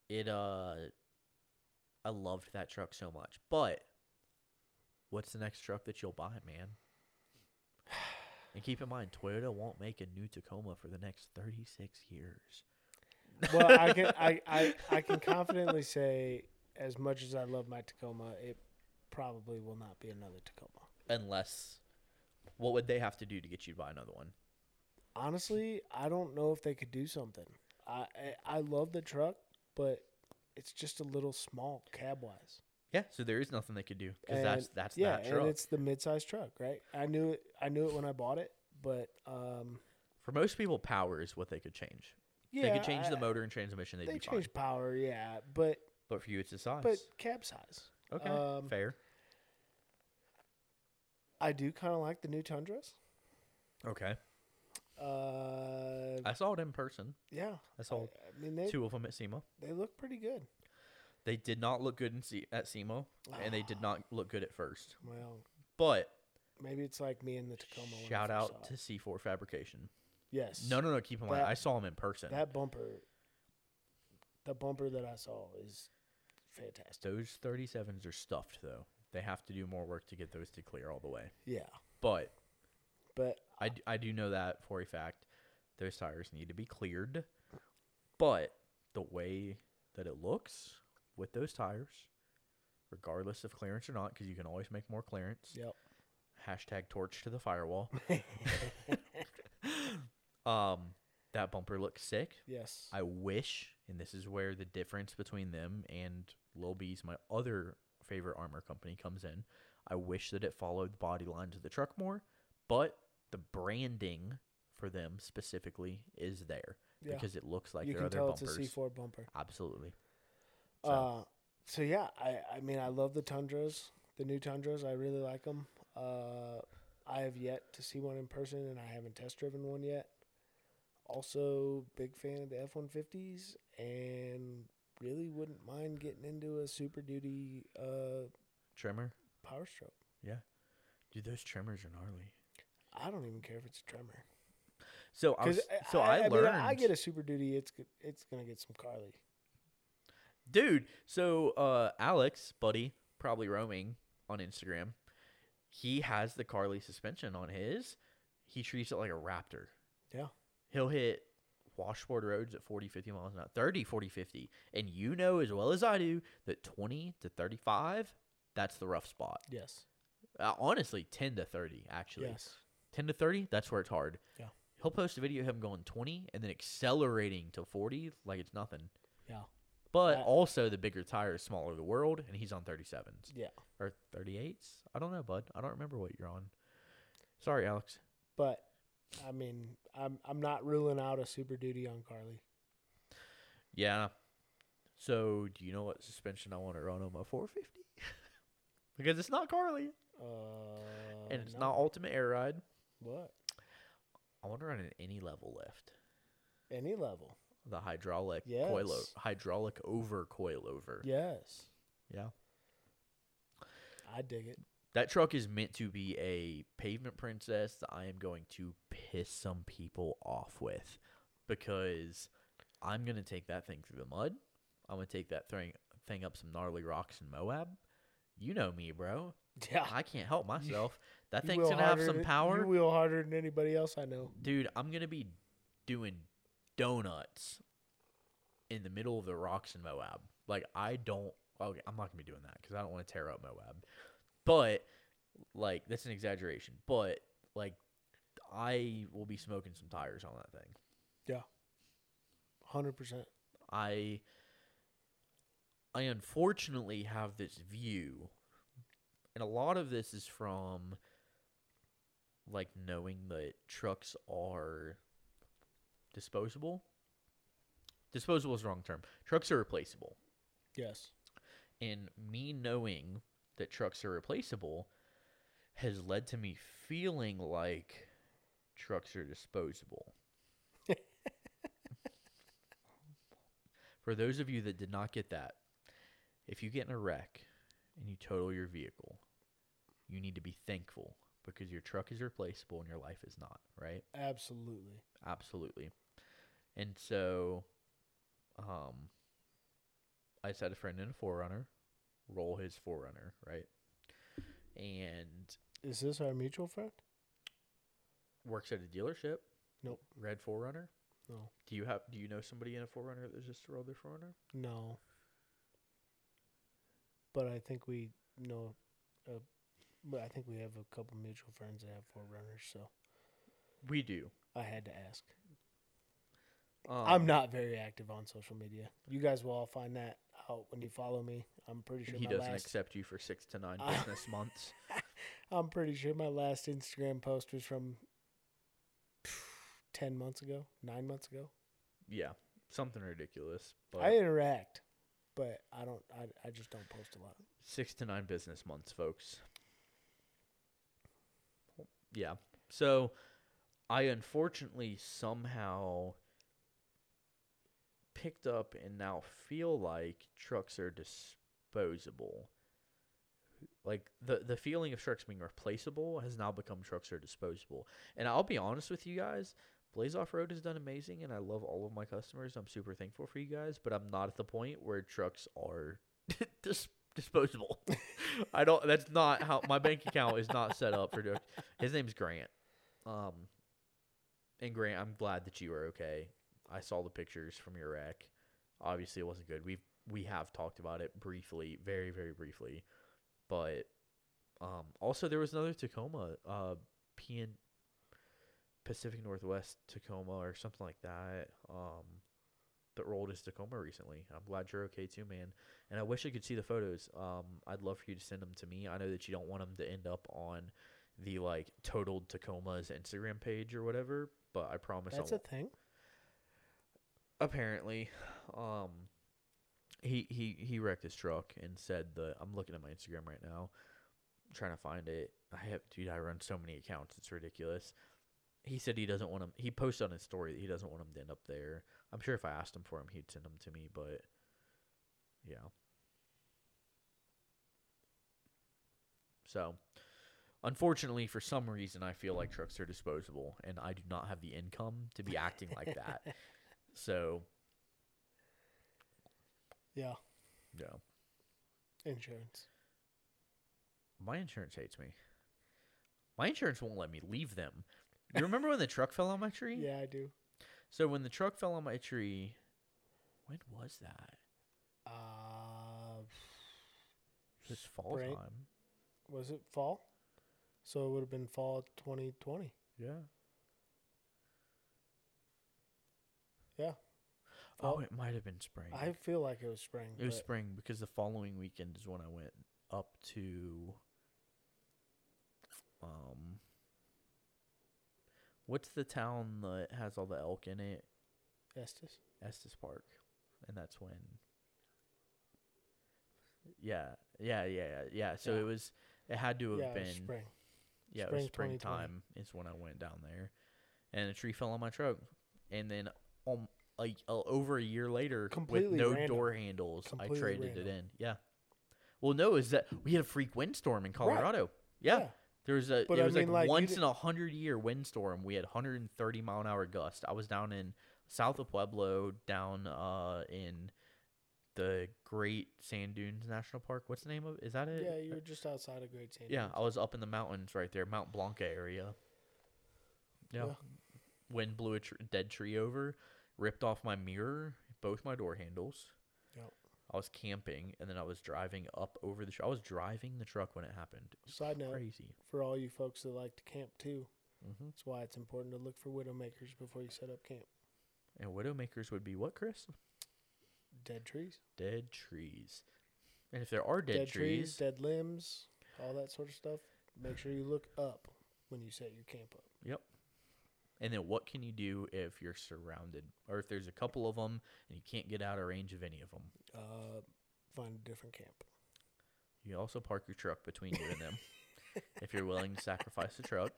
it. Uh, I loved that truck so much. But what's the next truck that you'll buy, man? And keep in mind, Toyota won't make a new Tacoma for the next thirty-six years. Well, I can I, I, I can confidently say as much as I love my Tacoma, it probably will not be another Tacoma. unless what would they have to do to get you to buy another one? Honestly, I don't know if they could do something. I I, I love the truck, but it's just a little small cab wise. Yeah, so there is nothing they could do because that's And- that's yeah, that truck. and it's the midsize truck, right? I knew it. I knew it when I bought it, but um, For most people, power is what they could change. yeah, they could change the I- motor and transmission. They'd They be change fine. power, yeah, but But for you, it's the size. but cab size. okay, um, fair. I do kind of like the new Tundras. Okay, Uh, I saw it in person. yeah, I I, saw I mean they two of them at SEMA. they look pretty good. They did not look good in C- at SEMA, and they did Ah. not look good at first. Well, But maybe it's like me and the Tacoma. when I shout first out saw to it. C4 Fabrication. yes, No, no, no. Keep in mind, That- I saw them in person. that bumper, the bumper that I saw is fantastic. Those 37s are stuffed though. They have to do more work to get those to clear all the way. Yeah, But but I, d- I do know that for a fact. Those tires need to be cleared. But the way that it looks with those tires, regardless of clearance or not, because you can always make more clearance. yep. Hashtag torch to the firewall. um, that bumper looks sick. yes. I wish, and this is where the difference between them and Lil B's, my other favorite armor company, comes in. I wish that it followed the body lines of the truck more, but the branding for them specifically is there Yeah. because it looks like you their can other tell bumpers. it's a C4 bumper. Absolutely. So, Uh, so yeah, I, I mean, I love the Tundras, the new Tundras. I really like them. Uh, I have yet to see one in person, and I haven't test driven one yet. Also, big fan of the F one fifties, and really wouldn't mind getting into a Super Duty uh, trimmer. Power Stroke. Dude, those trimmers are gnarly. I don't even care if it's a Tremor. So I 'Cause was, so I, mean, learned I get a Super Duty, it's g- it's gonna get some Carly. dude so uh alex buddy probably roaming on instagram he has the carly suspension on his he treats it like a raptor Yeah. he'll hit washboard roads at 40 50 miles an hour 30 40 50 and you know as well as i do that 20 to 35 that's the rough spot Yes. uh, honestly 10 to 30 actually Yes. 10 to 30 that's where it's hard Yeah. he'll post a video of him going 20 and then accelerating to 40 like it's nothing Yeah. but That- also the bigger tire is smaller the world and he's on 37s Yeah. or 38s i don't know bud i don't remember what you're on sorry alex But I mean, I'm I'm not ruling out a Super Duty on Carly. yeah so do you know what suspension i want to run on my 450 because it's not carly Uh, and it's no. not ultimate air ride what i want to run an any level lift any level. the hydraulic coil Yes. hydraulic over coilover Yes, yeah I dig it. That truck is meant to be a pavement princess that I am going to piss some people off with because I'm going to take that thing through the mud. I'm going to take that thing, thing up some gnarly rocks in Moab. You know me, bro. Yeah, I can't help myself. That Ah. You thing's wheel going to have harder some than- power. You wheel harder than anybody else I know. Dude, I'm going to be doing donuts in the middle of the rocks in Moab. Like, I don't. Okay, I'm not going to be doing that because I don't want to tear up Moab. But, like, that's an exaggeration. But, like, I will be smoking some tires on that thing. Hundred percent. I I unfortunately have this view, and a lot of this is from like knowing that trucks are disposable. Disposable is the wrong term. Trucks are replaceable. Yes. And me knowing that trucks are replaceable has led to me feeling like trucks are disposable. For those of you that did not get that, if you get in a wreck and you total your vehicle, you need to be thankful because your truck is replaceable and your life is not, right? Absolutely. Absolutely. And so, um, I just had a friend in a forerunner, roll his forerunner, right? And Is this our mutual friend? works at a dealership. Nope. Red forerunner. No. Do you have? Do you know somebody in a forerunner that just rolled their forerunner? No. But I think we know. Uh, but I think we have a couple mutual friends that have forerunners, so We do. I had to ask. Um, I'm not very active on social media. You guys will all find that out when you follow me. I'm pretty sure He my doesn't last accept you for six to nine I- business months. I'm pretty sure my last Instagram post was from ten months ago, nine months ago. Yeah, something ridiculous. But I interact, but I don't. I, I just don't post a lot. six to nine business months, folks. Yeah. So I unfortunately somehow picked up and now feel like trucks are disposable. Like the the feeling of trucks being replaceable has now become trucks are disposable. And I'll be honest with you guys, Blaze Off Road has done amazing and I love all of my customers. I'm super thankful for you guys, but I'm not at the point where trucks are dis- disposable. I don't that's not how my bank account is not set up for trucks. His name's Grant. Um and Grant, I'm glad that you are okay. I saw the pictures from your wreck. Obviously, it wasn't good. We've we have talked about it briefly, very very briefly, but um, also there was another Tacoma, uh, PN Pacific Northwest Tacoma or something like that. Um, that rolled his Tacoma recently. I'm glad you're okay too, man. And I wish I could see the photos. Um, I'd love for you to send them to me. I know that you don't want them to end up on the like totaled Tacoma's Instagram page or whatever, but I promise That's I'll, a thing. apparently um he he he wrecked his truck and said that i'm looking at my instagram right now trying to find it i have dude i run so many accounts it's ridiculous he said he doesn't want him he posted on his story that he doesn't want him to end up there i'm sure if i asked him for him he'd send him to me but yeah so unfortunately for some reason i feel like trucks are disposable and i do not have the income to be acting like that so Yeah, yeah, insurance. my insurance hates me. My insurance won't let me leave them. You remember when the truck fell on my tree? Yeah, I do. So when the truck fell on my tree, when was that? Uh, This fall Right. time. was it fall? So it would have been fall 2020. Yeah. Yeah. Oh, Fall- it might have been spring. I feel like it was spring. it was but- spring because the following weekend is when I went up to. Um. What's the town that has all the elk in it? Estes. Estes Park, and that's when. Yeah, yeah, yeah, yeah. yeah. So Yeah. it was. It had to have Yeah, it been. was spring. yeah, it was spring 2020. springtime is when I went down there, and a tree fell on my truck, and then um like uh, over a year later, Completely with no random. door handles, Completely I traded it random. in. Yeah. Well, no, is that we had a freak windstorm in Colorado? Yeah. Uh, There was a But there I was mean, like, like you once di- in a hundred year windstorm. We had 130 mile an hour gust. I was down in south of Pueblo, down uh in the Great Sand Dunes National Park. What's the name of? Is that Yeah, it? Yeah, you were just outside of Great Sand. Yeah, Dunes. I was up in the mountains right there, Mount Blanca area. Yeah. Yeah. Wind blew a tr- dead tree over, ripped off my mirror, both my door handles. Yep. I was camping and then I was driving up over the. Tr- I was driving the truck when it happened. It was Side note. Crazy. For all you folks that like to camp too, hmm that's why it's important to look for widowmakers before you set up camp. And widowmakers would be what, Chris? Dead trees, Dead trees. And if there are dead, trees, dead limbs, all that sort of stuff. Make sure you look up when you set your camp up. and then what can you do if you're surrounded or if there's a couple of them and you can't get out of range of any of them? Uh, find a different camp. You also park your truck between you and them if you're willing to sacrifice the truck.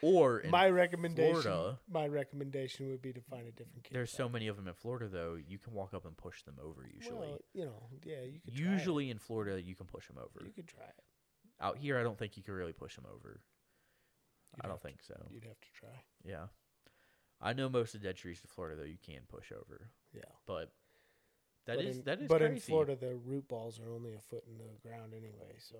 Or in my recommendation, Florida- my recommendation would be to find a different camp. There's so many of them in Florida, though. You can walk up and push them over usually. Well, you know, yeah, you could try it. usually in Florida, you can push them over. you could try it. Out here, I don't think you can really push them over. You'd I don't have to- think so. You'd have to try. Yeah. I know most of the dead trees in Florida, though, you can push over. Yeah, But that but is in, that is But crazy. in Florida, the root balls are only a foot in the ground anyway. So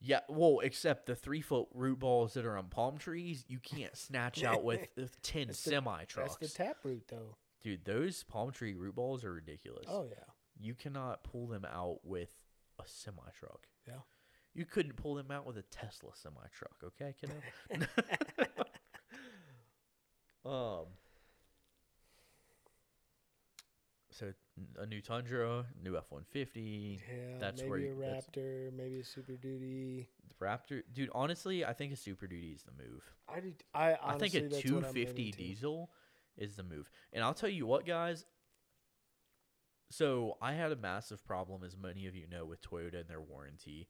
Yeah, well, except the three foot root balls that are on palm trees, you can't snatch out with with ten That's the- semi that's the trucks. tap root, though. Dude, those palm tree root balls are ridiculous. Oh yeah, You cannot pull them out with a semi truck. Yeah. You couldn't pull them out with a Tesla semi truck, okay, kiddo? um So a new Tundra, new F one fifty, yeah. that's maybe where a you- that's- raptor, maybe a super duty. Raptor dude, honestly, I think a super duty is the move. I did, I honestly, I think a that's what I'm 250 leaning to. diesel is the move. And I'll tell you what, guys. So I had a massive problem, as many of you know, with Toyota and their warranty.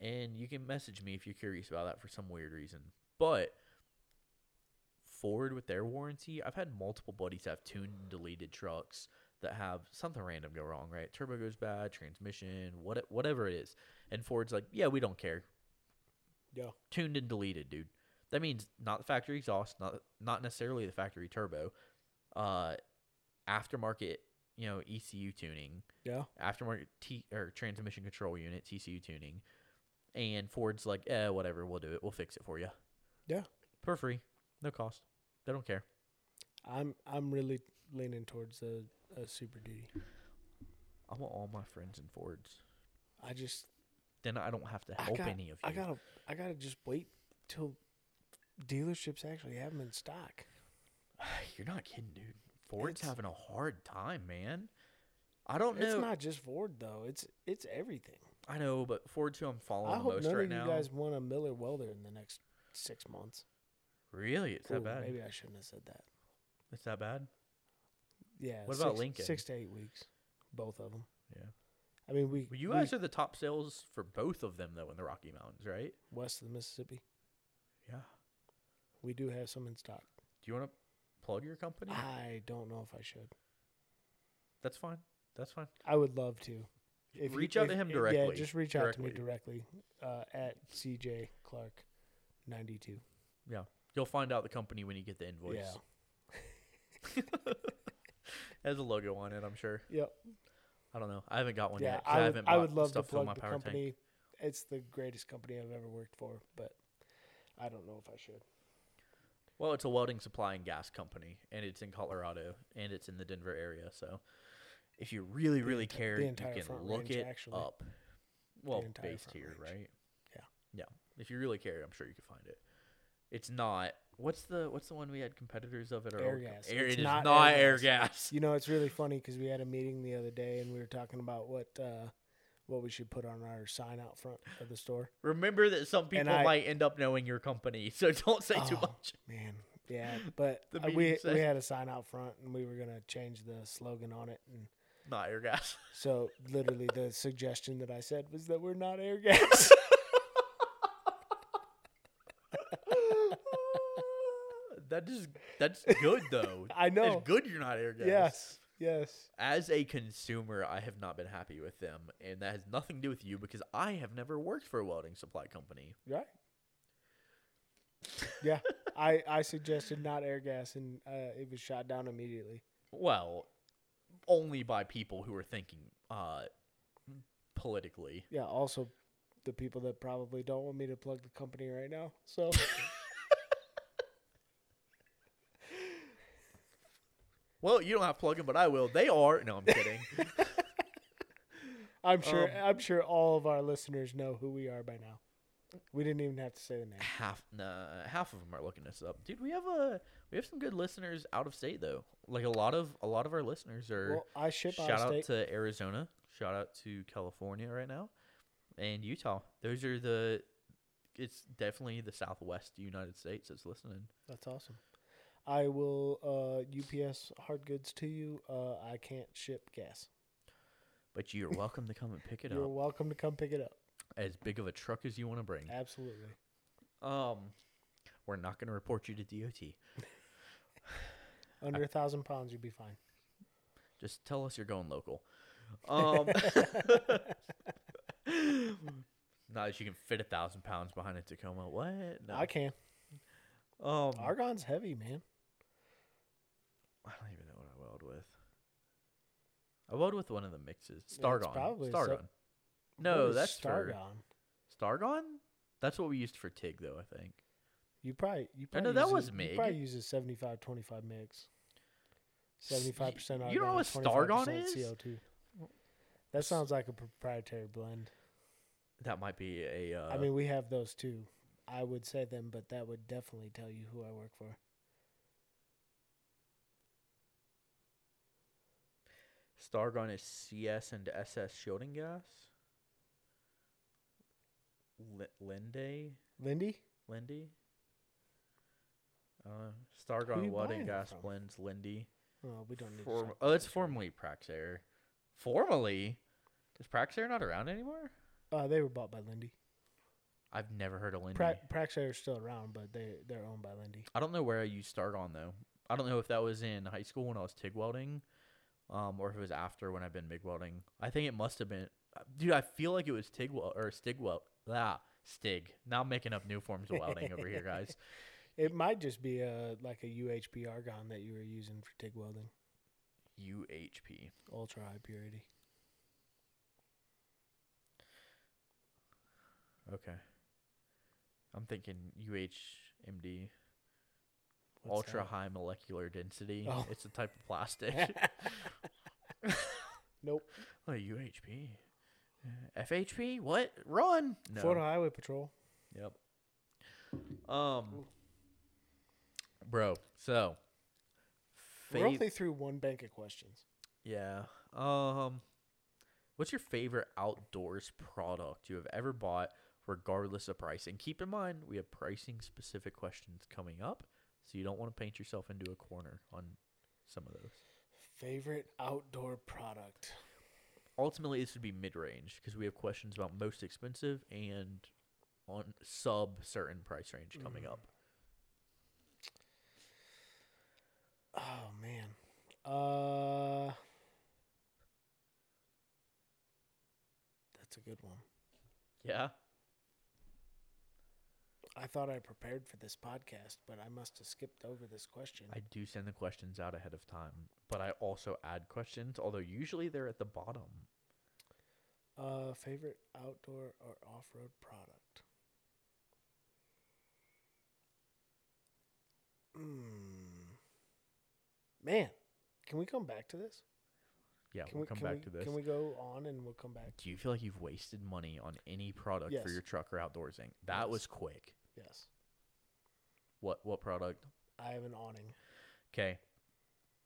And you can message me if you're curious about that for some weird reason. But Ford with their warranty, I've had multiple buddies have tuned and deleted trucks that have something random go wrong, right? Turbo goes bad, transmission, what whatever it is. And Ford's like, yeah, we don't care Yeah, tuned and deleted, dude. That means not the factory exhaust, not not necessarily the factory turbo, uh, aftermarket, you know, ECU tuning, yeah. aftermarket T or transmission control unit TCU tuning, and Ford's like, eh, whatever, we'll do it, we'll fix it for you. Yeah. for free, no cost. They don't care. I'm I'm really leaning towards a, a super duty. I want all my friends in Fords. I just Then I don't have to I help got- any of you. I gotta I gotta just wait till dealerships actually have them in stock. You're not kidding, dude. Ford's It's- having a hard time, man. I don't know. It's not just Ford though. It's it's everything. I know, but Ford's who I'm following I the hope most none right of you now. guys want a Miller welder in the next six months. Really, it's Ooh, that bad. Maybe I shouldn't have said that. It's that bad. Yeah. What about six- Lincoln? Six to eight weeks, both of them. Yeah. I mean, we Well, you we- guys are the top sales for both of them though in the Rocky Mountains, right? west of the Mississippi. Yeah. We do have some in stock. Do you want to plug your company? I don't know if I should. That's fine. That's fine. I would love to. If you- reach out to if- him if- directly. Yeah, just reach out to me directly uh, at CJ Clark ninety two. You'll find out the company when you get the invoice. Yeah. Has a logo on it, I'm sure. Yep. I don't know. I haven't got one yeah, yet. 'cause I, I would, haven't I bought would love to stuff for plug my the power company. tank. It's the greatest company I've ever worked for, but I don't know if I should. Well, it's a welding supply and gas company, and it's in Colorado, and it's in the Denver area. So, if you really, really enti- care, the you entire can front look range, it actually. up. Well, entire based front here, range. right? Yeah. yeah. If you really care, I'm sure you can find it. It's not. What's the What's the one we had competitors of at our Air old com- gas. Air, It's it is not not, air air, gas. You know, it's really funny because we had a meeting the other day and we were talking about what uh, what we should put on our sign out front of the store. Remember that some people I- might end up knowing your company, so don't say too Oh, much. Man, yeah, but The uh, we meeting said- we had a sign out front and we were gonna change the slogan on it, and Not air gas. so literally the suggestion that I said was that we're not air gas. that is that's good though. I know. It's good you're not air gas. Yes, yes. As a consumer, I have not been happy with them, and that has nothing to do with you because I have never worked for a welding supply company. Right. yeah, I I suggested not air gas, and uh, it was shot down immediately. Well, only by people who are thinking uh politically. Yeah, also the people that probably don't want me to plug the company right now. So Well, you don't have plug in, but I will. They are. No, I'm kidding. I'm sure Um, I'm sure all of our listeners know who we are by now. We didn't even have to say the name. half nah, half of them are looking us up, dude. We have a we have some good listeners out of state though. Like a lot of a lot of our listeners are. Well, I ship out shout of out state. to Arizona. Shout out to California right now, and Utah. Those are the. It's definitely the Southwest United States that's listening. That's awesome. I will uh, UPS hard goods to you. Uh, I can't ship gas. But you're welcome to come and pick it You're up. welcome to come pick it up. As big of a truck as you want to bring. Absolutely. Um, we're not going to report you to DOT. Under a thousand pounds, you'd be fine. Just tell us you're going local. Um, not that you can fit a thousand pounds behind a Tacoma. What? No. I can. Um, Argon's heavy, man. I don't even know what I weld with. I weld with one of the mixes. It's Stargon. probably so- Stargon. no, What is that's Stargon. Stargon. Stargon. That's what we used for TIG, though. I think. You probably you I probably know that use was a, MIG. You probably use a 75 25 mix. S- y- 75% argon. You don't know what Stargon 25% is? CO2. That sounds like a proprietary blend. That might be a. Uh, I mean, we have those too. I would say them, but that would definitely tell you who I work for. Stargon is CS and SS shielding gas. L- Linde, Lindy? Lindy. Uh, you Stargon buying welding it gas from? blends Lindy. Oh, we don't need to Form- talk oh, about it's this formerly Praxair. Formerly, is Praxair not around anymore? right now. Uh, they were bought by Lindy. I've never heard of Lindy. Pra- Praxair is still around, but they they're owned by Lindy. I don't know where I used Stargon though. I don't know if that was in high school when I was TIG welding, um, or if it was after when I've been MIG welding. I think it must have been, dude. I feel like it was TIG weld or Stig weld. Ah, Stig. Now I'm making up new forms of welding over here, guys. It might just be a like a UHP argon that you were using for TIG welding, UHP. ultra high purity. Okay. I'm thinking UHMD, What's ultra that? high molecular density. Oh. It's a type of plastic. Nope. Oh, UHP. Uh, FHP? What? Run. No. Florida Highway Patrol. Yep. Um, bro. So, We're fav- only through one bank of questions. yeah. Um, what's your favorite outdoors product you have ever bought, regardless of price? And keep in mind, we have pricing specific questions coming up, so you don't want to paint yourself into a corner on some of those. Favorite outdoor product. Ultimately, this would be mid range because we have questions about most expensive and on sub certain price range coming up. Oh man. Uh That's a good one. Yeah. I thought I prepared for this podcast, but I must have skipped over this question. I do send the questions out ahead of time, but I also add questions, although usually they're at the bottom. Uh favorite outdoor or off-road product. Hmm. Man, can we come back to this? Yeah, Can we'll we come can back we- to this. Can we go on and we'll come back? do you feel like you've wasted money on any product Yes. for your truck or outdoors thing? That Yes. was quick. Yes. What what product? I have an awning. Okay.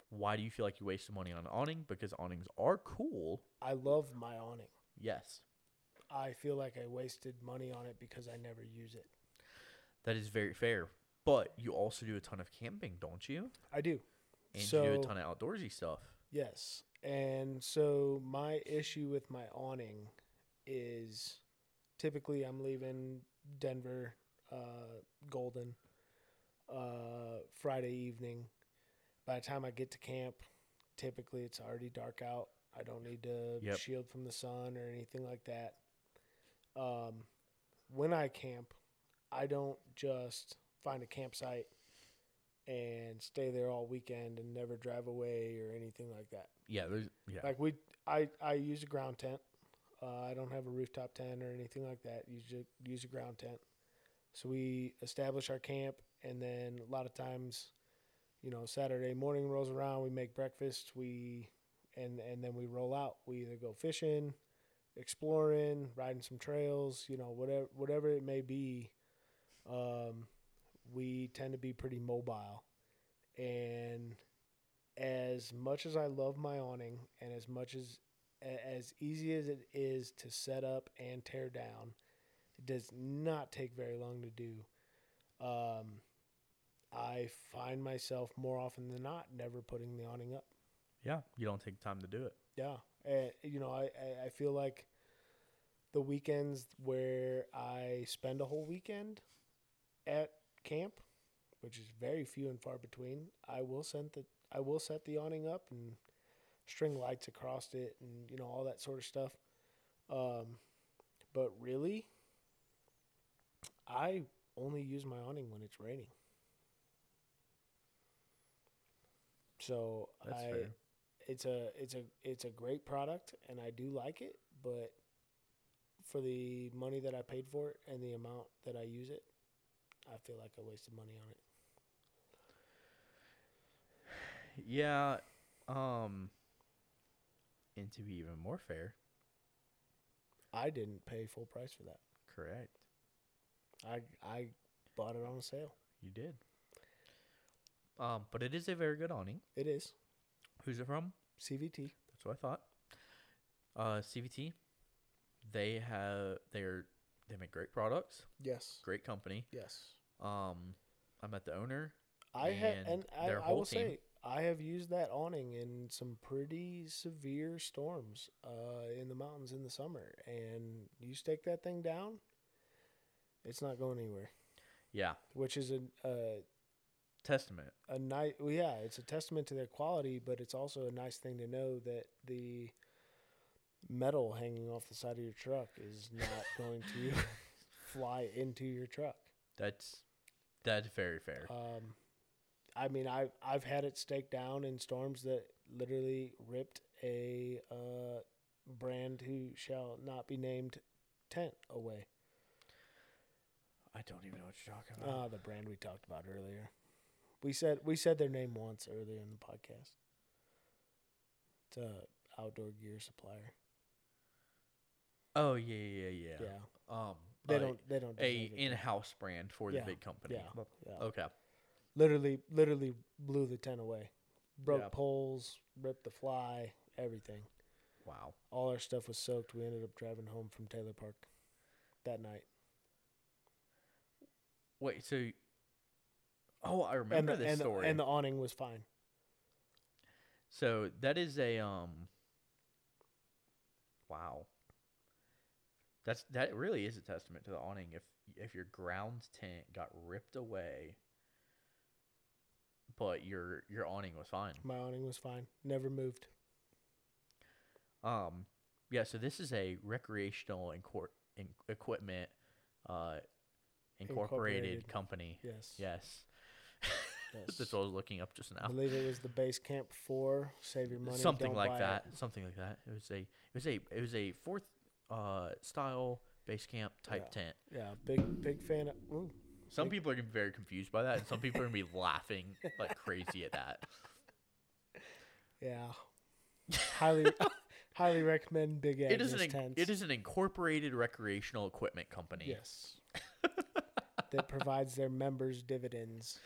Why do you feel like you wasted money on an awning? Because awnings are cool. I love my awning. Yes. I feel like I wasted money on it because I never use it. That is very fair. But you also do a ton of camping, don't you? I do. And you do So- a ton of outdoorsy stuff. Yes. And so my issue with my awning is typically I'm leaving Denver uh, Golden uh, Friday evening. By the time I get to camp, typically it's already dark out. I don't need to Yep. shield from the sun or anything like that. Um, when I camp, I don't just find a campsite and stay there all weekend and never drive away or anything like that. Yeah, there's yeah. Like we, I, I use a ground tent. Uh, I don't have a rooftop tent or anything like that. Usually use a ground tent. So we establish our camp, and then a lot of times, you know, Saturday morning rolls around. We make breakfast. We, and and then we roll out. We either go fishing, exploring, riding some trails, you know, whatever whatever it may be, um, we tend to be pretty mobile. And as much as I love my awning, and as much as a- as easy as it is to set up and tear down, it does not take very long to do. Um, I find myself more often than not never putting the awning up. Yeah, you don't take time to do it. Yeah, and, you know, I, I I feel like the weekends where I spend a whole weekend at camp, which is very few and far between, I will send the I will set the awning up and string lights across it, and you know all that sort of stuff. Um, but really, I only use my awning when it's raining. So That's I, fair. it's a it's a it's a great product and I do like it, but for the money that I paid for it and the amount that I use it, I feel like I wasted money on it. Yeah. Um and to be even more fair, I didn't pay full price for that. correct. I I bought it on a sale. You did. Um, but it is a very good awning. It is Who's it from? CVT. That's what I thought. Uh CVT. They have they're they make great products, Yes. great company. Yes. Um I met the owner. I have And and I, their I whole will team. say I have used that awning in some pretty severe storms uh, in the mountains in the summer, and you stake that thing down, it's not going anywhere. Yeah. Which is a uh, Testament. a nice well, yeah it's a testament to their quality but it's also a nice thing to know that the metal hanging off the side of your truck is not going to fly into your truck That's that's very fair. um i mean i i've had it staked down in storms that literally ripped a uh brand who shall not be named tent away I don't even know what you're talking about. ah the brand we talked about earlier we said we said their name once earlier in the podcast it's a outdoor gear supplier oh yeah, yeah, yeah. yeah, Um they uh, don't they don't a Oh. deserve it. in-house brand for Yeah, the big company. yeah, yeah. Okay. literally literally blew the tent away broke Yeah. poles ripped the fly everything Wow. all our stuff was soaked. We ended up driving home from Taylor Park that night. Wait. So. Oh, I remember and the, this and the- story. and the awning was fine. so that is a um. Wow. That's that really is a testament to the awning. If if your ground tent got ripped away, but your your awning was fine. My awning was fine. Never moved. Um, yeah. So this is a recreational and court in, equipment, uh, incorporated Incorporated. company. Yes. Yes. Yes. That's what I was looking up just I now. believe it was the base camp four. Save your Oh. money. Something don't buy like it. that. Something like that. It was a it was a it was a fourth uh style base camp type Yeah. tent. Yeah. Big big fan. Of, ooh, Some Like- people are gonna be very confused by that and some people are gonna be laughing like crazy at that. yeah. Highly highly recommend Big Agnes It is an in- tents. it is an incorporated recreational equipment company. yes. that provides their members dividends.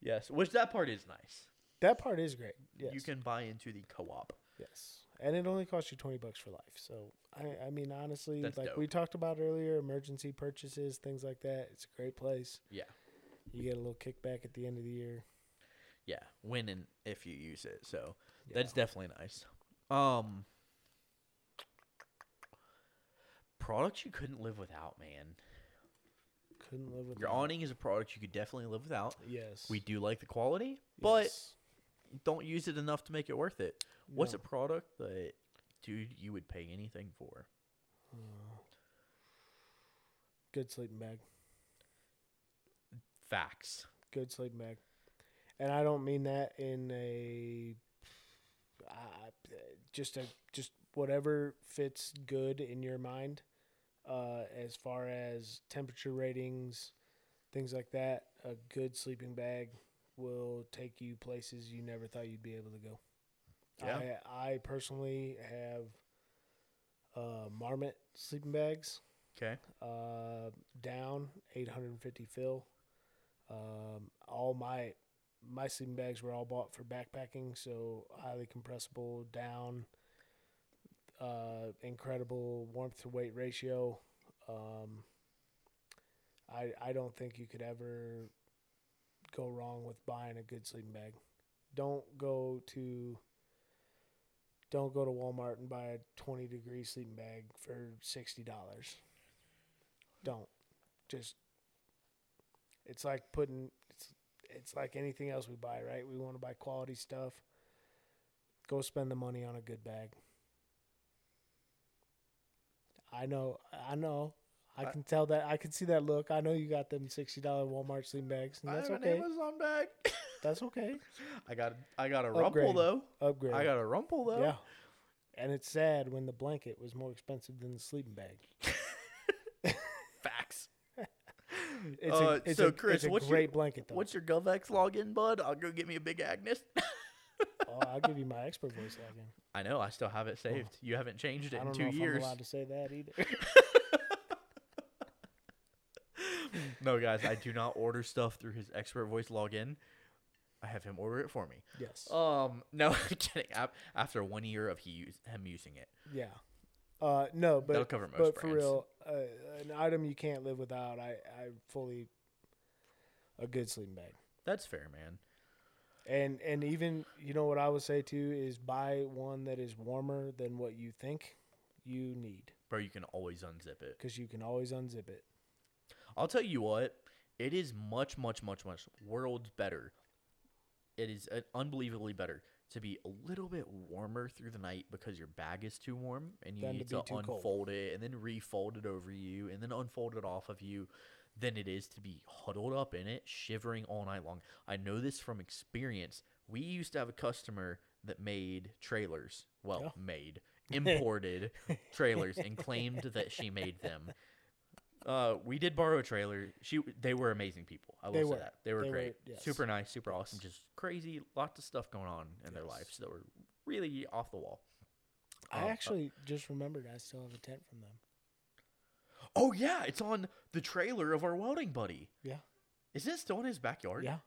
Yes. Which that part is nice. That part is great. Yes. You can buy into the co op. Yes, and it only costs you twenty bucks for life. So I, I mean, honestly, That's like dope. we talked about earlier, emergency purchases, things like that. It's a great place. Yeah. You get a little kickback at the end of the year. Yeah. When and if you use it. So Yeah. That's definitely nice. Um products you couldn't live without, man. couldn't live with Your that. awning is a product you could definitely live without. Yes, We do like the quality, but Yes. don't use it enough to make it worth it. What's No. a product that dude you would pay anything for? Uh, good sleeping bag. Facts. Good sleeping bag, and I don't mean that in a uh, just a just whatever fits good in your mind. uh, as far as temperature ratings, things like that. A good sleeping bag will take you places you never thought you'd be able to go. Yeah. I, I personally have uh, Marmot sleeping bags. Okay. Uh, down 850 fill. Um, all my my sleeping bags were all bought for backpacking, so highly compressible down. Uh, incredible warmth to weight ratio. Um, I I don't think you could ever go wrong with buying a good sleeping bag. Don't go to don't go to Walmart and buy a 20 degree sleeping bag for $60. Don't. Just it's like putting it's it's like anything else we buy, right? We want to buy quality stuff. Go spend the money on a good bag. I know, I know. I I- can tell that. I can see that look. I know you got them $60 Walmart sleeping bags, and I that's have okay. an Amazon bag. That's okay. I got I got a rumple Upgrade. though. Upgrade. I got a rumple though. Yeah. And it's sad when the blanket was more expensive than the sleeping bag. Facts. It's Uh, a, it's so, a, Chris, it's a what's your- great blanket though. What's your GovX login, bud? I'll go get me a big Agnes. oh, I'll give you my expert voice login. I know. I still have it saved. You haven't changed it Oh. I in don't two know if years. I'm allowed to say that either. no, guys, I do not order stuff through his expert voice login. I have him order it for me. yes. Um, no, I'm kidding. Ap- After one year of he use, him using it, yeah. Uh, no, that'll but cover most but brands. for real, uh, an item you can't live without. I I fully a good sleeping bag. That's fair, man. And and even you know what I would say too is buy one that is warmer than what you think you need Bro, you can always unzip it. because you can always unzip it. I'll tell you what, it is much, much, much, much worlds better. It is uh, unbelievably better to be a little bit warmer through the night because your bag is too warm and you Than to need be to, too cold. unfold it and then refold it over you and then unfold it off of you than it is to be huddled up in it, shivering all night long. I know this from experience. We used to have a customer that made trailers. Well, Yeah. made, imported trailers and claimed that she made them. Uh, we did borrow a trailer. She they were amazing people. I will They say were. that they were They were, great, yes. super nice, super awesome, just crazy. Lots of stuff going on in their Yes. lives that were really off the wall. Uh, I uh, actually just remembered I still have a tent from them. oh yeah, it's on the trailer of our welding buddy. Yeah. Is it still in his backyard? Yeah.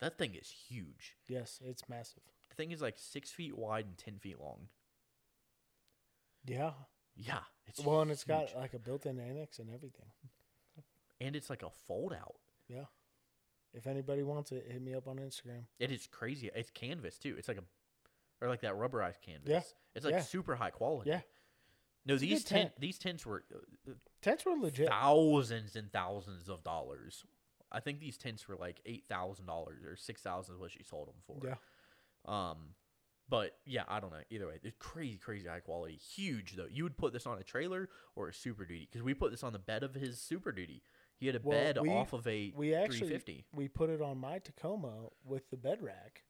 that thing is huge. Yes, it's massive. The thing is like six feet wide and ten feet long. Yeah. Yeah, it's Well, and it's got huge. like a built-in annex and everything. and it's like a fold out. Yeah. If anybody wants it, hit me up on Instagram. It is crazy. It's canvas too. It's like a or like that rubberized canvas. It's like Yeah. super high quality. Yeah. No, It's a good these tent, tent. these tents were uh, uh, Tents were legit. thousands and thousands of dollars. I think these tents were like eight thousand dollars or six thousand is what she sold them for. Yeah. Um, but yeah, I don't know. Either way, it's crazy, crazy high quality. Huge though. You would put this on a trailer or a Super Duty because we put this on the bed of his Super Duty. He had a Well, bed we- off of a we actually- 350. We put it on my Tacoma with the bed rack.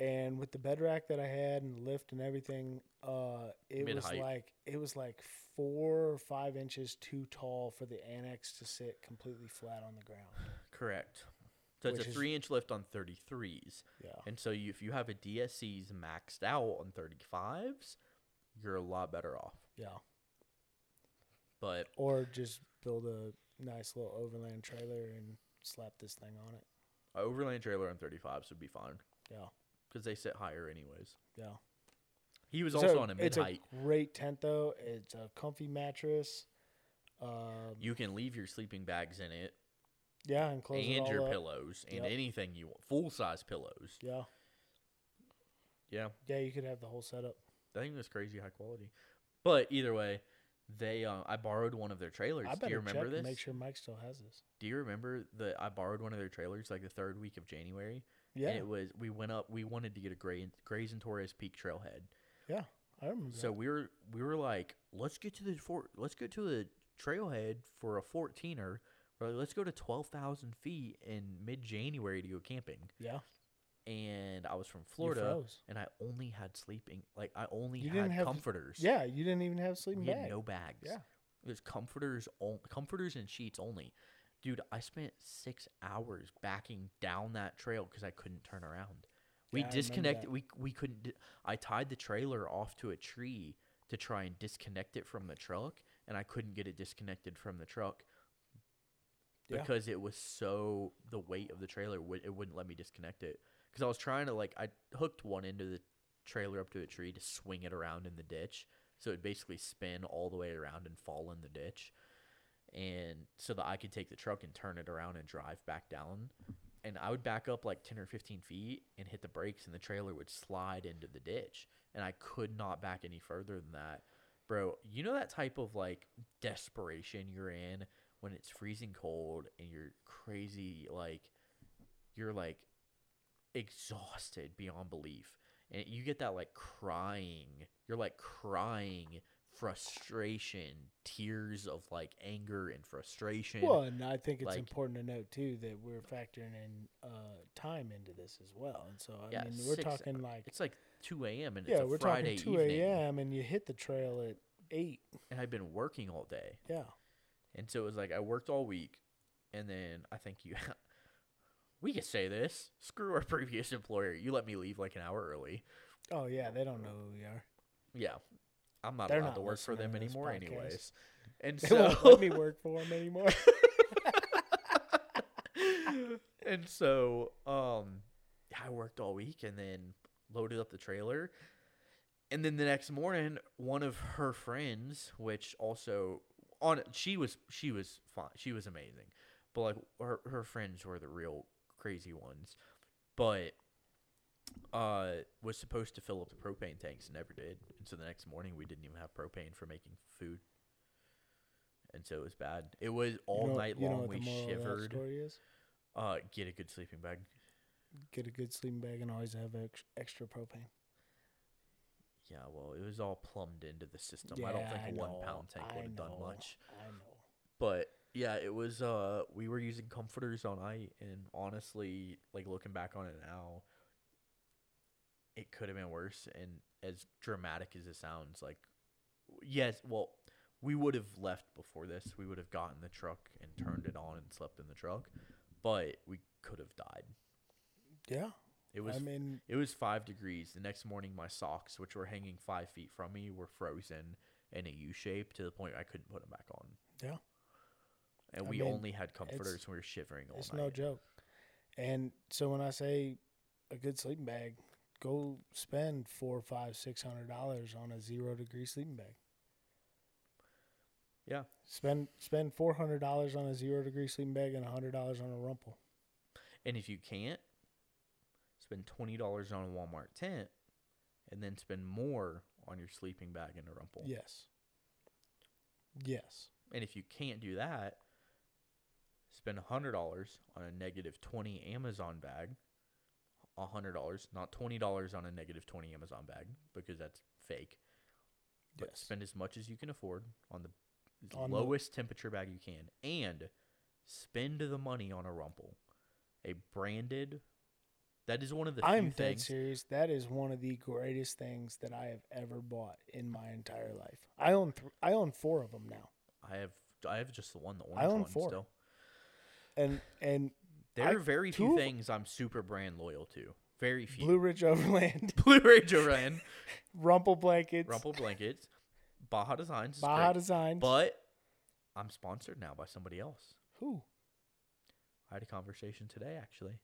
And with the bed rack that I had and lift and everything, uh, it was Mid-height. like it was like four or five inches too tall for the annex to sit completely flat on the ground. Correct. So it's Which a is- three inch lift on 33s. Yeah. And so you, if you have a DSC's maxed out on 35s, you're a lot better off. Yeah. But Or just build a nice little overland trailer and slap this thing on it. a overland trailer on 35s would be fine Yeah. because they sit higher anyways. Yeah. He was So, also on a mid it's height. Great tent though. It's a comfy mattress. Um, You can leave your sleeping bags in it yeah, and close it and all your up. pillows and Yep. anything you want, full size pillows. Yeah, Yeah, yeah, you could have the whole setup. that thing was crazy high quality. But either way, they uh, I borrowed one of their trailers. I Do you better remember check this? and make sure Mike still has this. Do you remember that I borrowed one of their trailers like the third week of January? Yeah, And it was we went up. We wanted to get a Gray, Grays and Torres Peak trailhead. yeah, I remember. So we were we were like, let's get to the fort. Let's go to the trailhead for a fourteener. Or let's go to twelve thousand feet in mid January to go camping. that. yeah, And I was from you Florida, froze. and I only had sleeping. Like I only You had didn't have- comforters. Yeah, you didn't even have a sleeping we bag. had no bags. Yeah. it was comforters on, comforters and sheets only. Dude, I spent six hours backing down that trail because I couldn't turn around. We Yeah, I remember disconnected. that. We we couldn't. di- I tied the trailer off to a tree to try and disconnect it from the truck, and I couldn't get it disconnected from the truck Yeah. because it was so the weight of the trailer would it wouldn't let me disconnect it because I was trying to like I hooked one end of the trailer up to a tree to swing it around in the ditch, so it'd basically spin all the way around and fall in the ditch, and so that I could take the truck and turn it around and drive back down. And I would back up like 10 or 15 feet and hit the brakes, and the trailer would slide into the ditch. And I could not back any further than that. Bro, you know that type of like desperation you're in when it's freezing cold and you're crazy, like, you're like exhausted beyond belief. And you get that like crying, you're like crying frustration, tears of like anger and frustration. Well, and I think it's like- important to note too that we're factoring in uh, time into this as well. And so I Yeah, mean, we're six talking like It's like 2 a.m. and yeah, it's a we're Friday talking two evening, a.m. and you hit the trail at eight. and I've been working all day. Yeah, And so it was like I worked all week, and then I think you, we could say this. Screw our previous employer. You let me leave like an hour early. oh yeah, they don't know who we are. Yeah, I'm not They're allowed not to work for listening them to this anymore, podcast. anyways. And They so won't let me work for them anymore. and so um I worked all week and then loaded up the trailer. And then the next morning, one of her friends, which also on she was she was fine. She was amazing. But like her her friends were the real crazy ones. But uh was supposed to fill up the propane tanks and never did. And so the next morning we didn't even have propane for making food. And so it was bad. It was all You know- night you know long what the we moral of that shivered. story is? Uh, get a good sleeping bag. Get a good sleeping bag and always have ex- extra propane. Yeah, well, it was all plumbed into the system. I don't Yeah, think a one know, pound tank I would have done know, much. I know. But yeah, it was. Uh, we were using comforters all night, and honestly, like looking back on it now, it could have been worse. And as dramatic as it sounds, like yes, well, we would have left before this. We would have gotten the truck and turned it on and slept in the truck, but we could have died. Yeah, It was I mean, It was five degrees. The next morning, my socks, which were hanging five feet from me, were frozen in a U shape to the point I couldn't put them back on. yeah, And I we mean, only had comforters. and We were shivering all it's night. no joke. And so when I say a good sleeping bag, go spend four, five, six hundred dollars on a zero degree sleeping bag. Yeah. Spend spend four hundred dollars on a zero degree sleeping bag and hundred dollars on a rumple. And if you can't, spend twenty dollars on a Walmart tent, and then spend more on your sleeping bag and a rumple. Yes. Yes. And if you can't do that, spend hundred dollars on a negative twenty Amazon bag. hundred dollars, not twenty dollars on a negative twenty Amazon bag because that's fake. But Yes. spend as much as you can afford on the On the- lowest temperature bag you can, and spend the money on a rumple, a branded. That is one of the few I'm dead things. serious. That is one of the greatest things that I have ever bought in my entire life. I own th- I own four of them now, I have. I have just the one, the orange I own one. four. Still, and and there I- are very two few of- things I'm super brand loyal to. Very few. Blue Ridge Overland, Blue Ridge Orion, Rumple blankets, Rumple blankets, Baja Designs, is Baja great, Designs. but I'm sponsored now by somebody else. Who? I had a conversation today actually.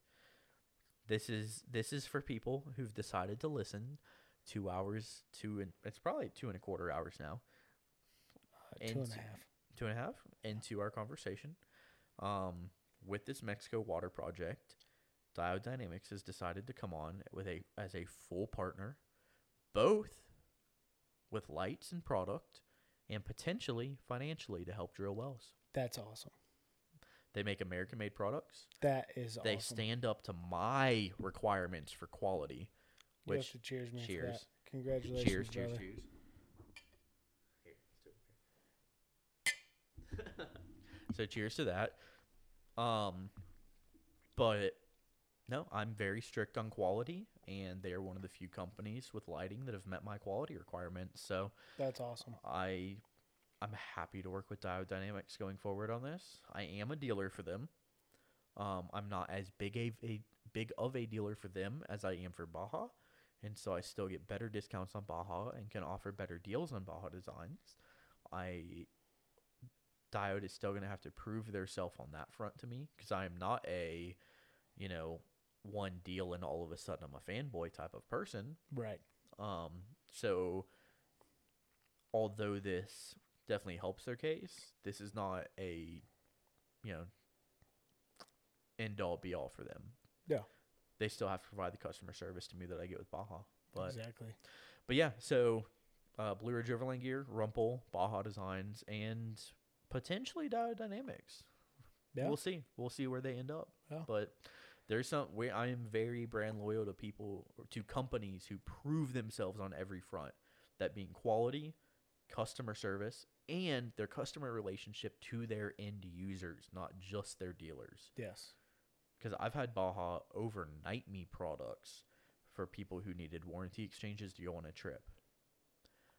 This is this is for people who've decided to listen two hours, two and it's probably two and a quarter hours now. Uh, two and Into- a half. Two and a half into our conversation. Um with this Mexico water project, Diodynamics has decided to come on with a as a full partner, both with lights and product and potentially financially to help drill wells. That's awesome. They make American made products. That is they awesome. stand up to my requirements for quality. you have Which to cheers me. For that. cheers. Congratulations, cheers, cheers, brother. cheers. so cheers to that. Um, but no, I'm very strict on quality, and they are one of the few companies with lighting that have met my quality requirements. So That's awesome. I, I'm happy to work with Diodynamics going forward on this. I am a dealer for them. Um, I'm not as big a, a big of a dealer for them as I am for Baja, And so I still get better discounts on Baja and can offer better deals on Baja designs. I Diode is still going to have to prove their self on that front to me because I am not a, you know, one deal and all of a sudden I'm a fanboy type of person. Right. Um, so although this definitely helps their case, this is not a, you know, end all be all for them. Yeah. They still have to provide the customer service to me that I get with Baja. But exactly. but yeah, so uh, Blue Ridge Overland Gear, Rumple, Baja Designs, and potentially Dynamics. Yeah. We'll see. We'll see where they end up. Yeah. But there's some where I am very brand loyal to people or to companies who prove themselves on every front. That being quality, customer service, and their customer relationship to their end users, not just their dealers yes. because I've had Baja overnight me products for people who needed warranty exchanges to go on a trip.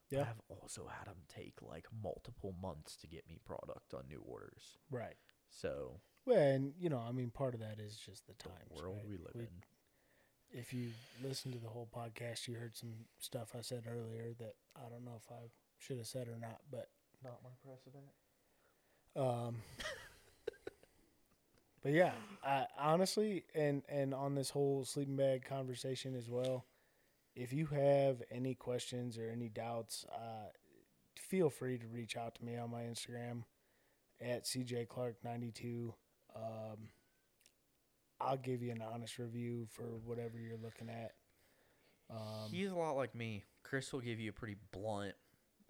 But Yeah. I've also had them take like multiple months to get me product on new orders. Right. So Well, and you know, I mean, part of that is just the the times. world right? we live in. If you listen to the whole podcast, you heard some stuff I said earlier that I don't know if I should have said or not, but Not my precedent. Um, but yeah, I, honestly, and and on this whole sleeping bag conversation as well, if you have any questions or any doubts, uh, feel free to reach out to me on my Instagram at CJ Clark ninety two. Um, I'll give you an honest review for whatever you're looking at. Um, He's a lot like me. Chris will give you a pretty blunt.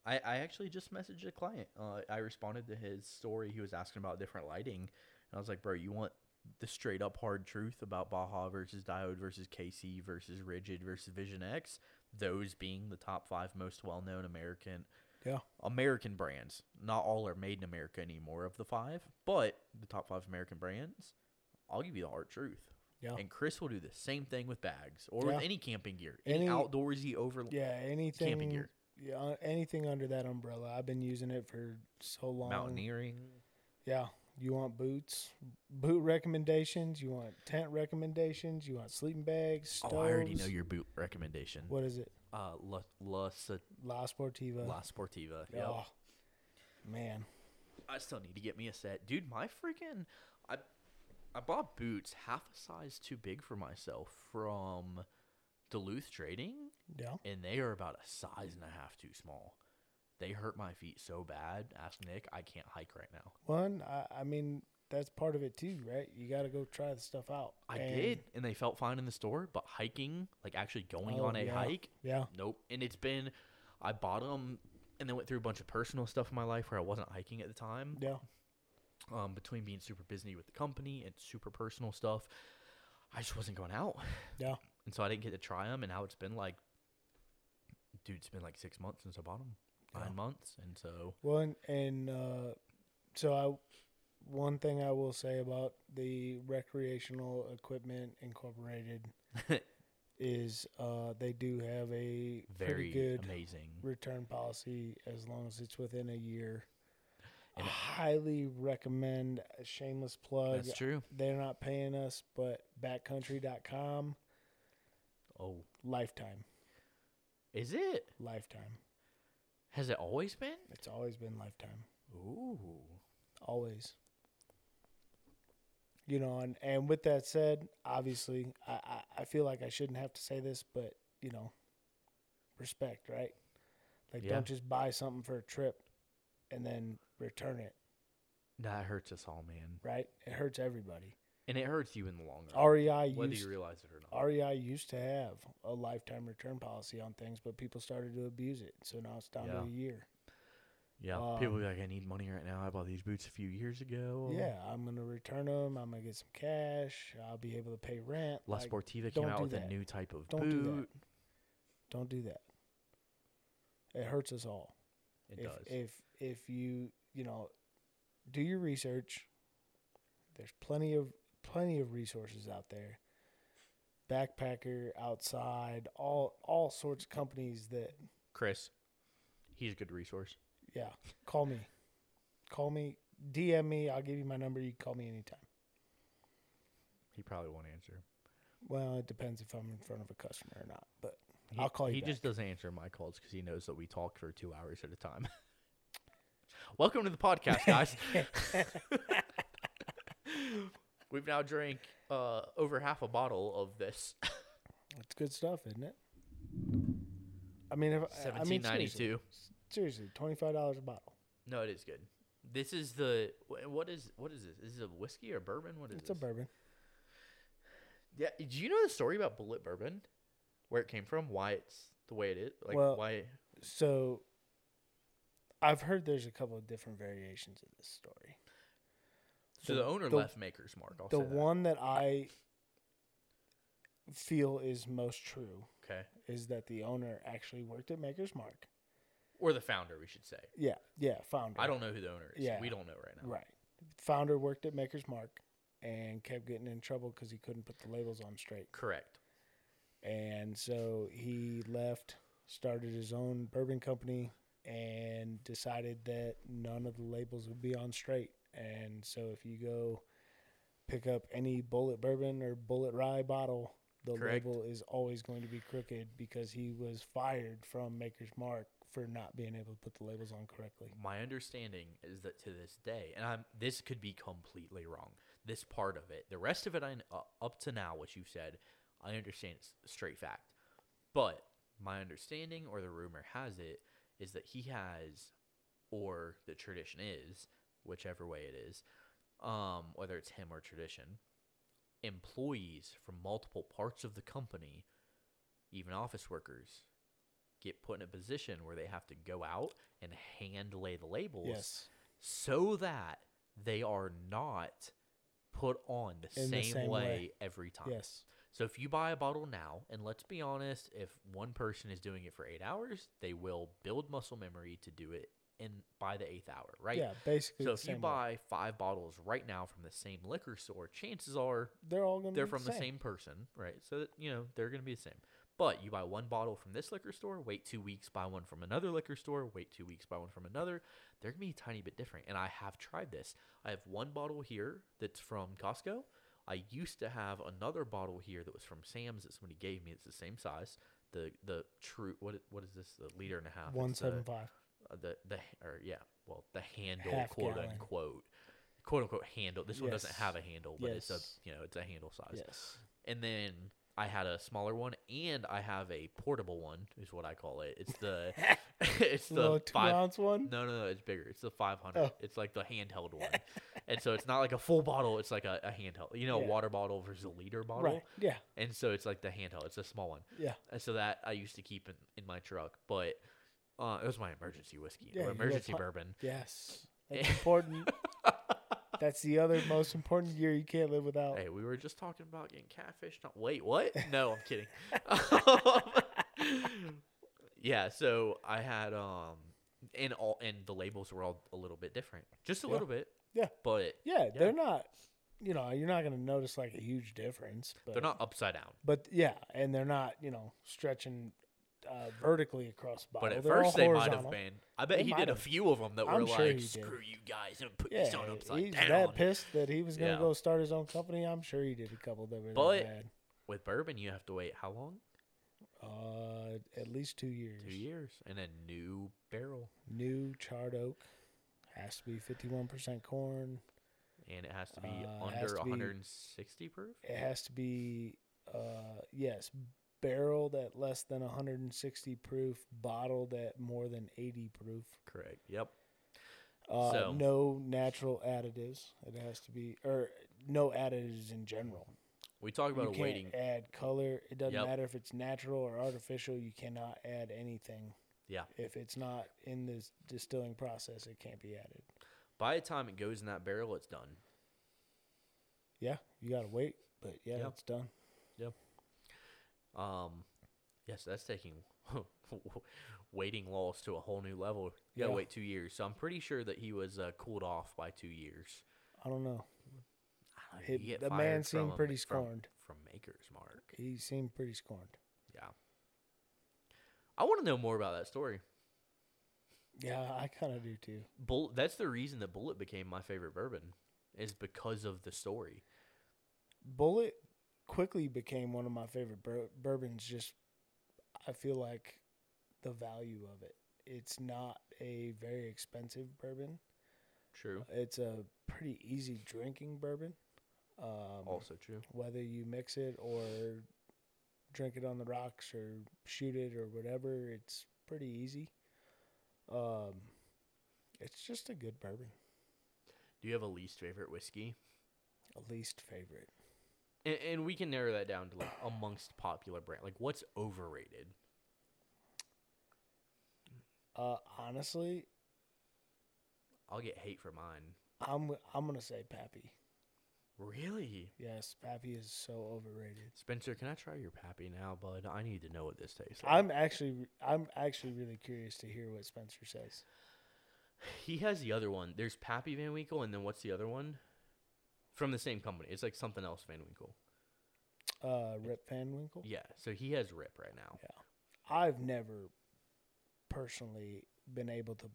I, I actually just messaged a client. Uh, I responded to his story. He was asking about different lighting. And I was like, bro, you want the straight up hard truth about Baja versus Diode versus KC versus Rigid versus Vision X? Those being the top five most well known American Yeah. American brands. Not all are made in America anymore of the five, but the top five American brands, I'll give you the hard truth. Yeah. And Chris will do the same thing with bags or Yeah. with any camping gear, any, Any- outdoorsy over yeah, anything. camping gear, Yeah, uh, anything under that umbrella. I've been using it for so long. mountaineering. Yeah. You want boots, boot recommendations. You want tent recommendations. You want sleeping bags. Stoves. Oh, I already know your boot recommendation. What Uh, is it? Uh, La, La, Sa- La Sportiva. La Sportiva. Yep. Oh, man. I still need to get me a set, dude. My freaking, I, I bought boots half a size too big for myself from Duluth Trading, Yeah. and they are about a size and a half too small. They hurt my feet so bad. Ask Nick. I can't hike right now. One. I, I mean, that's part of it too, right? You got to go try the stuff out. I And- did, and they felt fine in the store, but hiking, like actually going Oh, on a yeah. hike, Yeah. Nope. And it's been, I bought them and then went through a bunch of personal stuff in my life where I wasn't hiking at the time. Yeah. Um, between being super busy with the company and super personal stuff, I just wasn't going out. Yeah. And so I didn't get to try them. And now it's been like, dude, it's been like six months since I bought them, Yeah. nine months. And so, Well, and, and uh, so I, one thing I will say about the recreational equipment incorporated is uh, they do have a pretty very good amazing. return policy as long as it's within a year. And- highly recommend a shameless plug. That's true. They're not paying us, but backcountry.com, Oh, lifetime, is it? lifetime. Has it always been? It's always been lifetime, Ooh. always. You know, and, and with that said, obviously, I, I, I feel like I shouldn't have to say this, but, you know, respect, right? Like, Yeah. don't just buy something for a trip and then return it, That hurts us all, man. right? It hurts everybody. And it hurts you in the long run. REI whether used you realize it or not. REI used to have a lifetime return policy on things, but people started to abuse it, so now it's down to Yeah. a year. Yeah, people be like, I need money right now. I bought these boots a few years ago. Um, Yeah, I'm gonna return them. I'm gonna get some cash. I'll be able to pay rent. La Like, Sportiva came don't out do with that. a new type of Don't boot. do that. don't do that. It hurts us all. It if, does. If if you you know, do your research. There's plenty of plenty of resources out there. Backpacker, outside, all all sorts of companies that Chris, he's a good resource. Yeah. Call me. Call me. DM me. I'll give you my number. You can call me anytime. He probably won't answer. Well, it depends if I'm in front of a customer or not. But He, I'll call you He just doesn't answer my calls because he knows that we talk for two hours at a time. Welcome to the podcast, guys. We've now drank uh, over half a bottle of this. Uh, It's good stuff, isn't it? I mean, if, I- I mean, Seventeen ninety seriously, two. seriously, twenty five dollars a bottle. No, it is good. This is the wh- what is what is this? Is it a whiskey or bourbon? What is It's a this? bourbon. Yeah, do you know the story about Bullet Bourbon? Where it came from? Why it's the way it is? Like Well- why? So, I've heard there's a couple of different variations of this story. So the, the- owner the- left Maker's Mark. I'll the say that. one that I feel is most true Okay. is that the owner actually worked at Maker's Mark. Or the founder, we should say. Yeah, yeah, founder. I don't know who the owner is. Yeah. We don't know right now. Right. Founder worked at Maker's Mark and kept getting in trouble because he couldn't put the labels on straight. Correct. And so he left, started his own bourbon company, and decided that none of the labels would be on straight. And so if you go pick up any bullet bourbon or bullet rye bottle, the Correct. label is always going to be crooked because he was fired from Maker's Mark for not being able to put the labels on correctly. My understanding is that to this day, and I'm this could be completely wrong. This part of it, the rest of it, I kn- uh, up to now what you've said, I understand it's straight fact. But my understanding, or the rumor has it, is that he has, or the tradition is, whichever way it is, um, whether it's him or tradition, employees from multiple parts of the company, even office workers, get put in a position where they have to go out and hand lay the labels Yes. so that they are not put on the, same, In the same way, way. every time. Yes. So if you buy a bottle now, and let's be honest, if one person is doing it for eight hours, they will build muscle memory to do it in by the eighth hour, right? Yeah, basically. So the if you same way. buy five bottles right now from the same liquor store, chances are they're all going to they're from the same person, right? So that, you know they're going to be the same. But you buy one bottle from this liquor store, wait two weeks, buy one from another liquor store, wait two weeks, buy one from another. They're going to be a tiny bit different. And I have tried this. I have one bottle here that's from Costco. I used to have another bottle here that was from Sam's that somebody gave me. It's the same size. The the true what what is this? The liter and a half. One It's the- seven five. uh, the the h- or yeah, well, the handle, Half quote gallon. unquote, quote unquote handle. This one doesn't Yes. have a handle, but it's Yes. a you know it's a handle size. Yes. And then I had a smaller one, and I have a portable one, is what I call it. It's the it's The little the two five. ounce one. No, no, no, it's bigger. It's the 500. Oh. It's like the handheld one. and so it's not like a full bottle, it's like a, a handheld. You know, Yeah. a water bottle versus a liter bottle. Right. Yeah. And so it's like the handheld, it's a small one. Yeah. And so that I used to keep in, in my truck, but uh, it was my emergency whiskey Yeah, you or little emergency pu- bourbon. Yes. That's important. That's the other most important gear you can't live without. Hey, we were just talking about getting catfish. Not wait, what? No, I'm kidding. yeah, so I had um and all and the labels were all a little bit different. Just a Yeah. little bit. Yeah. But Yeah, they're not. You know, you're not going to notice like a huge difference. But, they're not upside down. But yeah, and they're not. You know, stretching uh, vertically across the bottle. But at They're all first they might have horizontal. been. I bet They he might did a have. few of them that I'm were sure like, he did. "Screw you guys and put Yeah, this on upside he's down." that pissed that he was going to Yeah. go start his own company. I'm sure he did a couple that were But- that bad. With bourbon, you have to wait how long? Uh, at least two years. Two years and a new barrel, New charred oak has to be 51% corn. and it has to be Uh, it has under to be- 160 proof. it has to be uh yes barreled at less than 160 proof bottled at more than 80 proof Correct. Yep. uh So- no natural additives it has to be or no additives in general We talk you about can't a waiting. add color it doesn't Yep. matter if it's natural or artificial you cannot add anything Yeah. if it's not in this distilling process it can't be added By the time it goes in that barrel, it's done. yeah you gotta wait but yeah Yep. it's done Um, yes, that's taking waiting laws to a whole new level. You gotta Yeah. wait two years. So I'm pretty sure that he was uh, cooled off by two years. i don't know I don't know, He- you get the fired from man seemed a- pretty from- scorned. from Maker's Mark. he seemed pretty scorned Yeah. I want to know more about that story. yeah i kind of do too Bull- that's the reason that Bullet became my favorite bourbon, is because of the story. Bullet quickly became one of my favorite bur- bourbons. Just I feel like the value of it. It's not a very expensive bourbon. True. It's a pretty easy drinking bourbon. Um, Also true. whether you mix it or drink it on the rocks or shoot it or whatever, it's pretty easy. Um, it's just a good bourbon. Do you have a least favorite whiskey? A least favorite. And, and we can narrow that down to like amongst popular brand. Like what's overrated? Uh, honestly, I'll get hate for mine. I'm I'm gonna say Pappy. Really? Yes, Pappy is so overrated. Spencer, can I try your pappy now, bud? I need to know what this tastes like. I'm actually I'm actually really curious to hear what Spencer says. He has the other one. There's Pappy Van Winkle, and then what's the other one? From the same company. It's like something else Van Winkle. Uh, Rip Van Winkle. Yeah. So he has Rip right now. I've never personally been able to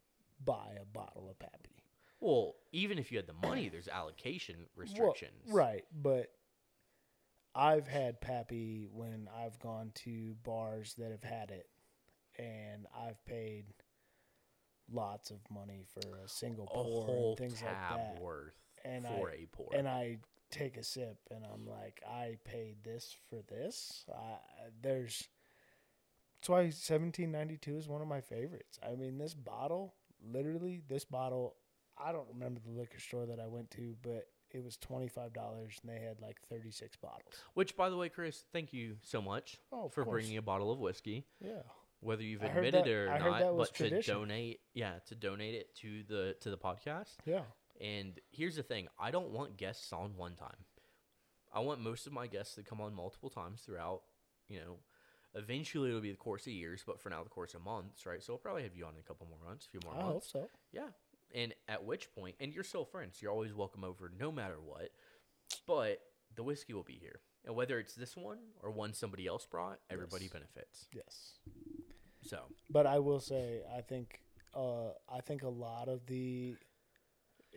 buy a bottle of Pappy. Well, even if you had the money, there's allocation restrictions. right, but I've had Pappy when I've gone to bars that have had it, and I've paid lots of money for a single A pour whole and things like tab that. worth And for I- a pour. And I take a sip, and I'm like, I paid this for this. I, there's that's why 1792 is one of my favorites. I mean, this bottle, literally, this bottle. I don't remember the liquor store that I went to, but it was twenty five dollars, and they had like thirty six bottles. Which, by the way, Chris, thank you so much Oh, of for course. bringing a bottle of whiskey. Yeah, Whether you've I heard admitted that- it or I heard not, that was but tradition. to donate, yeah, to donate it to the to the podcast. yeah. And here's the thing I don't want guests on one time. I want most of my guests to come on multiple times throughout, you know, eventually it'll be the course of years, but for now, the course of months, right? So I'll probably have you on in a couple more months, a few more I hope months. so. Yeah. And at which point, and you're still friends, you're always welcome over no matter what, but the whiskey will be here. And whether it's this one or one somebody else brought, everybody Yes. benefits. Yes, So, but I will say, I think, uh, I think a lot of the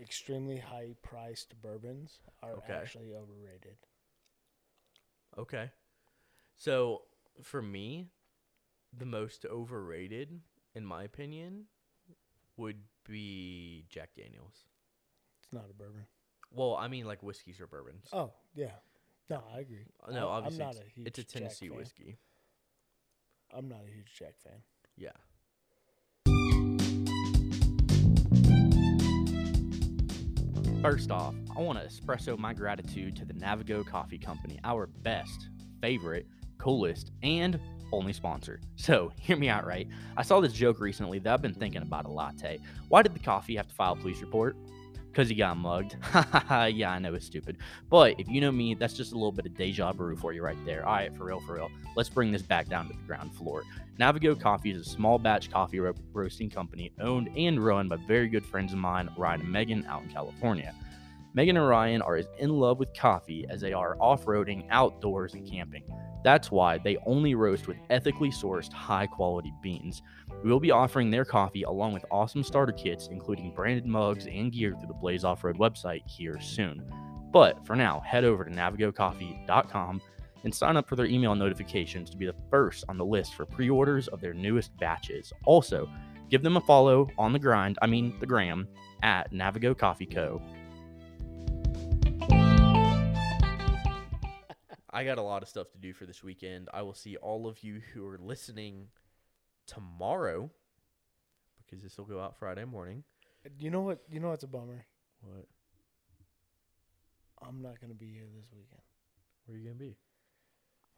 extremely high priced bourbons are Okay. actually overrated. okay. So, for me, the most overrated, in my opinion, would be Jack Daniels. It's not a bourbon. Well, I mean, like whiskeys or bourbons. Oh yeah, no, I agree. no, I- obviously, I'm not it's- a huge it's a Jack Tennessee fan. whiskey. I'm not a huge Jack fan. Yeah. First off, I want to espresso my gratitude to the Navigo Coffee Company, our best, favorite, coolest, and only sponsor. So, hear me out right. I saw this joke recently that I've been thinking about a latte. Why did the coffee have to file a police report? Because he got mugged. yeah, I know it's stupid. But if you know me, that's just a little bit of deja vu for you right there. All right, for real, for real. Let's bring this back down to the ground floor. Navigo Coffee is a small batch coffee ro- roasting company owned and run by very good friends of mine, Ryan and Megan, out in California. Megan and Ryan are as in love with coffee as they are off roading, outdoors, and camping. That's why they only roast with ethically sourced, high quality beans. We will be offering their coffee along with awesome starter kits, including branded mugs and gear through the Blaze Off Road website here soon. But for now, head over to navigocoffee.com and sign up for their email notifications to be the first on the list for pre orders of their newest batches. Also, give them a follow on the grind, I mean, the gram, at Navigo Coffee Co. I got a lot of stuff to do for this weekend. I will see all of you who are listening tomorrow because this will go out Friday morning. You know what? You know what's a bummer? What? I'm not gonna be here this weekend. Where are you going to be?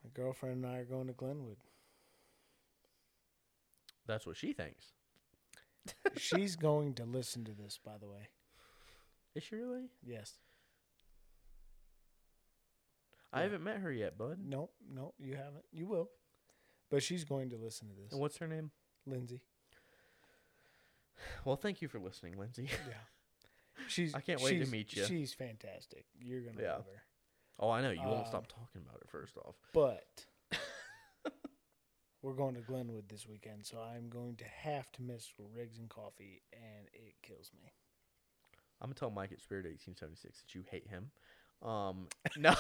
My girlfriend and I are going to Glenwood. That's what she thinks. She's going to listen to this, by the way. Is she really? Yes. I Yeah. haven't met her yet, bud. No, no, you haven't. You will. But she's going to listen to this. And what's her name? Lindsay. Well, thank you for listening, Lindsay. Yeah. She's I can't wait to she's- meet ya. She's fantastic. You're gonna Yeah. love her. Oh, I know. You won't Um, stop talking about it, first off. But we're going to Glenwood this weekend, so I'm going to have to miss Riggs and Coffee and it kills me. I'm going to tell Mike at Spirit 1876 that you hate him. Um, no.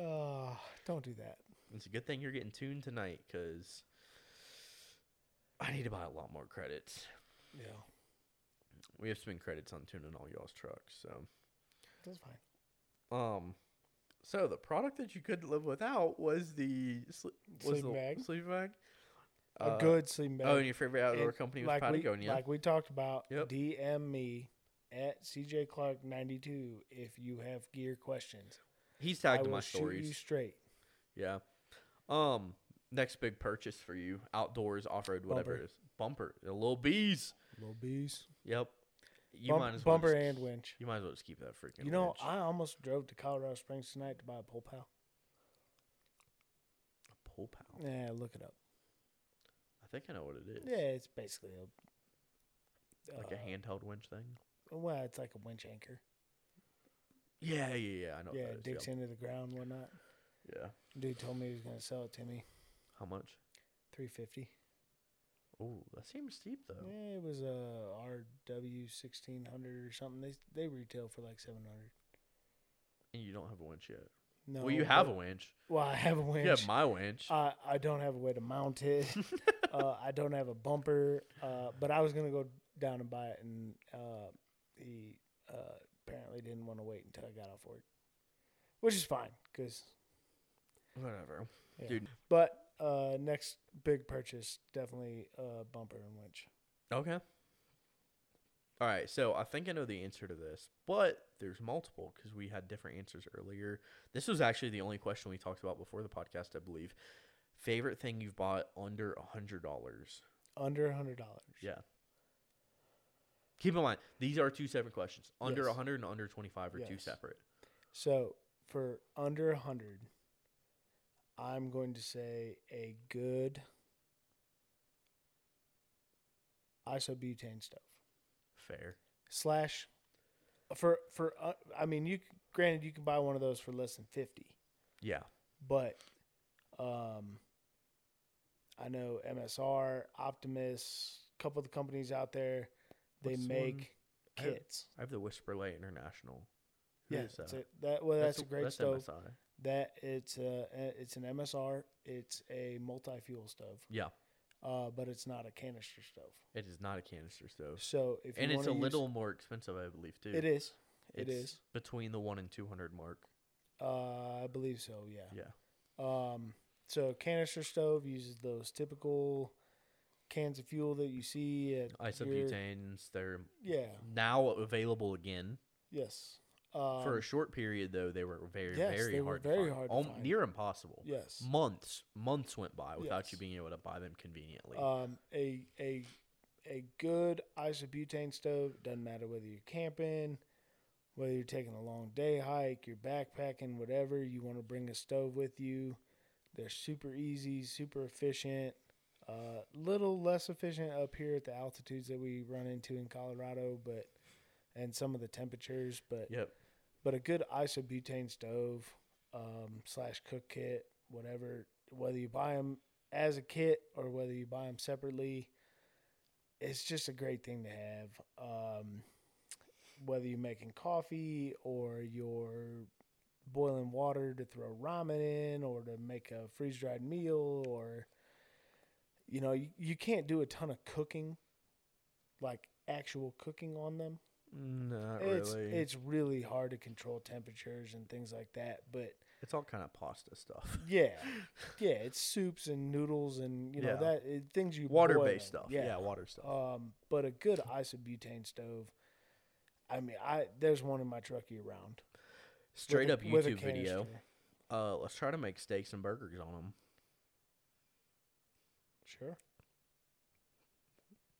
Oh, Don't do that. It's a good thing you're getting tuned tonight because I need to buy a lot more credits. Yeah, We have spent credits on tuning all y'all's trucks, so. that's fine. Um, so the product that you couldn't live without was the sli- was Sleeping the bag. Sleeping bag. A good sleeping bag. Oh, and your favorite outdoor And company was Patagonia. We, like we talked about, Yep. DM me at CJ Clark ninety two if you have gear questions. He's I tagged in will my shoot you stories. straight. Yeah. Um, next big purchase for you, outdoors, off road, whatever Bumper. it is, bumper, the little bees. Little bees. Yep. You Bump, might as well bumper just- and winch. you might as well just keep that freaking. You know, winch. I almost drove to Colorado Springs tonight to buy a pull pal. pull pal. Yeah, look it up. I think I know what it is. Yeah, it's basically a Like uh, a handheld winch thing. Well, it's like a winch anchor. Yeah, yeah, yeah. I know. yeah, what it that is. digs Yep. into the ground, whatnot. Yeah. Dude told me he was gonna sell it to me, How much? three fifty. Oh, that seems steep though. Yeah, it was a RW sixteen hundred or something. They they retail for like seven hundred. And you don't have a winch yet. No, well, you have but- a winch. Well, I have a winch. Uh, You have my winch. I I don't have a way to mount it. uh, I don't have a bumper. Uh, but I was gonna go down and buy it, and uh, he uh, apparently didn't want to wait until I got off work, which is fine because. Whatever. Yeah. Dude. But uh, next big purchase definitely uh, bumper and winch. Okay. All right. So I think I know the answer to this, but there's multiple because we had different answers earlier. This was actually the only question we talked about before the podcast, I believe. Favorite thing you've bought under a hundred dollars? Under a hundred dollars. Yeah. Keep in mind these are two separate questions. Under a Yes. hundred and under twenty five are two Yes. separate. So for under a hundred, I'm going to say a good isobutane stove Fair. slash for for uh, I mean you c- granted you can buy one of those for less than fifty, Yeah. but um, I know MSR, Optimus, a couple of the companies out there, they What's the one? make I have- kits. I have the Whisper Lay International. Who Yeah, is that's that? it. That well, that's, a great that's stove. MSI. That it's a it's an MSR. It's a multi fuel stove, Yeah. uh, but it's not a canister stove. It is not a canister stove. So if you and it's a wanna use- little more expensive, I believe, too. it is, it It's is. between the one and two hundred mark. Uh, I believe so. Yeah. Yeah, Um. So canister stove uses those typical cans of fuel that you see at your- isobutanes. They're Yeah. now available again. Yes. Um, For a short period, though, they were very, yes, very they were hard. very to find. hard to Alm- find. near impossible. Yes. Months, months went by without you Yes. being able to buy them conveniently. Um, a a a good isobutane stove doesn't matter whether you're camping, whether you're taking a long day hike, you're backpacking, whatever. You want to bring a stove with you. They're super easy, super efficient. uh, little less efficient up here at the altitudes that we run into in Colorado, but and some of the temperatures, but yep. but a good isobutane stove um, slash cook kit, whatever, whether you buy them as a kit or whether you buy them separately, it's just a great thing to have. Um, whether you're making coffee or you're boiling water to throw ramen in or to make a freeze dried meal or you know you, you can't do a ton of cooking like actual cooking on them Not it's really. It's, it's really hard to control temperatures and things like that. But all kind of pasta stuff. yeah, yeah, it's soups and noodles and you know Yeah. that it, things you water boil based them, stuff. Yeah. water stuff. Um, but a good isobutane stove. I mean, I there's one in my truck year round. with Straight a- up with a YouTube video. canister. Uh, let's try to make steaks and burgers on them. Sure.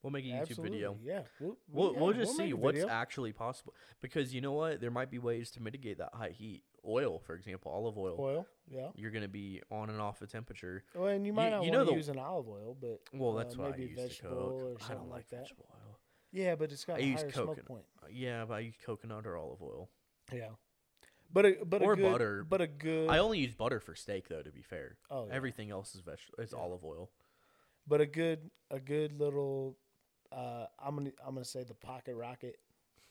We'll make a YouTube Absolutely. video. Yeah. We'll, We'll, yeah, we'll just make see a what's video. actually possible because you know what? There might be ways to mitigate that high heat. Oil, for example, olive oil. oil. Yeah. You're going to be on and off the temperature. Well, and you You- might not you want know to the- use an olive oil, but Well, that's uh, what maybe I used to vegetable cook. or I something don't like like that. vegetable oil. Yeah, but it's got I a use higher coconut. smoke point. Uh, Yeah, but I use coconut or olive oil. Yeah. But a but Or a good, butter. But a good I only use butter for steak, though. To be fair, Uh, oh, yeah. everything else is vegetable. It's Yeah. olive oil. But a good a good little uh I'm gonna I'm gonna say the pocket rocket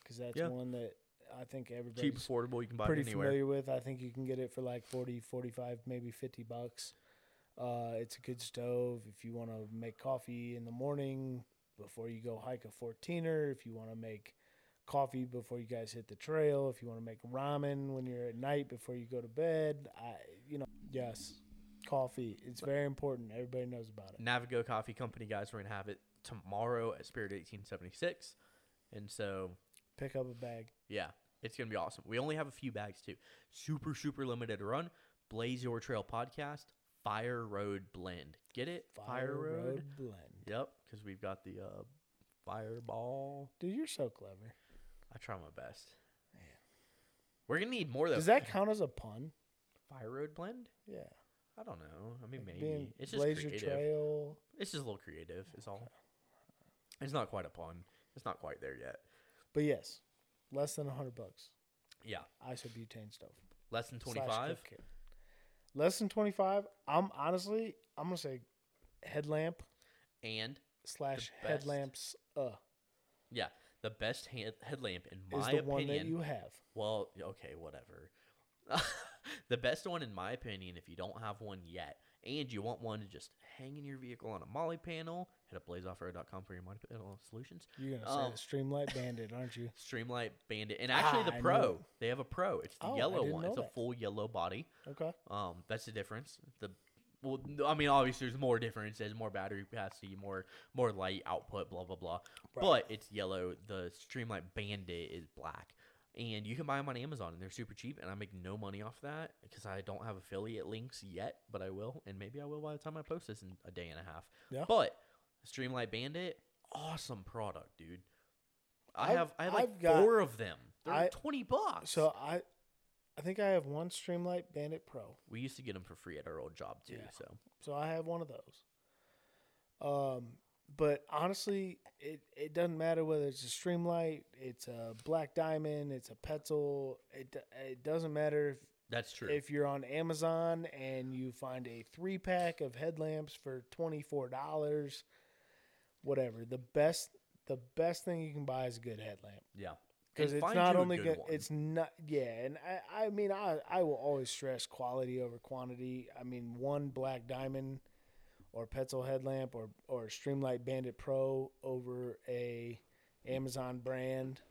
because that's Yeah. one that I think everybody's Cheap, affordable. You can buy pretty it anywhere. familiar with. I think you can get it for like 40, 45, maybe 50 bucks. Uh, it's a good stove if you want to make coffee in the morning before you go hike a 14er, if you want to make coffee before you guys hit the trail, if you want to make ramen when you're at night before you go to bed. I, you know, yes, coffee. It's very important. Everybody knows about it. Navigo Coffee Company guys, we're gonna have it tomorrow at Spirit 1876, and so Pick up a bag. yeah, it's gonna be awesome. We only have a few bags too. Super super limited run. Blaze Your Trail podcast. Fire Road Blend. Get it? blend. Yep, because we've got the uh, fireball. Dude, you're so clever. I try my best. We're gonna need more though. Does that count as a pun? Fire Road Blend? Yeah. I don't know. I mean, Like maybe being it's just Blaze Your creative. trail. It's just a little creative. It's all. It's not quite a pun. It's not quite there yet. But yes, less than hundred bucks. Yeah, Isobutane stove. less than slash twenty five. cook kit. Less than twenty five. I'm honestly, I'm gonna say headlamp And slash best. headlamps. Uh, yeah, the best hand, headlamp in is my the one that opinion. you have. Well, okay, whatever. the best one in my opinion, if you don't have one yet, and you want one to just hang in your vehicle on a molly panel, head up blazeoffroad.com for your molly panel solutions. You're gonna Um, say the Streamlight Bandit, aren't you? Streamlight Bandit, and actually Ah, I the knew Pro. it. They have a Pro. It's the Oh, I yellow didn't one. know It's a that. full yellow body. Okay. Um, that's the difference. The well, no, I mean, obviously, there's more difference. There's more battery capacity, more more light output, blah blah blah. Right. But it's yellow. The Streamlight Bandit is black, and you can buy them on Amazon, and they're super cheap. And I make no money off that because I don't have affiliate links yet, but I will, and maybe I will by the time I post this in a day and a half. Yeah. But Streamlight Bandit, awesome product, dude. I I've- have I have like I've got- four of them. They're I- twenty bucks. So I, I think I have one Streamlight Bandit Pro. we used to get them for free at our old job too. Yeah. So So I have one of those. Um, but honestly, it, it doesn't matter whether it's a Streamlight, it's a Black Diamond, it's a Petzl. It do- it doesn't matter if that's true. if you're on Amazon and you find a three pack of headlamps for twenty four dollars, whatever. The best the best thing you can buy is a good headlamp Yeah, because And it's find not you a only good good, one. it's not yeah and I, I mean I, I will always stress quality over quantity i mean one black diamond or petzl headlamp or or streamlight bandit pro over a amazon brand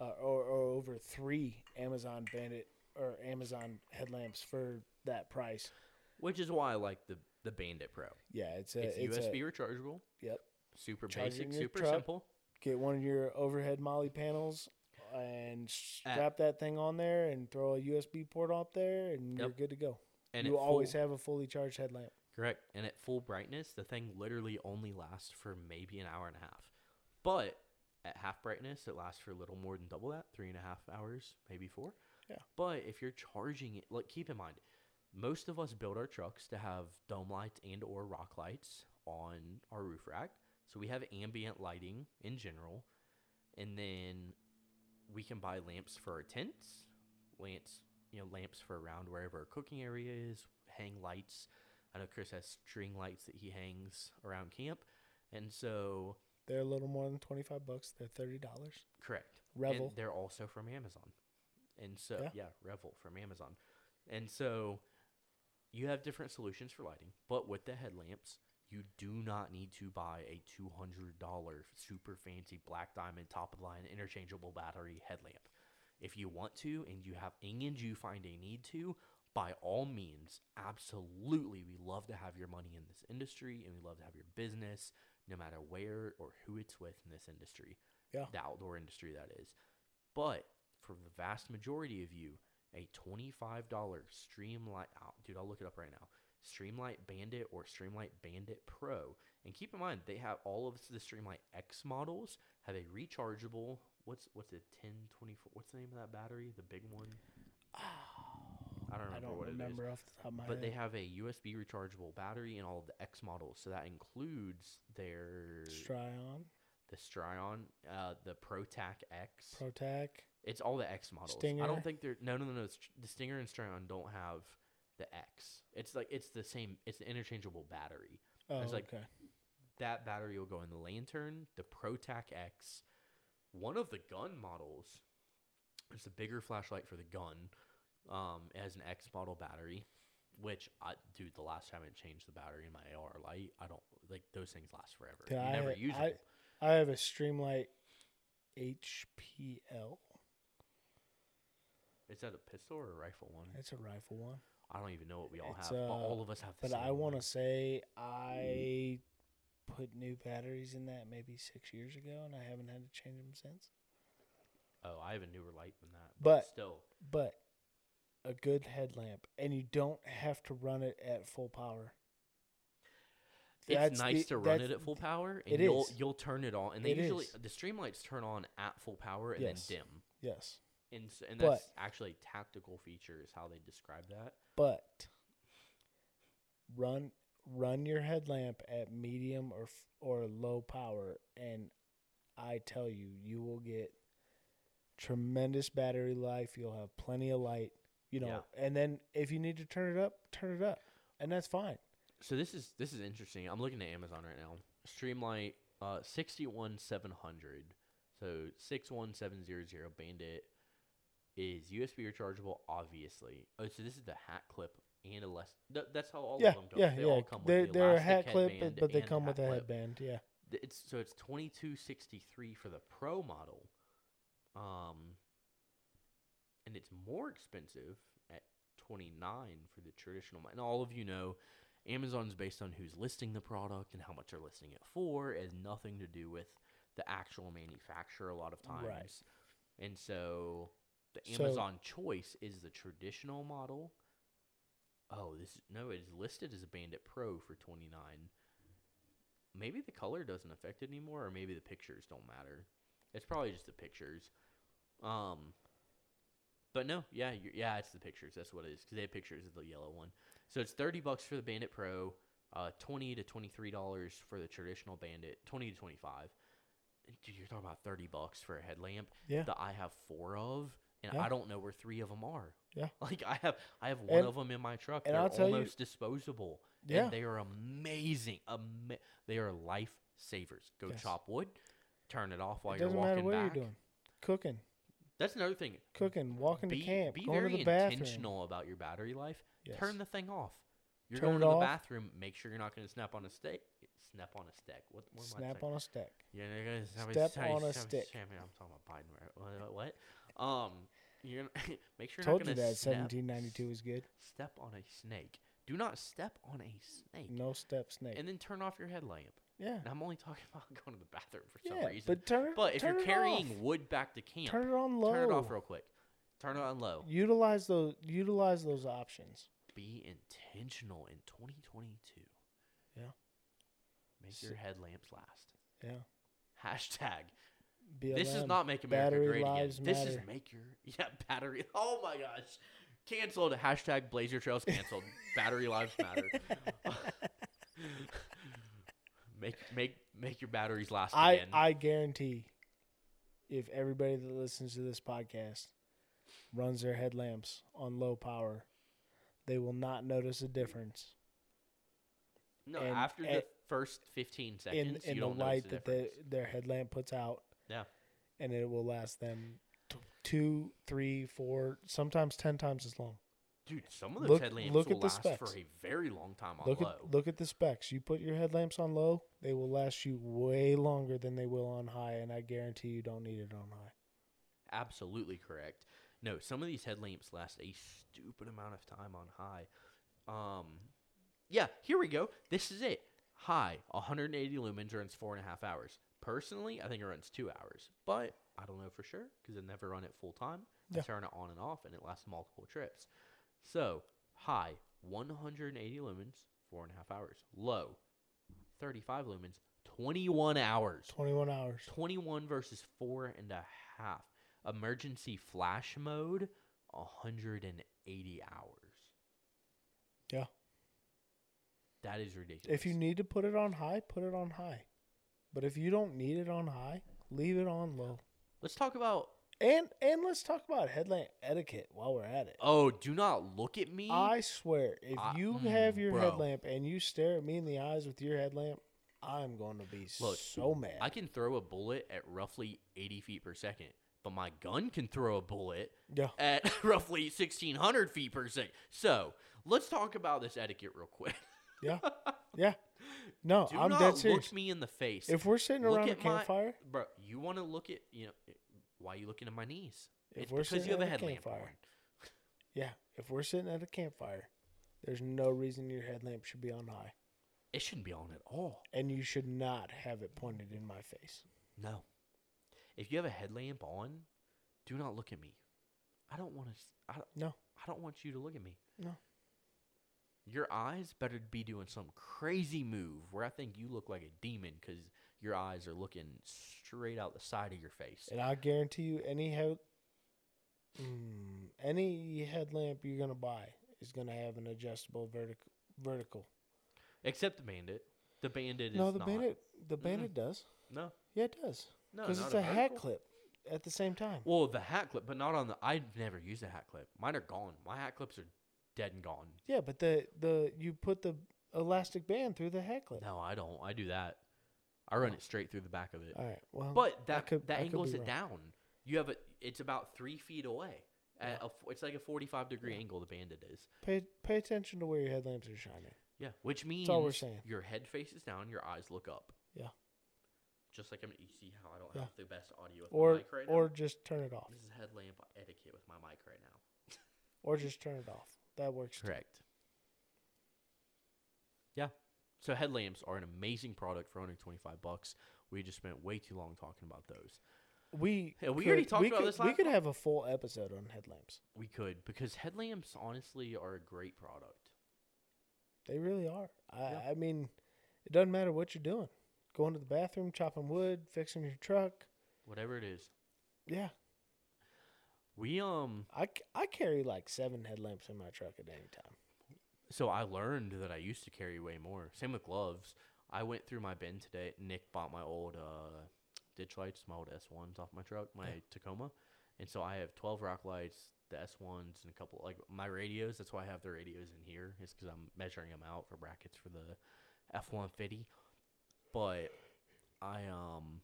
uh, or, or over three amazon bandit or amazon headlamps for that price which is why I like the the Bandit Pro. yeah it's a It's it's a- USB rechargeable, yep super Charge it basic, in your super truck. simple. get one of your overhead molly panels and strap that thing on there and throw a USB port up there and you're Yep. good to go. And you at always full, have a fully charged headlamp. correct. And at full brightness, the thing literally only lasts for maybe an hour and a half. But at half brightness, it lasts for a little more than double that, three and a half hours, maybe four. Yeah. But if you're charging it, like keep in mind, most of us build our trucks to have dome lights and or rock lights on our roof rack. So we have ambient lighting in general. And then we can buy lamps for our tents, lamps, you know, lamps for around wherever our cooking area is, hang lights. I know Chris has string lights that he hangs around camp. And so, They're a little more than 25 bucks. They're $30. correct. Revel. And they're also from Amazon. And so, yeah. Yeah. Revel from Amazon. And so you have different solutions for lighting, but with the headlamps, you do not need to buy a $200 super fancy black diamond top of the line interchangeable battery headlamp. If you want to and you have and you find a need to, by all means, absolutely, we love to have your money in this industry and we love to have your business, no matter where or who it's with in this industry Yeah. the outdoor industry that is. But for the vast majority of you, a $25 Streamlight, oh, dude, I'll look it up right now. Streamlight Bandit or Streamlight Bandit Pro. And keep in mind, they have all of the Streamlight X models have a rechargeable, what's what's it, 1024, what's the name of that battery? The big one? I don't remember Ah, I don't what it is remember off the top of my but they head. have a USB rechargeable battery and all of the X models. So that includes their Stryon, the Stryon, uh, the ProTac X. Protac. It's all the X models. I Stinger. don't think they're no no no no. it's- The Stinger and Stryon don't have the X. It's like it's the same. It's an interchangeable battery. Oh, It's like- okay. That battery will go in the Lantern, the ProTac X, one of the gun models. It's a bigger flashlight for the gun. Um, it has an X model battery, which I dude, the last time I changed the battery in my AR light, I don't like those things last forever. Yeah, you I- never use them. I have a Streamlight HPL. Is that a pistol or a rifle one? That's a rifle one. I don't even know what we all it's, have, but uh, all of us have. The But I same want one. to say I put new batteries in that maybe six years ago, and I haven't had to change them since. Oh, I have a newer light than that, But- still, But a good headlamp, and you don't have to run it at full power. it's nice the- to run that's- it at full power, and it you'll is. you'll turn it on, and they It usually is. the streamlights turn on at full power and Yes. then dim, Yes, and s- and But- that's actually tactical feature is how they describe that. but run run your headlamp at medium or f- or low power, and I tell you, you will get tremendous battery life. You'll have plenty of light, you know. And then if you need to turn it up, turn it up, and that's fine. So this is this is interesting. I'm looking at Amazon right now. Streamlight uh sixty one seven hundred. So six one seven zero zero bandit is USB rechargeable, obviously. Oh, so this is the hat clip and a less. Th- that's how all yeah, of them come. yeah, they yeah. all come they're with the they're a elastic hat clip, headband but they and come with a clip. headband. Yeah, Th- It's so it's twenty two sixty three for the pro model, um, and it's more expensive at twenty nine for the traditional. mo- And all of you know, Amazon's based on who's listing the product and how much they're listing it for. It has nothing to do with the actual manufacturer a lot of times. Right. And so the So- Amazon choice is the traditional model. Oh, this no, it is listed as a Bandit Pro for twenty nine maybe the color doesn't affect it anymore, or maybe the pictures don't matter. It's probably just the pictures. Um, but no, yeah, you yeah, it's the pictures. That's what it is because they have pictures of the yellow one. So it's thirty bucks for the Bandit Pro, uh, twenty to twenty three dollars for the traditional Bandit, twenty to twenty five. Dude, you're talking about thirty bucks for a headlamp yeah. that I have four of, and Yeah. I don't know where three of them are. Yeah. like I have, I have one And- of them in my truck. and They're I'll tell you- almost disposable. Yeah. And they are amazing. Ama- they are life savers. Go Yes. chop wood, turn it off while it you're doesn't matter walking what back. you're doing. Cooking, That's another thing. cooking, walking be to camp, be going very to the bathroom. intentional about your battery life. Yes. Turn the thing off. You're Turn going it to the off. bathroom. Make sure you're not going to snap on a stick. Snap on a stick. What? what am I Snap saying? on a stack. Yeah, they're gonna somebody- Step somebody- on a somebody- stick. somebody- I'm talking about Biden. Right? What- What? what? Um, you're gonna make sure. you're Told not you gonna that step, 1792 was good. Step on a snake. Do not step on a snake. No step snake. And then turn off your headlamp. yeah, And I'm only talking about going to the bathroom for some yeah. reason. But turn. But if turn you're it carrying off. wood back to camp, turn it on low. turn it off real quick. Turn it on low. Utilize those. Utilize those options. Be intentional in 2022. Yeah. Make S- your headlamps last. Yeah. Hashtag BLM. This is not make America Battery great lives again. This matter. is make your yeah battery. Oh my gosh, canceled. Hashtag Blazer Trails canceled. battery lives matter. make make make your batteries last I again. I guarantee, if everybody that listens to this podcast runs their headlamps on low power, they will not notice a difference no, and- after the and- first fifteen in seconds, in you the don't notice light the that the, difference. their headlamp puts out. Yeah. and it will last them t- two, three, four, sometimes ten times as long. Dude, some of those look- headlamps look will at the last specs. for a very long time on look low. at look at the specs. You put your headlamps on low, they will last you way longer than they will on high, and I guarantee you don't need it on high. Absolutely correct. No, some of these headlamps last a stupid amount of time on high. Um, yeah, here we go. This is it. High, 180 lumens runs four and a half hours. Personally, I think it runs two hours, but I don't know for sure because I never run it full time. Yeah. I turn it on and off, and it lasts multiple trips. So high, 180 lumens, four and a half hours. Low, 35 lumens, 21 hours. Twenty one hours. 21 versus four and a half. Emergency flash mode, 180 hours. Yeah. That is ridiculous. If you need to put it on high, put it on high. But if you don't need it on high, leave it on low. Let's talk about. And and let's talk about headlamp etiquette while we're at it. Oh, do not look at me. I swear, if I- you mm, have your bro. headlamp and you stare at me in the eyes with your headlamp, I'm going to be Look, so mad. I can throw a bullet at roughly 80 feet per second. but my gun can throw a bullet Yeah. at roughly 1600 feet per second. So let's talk about this etiquette real quick. Yeah. Yeah. No, Do I'm not dead serious. look me in the face. If we're sitting Look around a at my- campfire, Bro, you want to look at, you know, why are you looking at my knees? If it's we're because sitting you have a at a headlamp on. campfire. yeah, if we're sitting at a campfire, there's no reason your headlamp should be on high, It shouldn't be on at all. and you should not have it pointed in my face. No. If you have a headlamp on, do not look at me. I don't want to. I don't, No. I don't want you to look at me. No. Your eyes better be doing some crazy move where I think you look like a demon because your eyes are looking straight out the side of your face. And I guarantee you, any head, mm, any headlamp you're gonna buy is gonna have an adjustable vertical. Vertical. Except the bandit. The bandit is no, the not. bandit. The Mm-mm. bandit does. No, Yeah, it does. no, Because not it's a, hat vertical. clip at the same time. Well, the hat clip, but not on the. I've never used a hat clip. Mine are gone. My hat clips are dead and gone. Yeah, but the the you put the elastic band through the hat clip. No, I don't. I do that. I run it straight through the back of it. All right. Well, But I that could- I that could angles it be wrong. down. You have a. It's about three feet away. At a f it's like a forty-five degree angle. The bandit is. Pay pay attention to where your headlamps are shining. Yeah, which means all we're saying. your head faces down, your eyes look up. Yeah. Just like I'm. You see how I don't Yeah. have the best audio with my Or mic right or now. just turn it off. This is headlamp etiquette with my mic right now. Or just turn it off. That works. too. Correct. Yeah. So headlamps are an amazing product for 125 bucks. We just spent way too long talking about those. We Yeah, we already talked we about could, this We last could month. have a full episode on headlamps. We could because headlamps honestly are a great product. They really are. I Yeah. I mean, it doesn't matter what you're doing. Going to the bathroom, chopping wood, fixing your truck. Whatever it is. Yeah, We um I, c- I carry like seven headlamps in my truck at any time. so I learned that I used to carry way more. Same with gloves. I went through my bin today. Nick bought my old uh ditch lights, my old S ones off my truck, my Yeah. Tacoma. And so I have twelve rock lights, the S ones and a couple like my radios, that's why I have the radios in here, is because I'm measuring them out for brackets for the F one fifty. But I um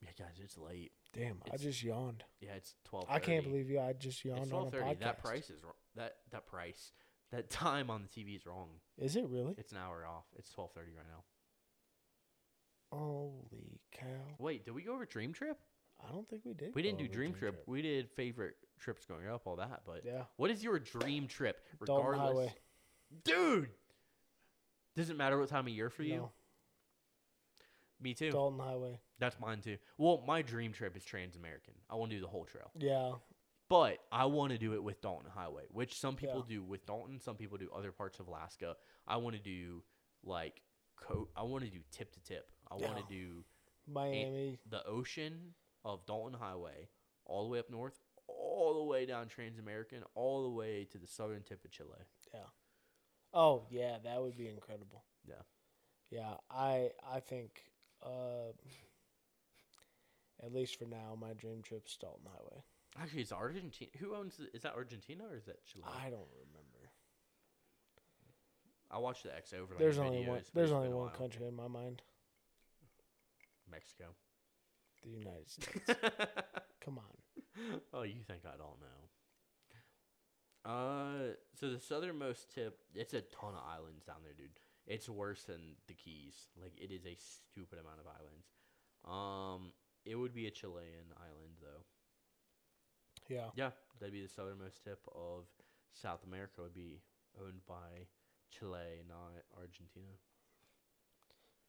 yeah guys, it's late. Damn, I It's- just yawned. Yeah, it's twelve. I can't believe you. I just yawned It's on a twelve thirty. podcast. That price is wr- that that price that time on the TV is wrong. Is it really? It's an hour off. It's twelve thirty right now. Holy cow! Wait, did we go over Dream Trip? I don't think Oh, we did. We go didn't do over Dream Trip. We did favorite trips going up, all that. But Yeah, what is your dream trip? Dalton Regardless, Highway dude. Doesn't matter what time of year for you. No, Me too. Dalton Highway. That's mine too. Well, my dream trip is Trans American. I want to do the whole trail. Yeah, But I want to do it with Dalton Highway, which some people Yeah. do with Dalton, some people do other parts of Alaska. I want to do like coat. I want to do tip to tip. I want to Yeah. do Miami. the ocean of Dalton Highway, all the way up north, all the way down Transamerican, all the way to the southern tip of Chile. Oh yeah, that would be incredible. Yeah. yeah. I I think, uh, at least for now, my dream trip's Dalton Highway. Actually, it's Argentina. Who owns? The, is that Argentina or is that Chile? I don't remember. I, watched the X overlay. There's videos, only but one. it's There's been only a one while. country in my mind: Mexico. the United States. Come on. oh, you think I don't know? Uh, so the southernmost tip, it's a ton of islands down there, dude. It's worse than the Keys. Like it is a stupid amount of islands. Um, it would be a Chilean island though. Yeah. Yeah, that'd be the southernmost tip of South America. Would be owned by Chile, not Argentina.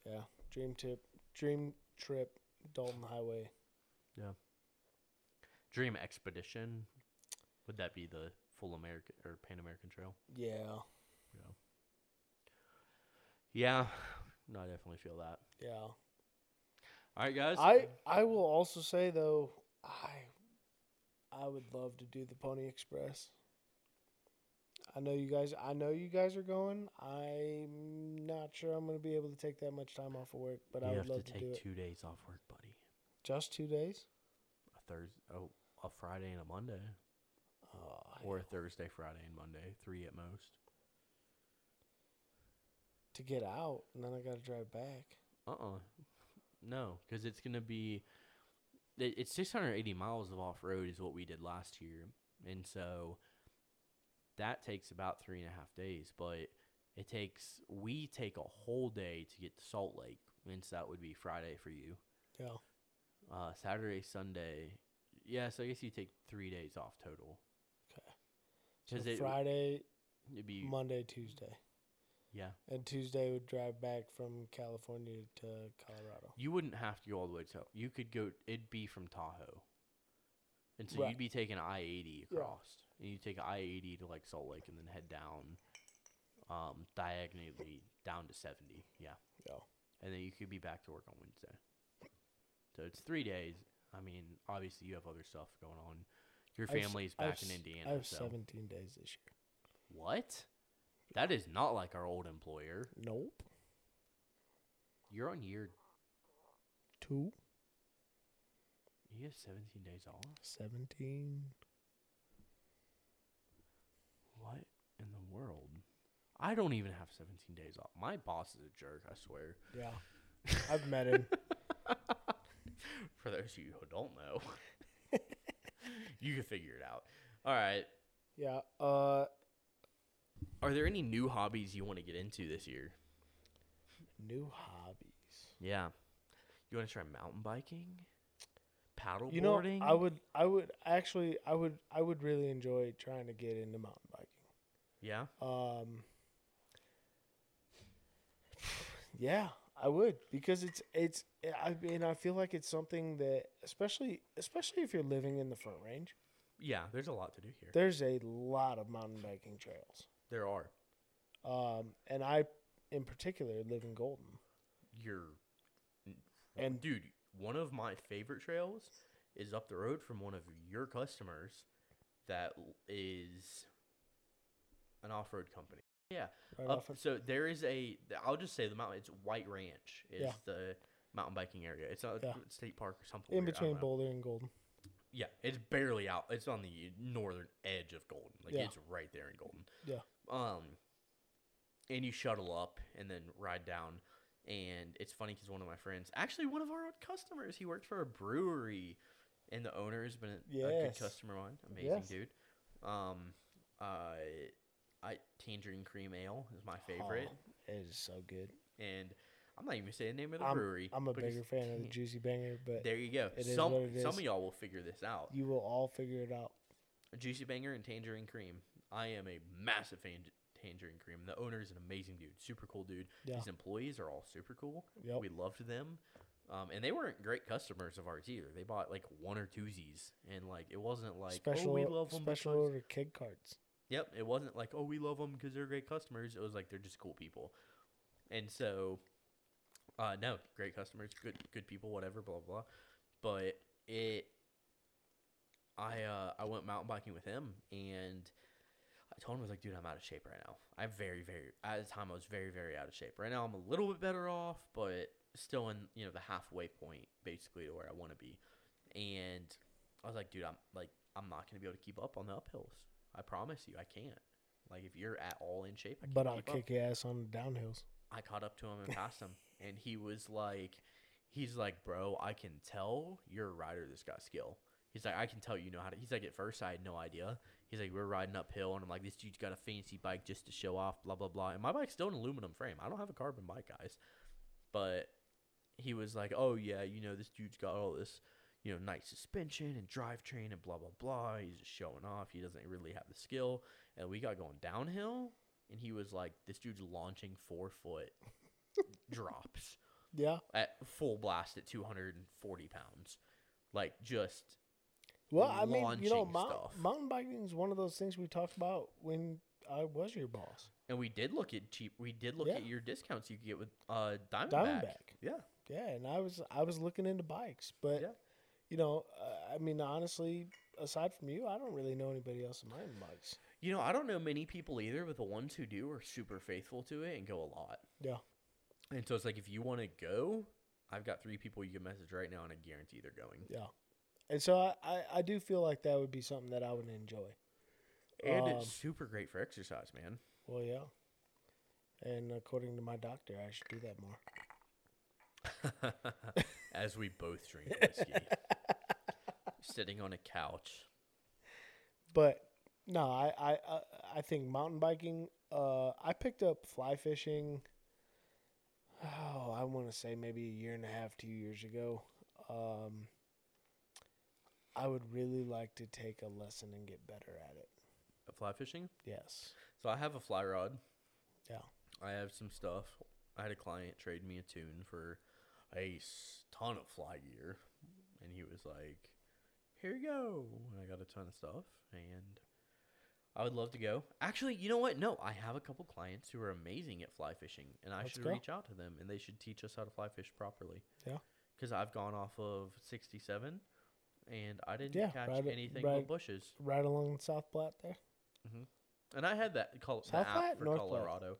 Yeah. Dream tip. Dream trip. Dalton Highway. Dream Expedition. Would that be the full American or Pan American Trail? Yeah. Yeah, no, I definitely feel that. Yeah. All right, guys. I I will also say though I I would love to do the Pony Express. I know you guys. I know you guys are going. I'm not sure I'm going to be able to take that much time off of work, but I you would have love to to, take do it. two days off work, buddy. Just two days. A Thursday, oh, a Friday and a Monday, Uh, Oh, or a Thursday, Friday, and Monday. Three at most. to get Uh-uh. out, and then I got to drive back. Uh uh No, because it's gonna be it, it's 680 miles of off road is what we did last year, and so that takes about three and a half days. But it takes we take a whole day to get to Salt Lake, and so that would be Friday for you. Yeah. Uh, Saturday, Sunday, yeah. So I guess you take three days off total. 'Kay. So Because it Friday, it'd be Monday, Tuesday. yeah. And Tuesday would drive back from California to Colorado. You wouldn't have to go all the way to. You could go. It'd be from Tahoe, and so Right. you'd be taking I eighty Yeah. across, and you take I eighty to like Salt Lake, and then head down, um, diagonally down to seventy. Yeah, Yeah. and then you could be back to work on Wednesday. So it's three days. I mean, obviously you have other stuff going on. Your I have s- family's I have back in s- Indiana. I have so 17 days this year. what? That is not like our old employer. Nope. You're on year. Two. You have seventeen days off. 17. What in the world? I don't even have 17 days off. My boss is a jerk, I swear. Yeah. I've met him. For those of you who don't know, you can figure it out. All right. Yeah. Uh, Are there any new hobbies you want to get into this year? new hobbies. Yeah. You want to try mountain biking? Paddleboarding? You know, I would, I would actually, I would, I would really enjoy trying to get into mountain biking. Yeah. Um, yeah, I would because it's it's. I mean, I feel like it's something that, especially especially if you're living in the Front Range, Yeah, there's a lot to do here. there's a lot of mountain biking trails. There are. Um, and I, in particular, live in Golden. You're. And- And dude, one of my favorite trails is up the road from one of your customers that l- is an off road company. Yeah. Right up- off of, so there is a, th- I'll just say the mountain, it's White Ranch is Yeah. the mountain biking area. It's a Yeah. state park or something. in weird, I between don't know. Boulder and Golden. Yeah. It's barely out. It's on the northern edge of Golden. Like Yeah. it's right there in Golden. Yeah. Um, and you shuttle up and then ride down. And it's funny because one of my friends, actually one of our old customers, he worked for a brewery, and the owner has been a, a good Yes. customer of mine. Amazing Yes. dude. Um, uh, I tangerine cream ale is my favorite, Oh, it is so good. and I'm not even saying the name of the I'm, brewery. I'm a because bigger fan of the tan- Juicy Banger, but There you go. It is some what it some is. of y'all will figure this out. you will all figure it out. Juicy Banger and Tangerine Cream. I am a massive fan of Tangerine Cream. The owner is an amazing dude, super cool dude. Yeah. His employees are all super cool. Yep. We loved them. Um, and they weren't great customers of ours either. They bought like one or twosies, and like it wasn't like special oh we love them. special Because... order kid cards. Yep, it wasn't like oh we love them because they're great customers. It was like they're just cool people, and so, uh, no, great customers, good good people, whatever, blah blah. blah. But it, I uh I went mountain biking with him, and I told him I was like, dude, I'm out of shape right now. I'm very, very at the time I was very, very out of shape. Right now I'm a little bit better off, but still in you know the halfway point basically to where I want to be. And I was like, dude, I'm like I'm not gonna be able to keep up on the uphills. I promise you, I can't. Like if you're at all in shape, I can't But I'll keep up. kick your ass on the downhills. I caught up to him and passed him, and he was like, he's like, bro, I can tell you're a rider that's got skill. He's like, I can tell you know how to. He's like, at first I had no idea. He's like, we're riding uphill, and I'm like, this dude's got a fancy bike just to show off, blah blah blah. And my bike's still an aluminum frame. I don't have a carbon bike, guys. But he was like, oh yeah, you know this dude's got all this, you know, nice suspension and drivetrain and blah blah blah. He's just showing off. He doesn't really have the skill. And we got going downhill, and he was like, "This dude's launching four foot drops Yeah. at full blast at 240 pounds, like just Well, I mean, you know, launching mount, stuff. mountain biking is one of those things we talked about when I was your boss. and we did look at cheap. We did look Yeah. at your discounts you could get with uh Diamondback. Diamondback. Yeah, Yeah, and I was I was looking into bikes, but Yeah. you know, uh, I mean, honestly, aside from you, I don't really know anybody else in mountain bikes. you know, I don't know many people either, but the ones who do are super faithful to it and go a lot. Yeah. And so it's like if you want to go, I've got three people you can message right now, and I guarantee they're going. Yeah, and so I, I I do feel like that would be something that I would enjoy. And Um, it's super great for exercise, man. Well, yeah. And according to my doctor, I should do that more. As we both drink whiskey. sitting on a couch. But no, I I uh, I- I think mountain biking. Uh, I picked up fly fishing. Oh, I want to say maybe a year and a half, two years ago. Um, I would really like to take a lesson and get better at it. Fly fishing. Yes. So I have a fly rod. Yeah. I have some stuff. I had a client trade me a tune for a s- ton of fly gear, and he was like, "Here you go." And I got a ton of stuff, and I would love to go. Actually, you know what? No, I have a couple clients who are amazing at fly fishing, and I Let's should go. reach out to them, and they should teach us how to fly fish properly. Yeah. Because I've gone off of sixty-seven, and I didn't Yeah, catch right a- anything right- but bushes. Right along South Platte there. And I had that call the South app Platte? for North Platte? Colorado.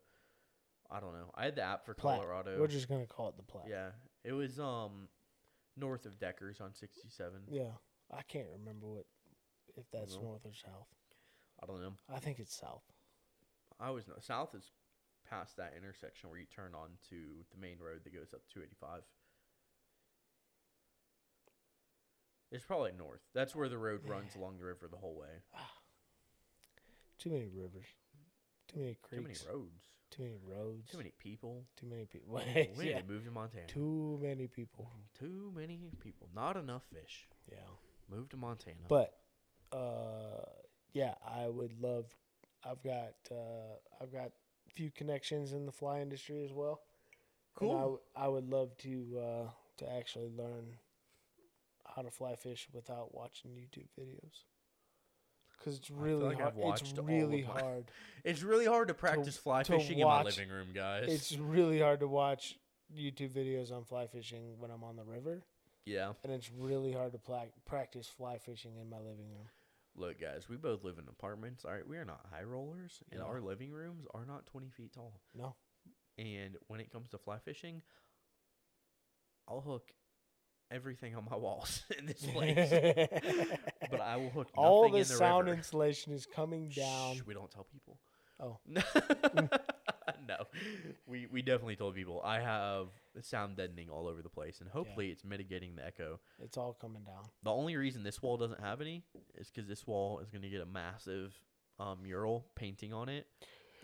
I don't know. I had the app for Platte. Colorado. We're just gonna call it the Platte. yeah, it was um north of Deckers on 67. Yeah. I can't remember what if that's Mhm. north or south. I don't know. I think it's south. I was not south is past that intersection where you turn on to the main road that goes up 285. It's probably north. That's where the road runs along the river the whole way. Too many rivers. Too many creeks. Too many roads. Too many, roads. Too many people. Too many people. We yeah. need to move to Montana. Too many people. Too many people. Not enough fish. Yeah. Move to Montana. But uh yeah, I would love I've got uh I've got a few connections in the fly industry as well. And Cool. I w- I, would love to uh to actually learn how to fly fish without watching YouTube videos. Cuz it's feel really like I've hard. It's watched all really of my- hard. It's really hard to practice fly to fishing in my watch- living room, guys. It's really hard to watch YouTube videos on fly fishing when I'm on the river. yeah. and it's really hard to pla- practice fly fishing in my living room. Look, guys, we both live in apartments. All right, we are not high rollers, and No. our living rooms are not 20 feet tall. No, And when it comes to fly fishing, I'll hook everything on my walls in this place, but I will hook all nothing the in the sound river. insulation is coming down. Shh, we don't tell people. Oh. no, no, we we definitely told people. I have sound deadening all over the place, and hopefully it's mitigating the echo. It's all coming down. The only reason this wall doesn't have any is because this wall is going to get a massive um, mural painting on it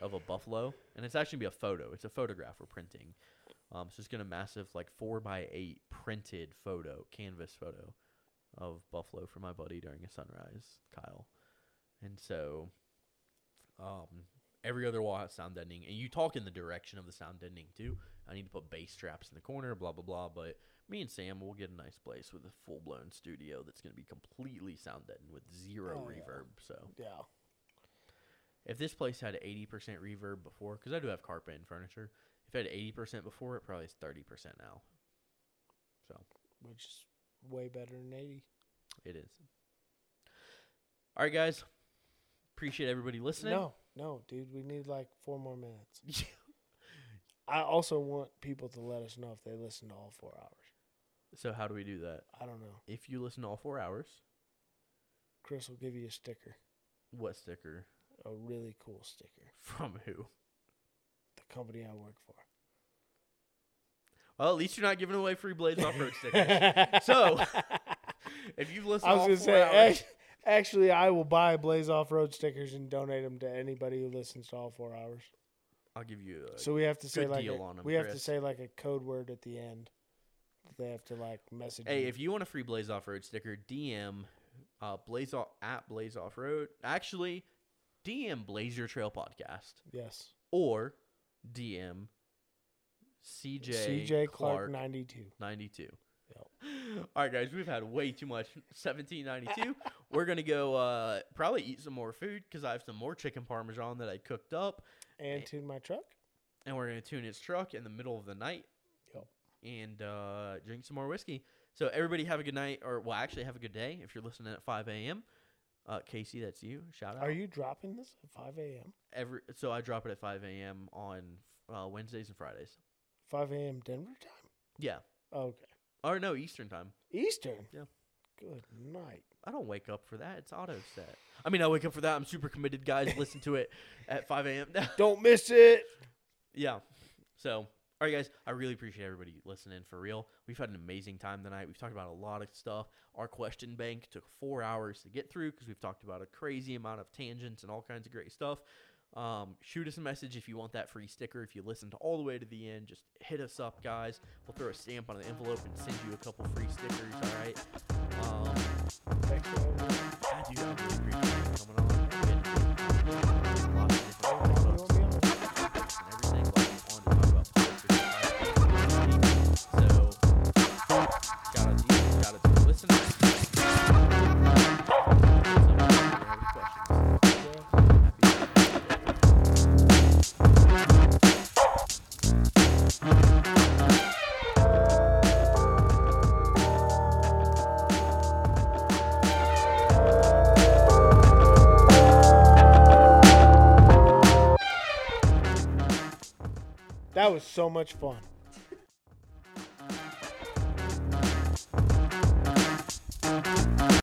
of a buffalo, and it's actually gonna be a photo. It's a photograph we're printing, um, so it's gonna massive like four by eight printed photo, canvas photo of buffalo for my buddy during a sunrise, Kyle, and so um, every other wall has sound deadening, and you talk in the direction of the sound deadening too. I need to put bass traps in the corner, blah blah blah, but me and Sam will get a nice place with a full blown studio that's going to be completely sound deadened with zero Oh, yeah. reverb. So Yeah, if this place had 80% reverb before, because I do have carpet and furniture, if it had 80% before, it probably is 30% now. So which is way better than eighty. it is. All right, guys. Appreciate everybody listening. No, no, dude, we need like four more minutes. I also want people to let us know if they listen to all four hours. So, how do we do that? I don't know. If you listen to all four hours, Chris will give you a sticker, what sticker? a really cool sticker. From who? The company I work for. Well, at least you're not giving away free Blades Off Road stickers. So, if you've listened I to all was gonna four say, hours, act- actually, I will buy Blaze Off Road stickers and donate them to anybody who listens to all four hours. I'll give you a So we have to say good like deal a- on 'em, we have to Chris. say like a code word at the end. that They have to like message. Hey, you. if you want a free Blaze Off Road sticker, DM uh, Blaze Off at Blaze Off Road. Actually, DM Blaze Your Trail Podcast yes, or DM CJ, CJ Clark Clark, ninety two. 92. Yep. All right, guys, we've had way too much. 1792. We're going to go uh, probably eat some more food because I have some more chicken parmesan that I cooked up. And tune my truck. And we're going to tune his truck in the middle of the night Yep. and uh, drink some more whiskey. So everybody have a good night, or well, actually have a good day if you're listening at 5 a.m. Uh, Casey, that's you. Shout out. Are you dropping this at five a.m. every? So I drop it at 5 a.m. on uh, Wednesdays and Fridays. five a.m. Denver time? Yeah, Okay, or no Eastern time. Eastern. Yeah. Good night. I don't wake up for that. It's auto set. I mean, I wake up for that. I'm super committed, guys. Listen to it at 5 a.m. Don't miss it. yeah. So, all All right, guys, I really appreciate everybody listening for real. We've had an amazing time tonight. We've talked about a lot of stuff. Our question bank took four hours to get through because we've talked about a crazy amount of tangents and all kinds of great stuff. Um, shoot us a message if you want that free sticker. If you listened all the way to the end, just hit us up, guys. We'll throw a stamp on an envelope and send you a couple free stickers. All right. Um, Thanks for having me. I do. I really appreciate you coming on. It's been lots of different You want me on and everything, but I wanted the- to talk about politics and society. So, shout out to you, shout out to the listeners. Someone if you have any questions. That was so much fun.